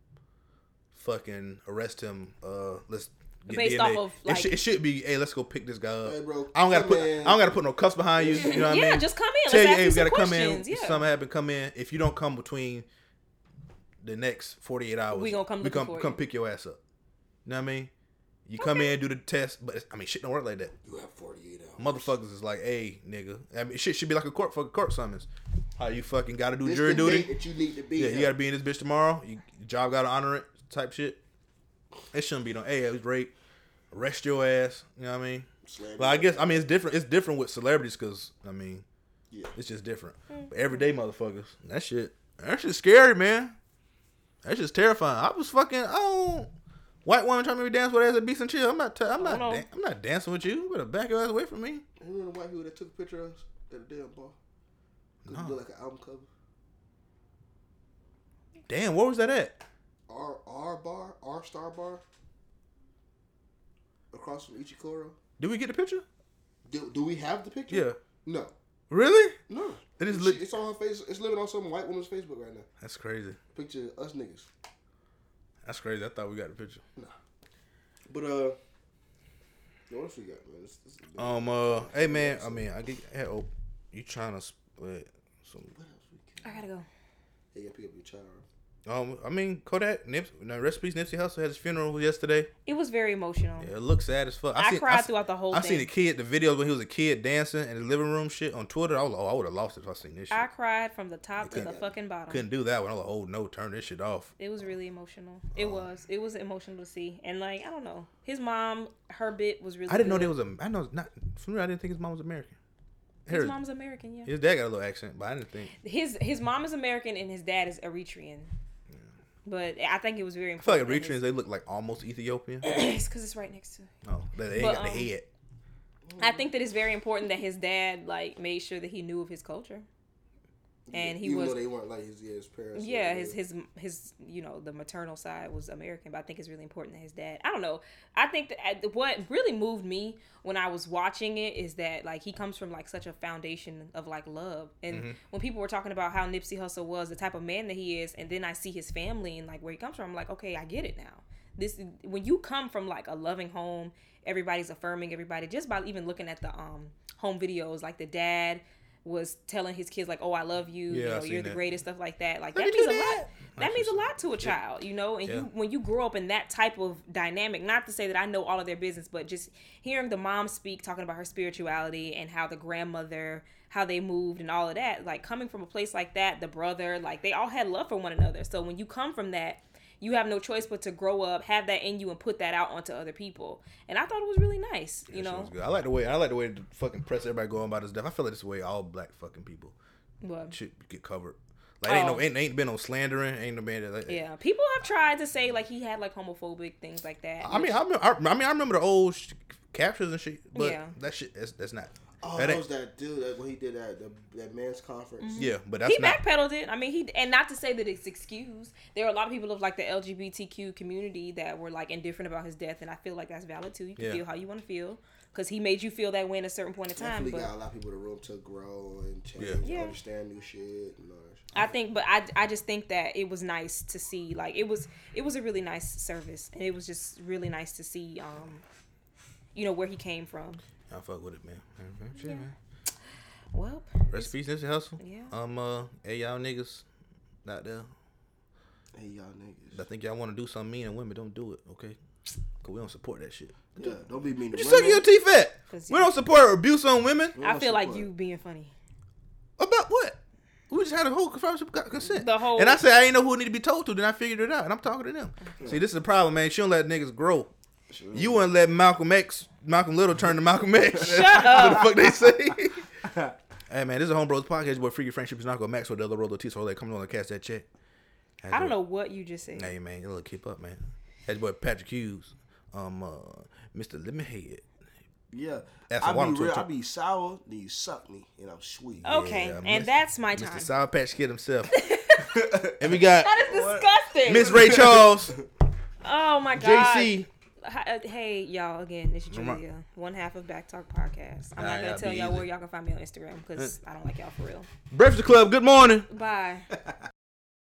Speaker 1: Fucking arrest him. Uh, let's. Get
Speaker 3: Based
Speaker 1: DNA.
Speaker 3: off of,
Speaker 1: it,
Speaker 3: like-
Speaker 1: should, it should be. Hey, let's go pick this guy up.
Speaker 2: Hey, bro,
Speaker 1: I don't gotta
Speaker 2: come
Speaker 1: put.
Speaker 2: in.
Speaker 1: I don't gotta put no cuffs behind you. You know what I mean?
Speaker 3: yeah. Just come in.
Speaker 1: tell you,
Speaker 3: Let's ask
Speaker 1: hey,
Speaker 3: you
Speaker 1: we
Speaker 3: some
Speaker 1: gotta come in.
Speaker 3: questions.
Speaker 1: If
Speaker 3: Yeah.
Speaker 1: Something happened. Come in. If you don't come between the next forty eight hours,
Speaker 3: We gonna come
Speaker 1: We
Speaker 3: looking
Speaker 1: come
Speaker 3: for
Speaker 1: come
Speaker 3: you.
Speaker 1: pick your ass up. You know what I mean? You come in, do the test, but it's- I mean, shit don't work like that.
Speaker 2: you have 48 hours.
Speaker 1: Motherfuckers is like, hey, nigga. I mean, shit should be like a court fucking court summons. How you fucking gotta do
Speaker 2: This
Speaker 1: jury
Speaker 2: the
Speaker 1: duty?
Speaker 2: date that you need to be.
Speaker 1: Yeah,
Speaker 2: at.
Speaker 1: you gotta be in this bitch tomorrow. You, your job gotta honor it, type shit. It shouldn't be no. Hey, it was rape. Arrest your ass. You know what I mean?
Speaker 2: Slam
Speaker 1: Well, I
Speaker 2: it.
Speaker 1: guess I mean it's different. It's different with celebrities because I mean,
Speaker 2: Yeah.
Speaker 1: it's just different. But everyday motherfuckers, that shit, that shit's scary, man. That shit's terrifying. I was fucking. I don't. White woman trying to make me dance with her ass at Beast and Chill. I'm not. T- I'm not.
Speaker 3: Hold on.
Speaker 1: Dan- I'm not dancing with you. You better back your ass away from me.
Speaker 2: Remember the white people that took a picture of us at the damn bar? Cause
Speaker 1: No.
Speaker 2: we look like an album cover.
Speaker 1: Damn, where was that at?
Speaker 2: R R bar, R star bar. Across from Ichikoro.
Speaker 1: Did we get the picture?
Speaker 2: Do, do we have the picture?
Speaker 1: Yeah.
Speaker 2: No.
Speaker 1: Really?
Speaker 2: No.
Speaker 1: It is
Speaker 2: She-
Speaker 1: lit-
Speaker 2: it's on her face. It's living on some white woman's Facebook right now.
Speaker 1: That's crazy.
Speaker 2: Picture of us niggas.
Speaker 1: That's crazy. I thought we got the picture.
Speaker 2: Nah. But uh, what else we got, man? This, this,
Speaker 1: Um. Uh. Hey, man. I mean, I get. Hey, oh, you trying to split some?
Speaker 2: what else we got?
Speaker 3: I gotta go.
Speaker 2: Hey, you gotta pick up your child.
Speaker 1: Um. I mean, Kodak Nips. No, recipes. Nipsey Hussle had his funeral yesterday.
Speaker 3: It was very emotional.
Speaker 1: Yeah, it looks sad as fuck.
Speaker 3: I
Speaker 1: seen-
Speaker 3: cried
Speaker 1: se-
Speaker 3: throughout the whole
Speaker 1: I
Speaker 3: thing.
Speaker 1: seen a kid, the videos when he was a kid dancing in his living room shit on Twitter. I was like, oh, I would have lost it if I seen this shit.
Speaker 3: I cried from the top to the
Speaker 1: couldn't-
Speaker 3: fucking bottom.
Speaker 1: Couldn't do that one. I was like, oh no, turn this shit off.
Speaker 3: It was really emotional. It
Speaker 1: Uh-huh.
Speaker 3: was. It was emotional to see. And like, I don't know. His mom, her bit was really
Speaker 1: I didn't know
Speaker 3: good.
Speaker 1: there was a. I know not. For me, I didn't think his mom was American.
Speaker 3: his
Speaker 1: Her-
Speaker 3: mom's American, yeah.
Speaker 1: his dad got a little accent, but I didn't think.
Speaker 3: His his mom is American and his dad is Eritrean. But I think it was very
Speaker 1: I feel
Speaker 3: important.
Speaker 1: like Eritreans they look like almost Ethiopian.
Speaker 3: It's because it's right next to
Speaker 1: No, they ain't
Speaker 3: But,
Speaker 1: got the
Speaker 3: um,
Speaker 1: head.
Speaker 3: I think that it's very important that his dad like made sure that he knew of his culture. And he
Speaker 2: even
Speaker 3: was
Speaker 2: though they weren't like his, yeah, his parents.
Speaker 3: yeah,
Speaker 2: were,
Speaker 3: his his his you know the maternal side was American, but I think it's really important that his dad. I don't know. I think that uh, what really moved me when I was watching it is that like he comes from like such a foundation of like love, and when people were talking about how Nipsey Hussle was the type of man that he is, and then I see his family and like where he comes from, I'm like, okay, I get it now. This when you come from like a loving home, everybody's affirming everybody just by even looking at the um home videos, like the dad was telling his kids like, "Oh, I love you.
Speaker 1: Yeah, I
Speaker 3: you know,
Speaker 1: seen
Speaker 3: you're the
Speaker 1: that.
Speaker 3: greatest." Stuff like that. Like
Speaker 1: Let me
Speaker 3: that
Speaker 1: do
Speaker 3: means a
Speaker 1: that.
Speaker 3: lot. That means a lot to a child, you know. And
Speaker 1: Yeah.
Speaker 3: you, when you grow up in that type of dynamic, not to say that I know all of their business, but just hearing the mom speak, talking about her spirituality and how the grandmother, how they moved, and all of that. Like coming from a place like that, the brother, like they all had love for one another. So when you come from that. You have no choice but to grow up, have that in you, and put that out onto other people. And I thought it was really nice,
Speaker 1: That
Speaker 3: you
Speaker 1: shit
Speaker 3: know.
Speaker 1: was good. I like the way I like the way the fucking press everybody going about this stuff. I feel like this way all black fucking people
Speaker 3: But-
Speaker 1: should get covered. Like ain't
Speaker 3: Oh.
Speaker 1: no ain't, ain't been no slandering, ain't no been like
Speaker 3: Yeah, people have tried to say like he had like homophobic things like that.
Speaker 1: I mean, I, remember, I, I mean, I remember the old sh- captures and shit, but
Speaker 3: Yeah.
Speaker 1: that shit that's, that's not.
Speaker 2: Oh,
Speaker 1: that
Speaker 2: that,
Speaker 1: ain't-
Speaker 2: was that dude that when he did that the, that man's conference.
Speaker 3: Mm-hmm.
Speaker 1: yeah, but that's
Speaker 3: he
Speaker 1: not.
Speaker 3: backpedaled it. I mean, he and not to say that it's excused. There are a lot of people of like the LGBTQ community that were like indifferent about his death, and I feel like that's valid too. You can
Speaker 1: Yeah.
Speaker 3: feel how you want to feel, because he made you feel that way in a certain point of time.
Speaker 2: Definitely
Speaker 3: But
Speaker 2: got a lot of people the room to grow and change,
Speaker 1: Yeah.
Speaker 2: and
Speaker 3: Yeah.
Speaker 2: understand new shit. And all that shit.
Speaker 3: I think, but I, I just think that it was nice to see. Like it was, it was a really nice service, and it was just really nice to see. Um, you know where he came from.
Speaker 1: I fuck with it, man. Shit, man.
Speaker 3: Well,
Speaker 1: Rest in peace, Nipsey Hustle.
Speaker 3: Yeah.
Speaker 1: Um, uh, hey, y'all niggas out there
Speaker 2: Hey, y'all
Speaker 1: that
Speaker 2: niggas.
Speaker 1: think y'all want to do something mean and women, don't do it, okay? Because we don't support that shit.
Speaker 2: Yeah, don't be mean to
Speaker 1: You
Speaker 2: women.
Speaker 1: suck your teeth at.
Speaker 3: 'Cause
Speaker 1: We don't support abuse on women.
Speaker 2: We
Speaker 3: I
Speaker 2: don't
Speaker 3: feel like
Speaker 2: support.
Speaker 3: you being funny.
Speaker 1: About what? We just had a whole conversation about consent.
Speaker 3: The whole-
Speaker 1: And I said I ain't know who it need to be told to. Then I figured it out, and I'm talking to them. See, this is the problem, man. She don't let niggas grow.
Speaker 2: Sure.
Speaker 1: You wouldn't let Malcolm X, Malcolm Little turn to Malcolm X.
Speaker 3: Shut
Speaker 1: What the fuck they say? hey man, this is a Homebros podcast where freaky friendship is not going max or the other roll the T. So they come on and cash that check.
Speaker 3: I don't know what you just said.
Speaker 1: Hey man, you look keep up, man. That's boy Patrick Hughes, um, uh, Mr. Lemonhead.
Speaker 2: Yeah.
Speaker 1: That's
Speaker 2: I
Speaker 1: what I'm
Speaker 2: be real.
Speaker 1: talking
Speaker 2: I be sour, then you suck me, and I'm sweet.
Speaker 3: Okay,
Speaker 1: Yeah,
Speaker 3: and
Speaker 1: Mr.
Speaker 3: that's my time.
Speaker 1: Mr. Sour Patch Kid himself. and we got
Speaker 3: That is disgusting.
Speaker 1: Miss Ray Charles,
Speaker 3: oh my god.
Speaker 1: JC.
Speaker 3: Hi- uh, Hey y'all again, it's
Speaker 1: Remember-
Speaker 3: Julia, one half of Back Talk Podcast. I'm
Speaker 1: Nah,
Speaker 3: not
Speaker 1: y'all
Speaker 3: gonna tell
Speaker 1: be
Speaker 3: y'all
Speaker 1: easy.
Speaker 3: where y'all can find me on Instagram because I don't like y'all for real.
Speaker 1: Breakfast Club, good morning.
Speaker 3: Bye.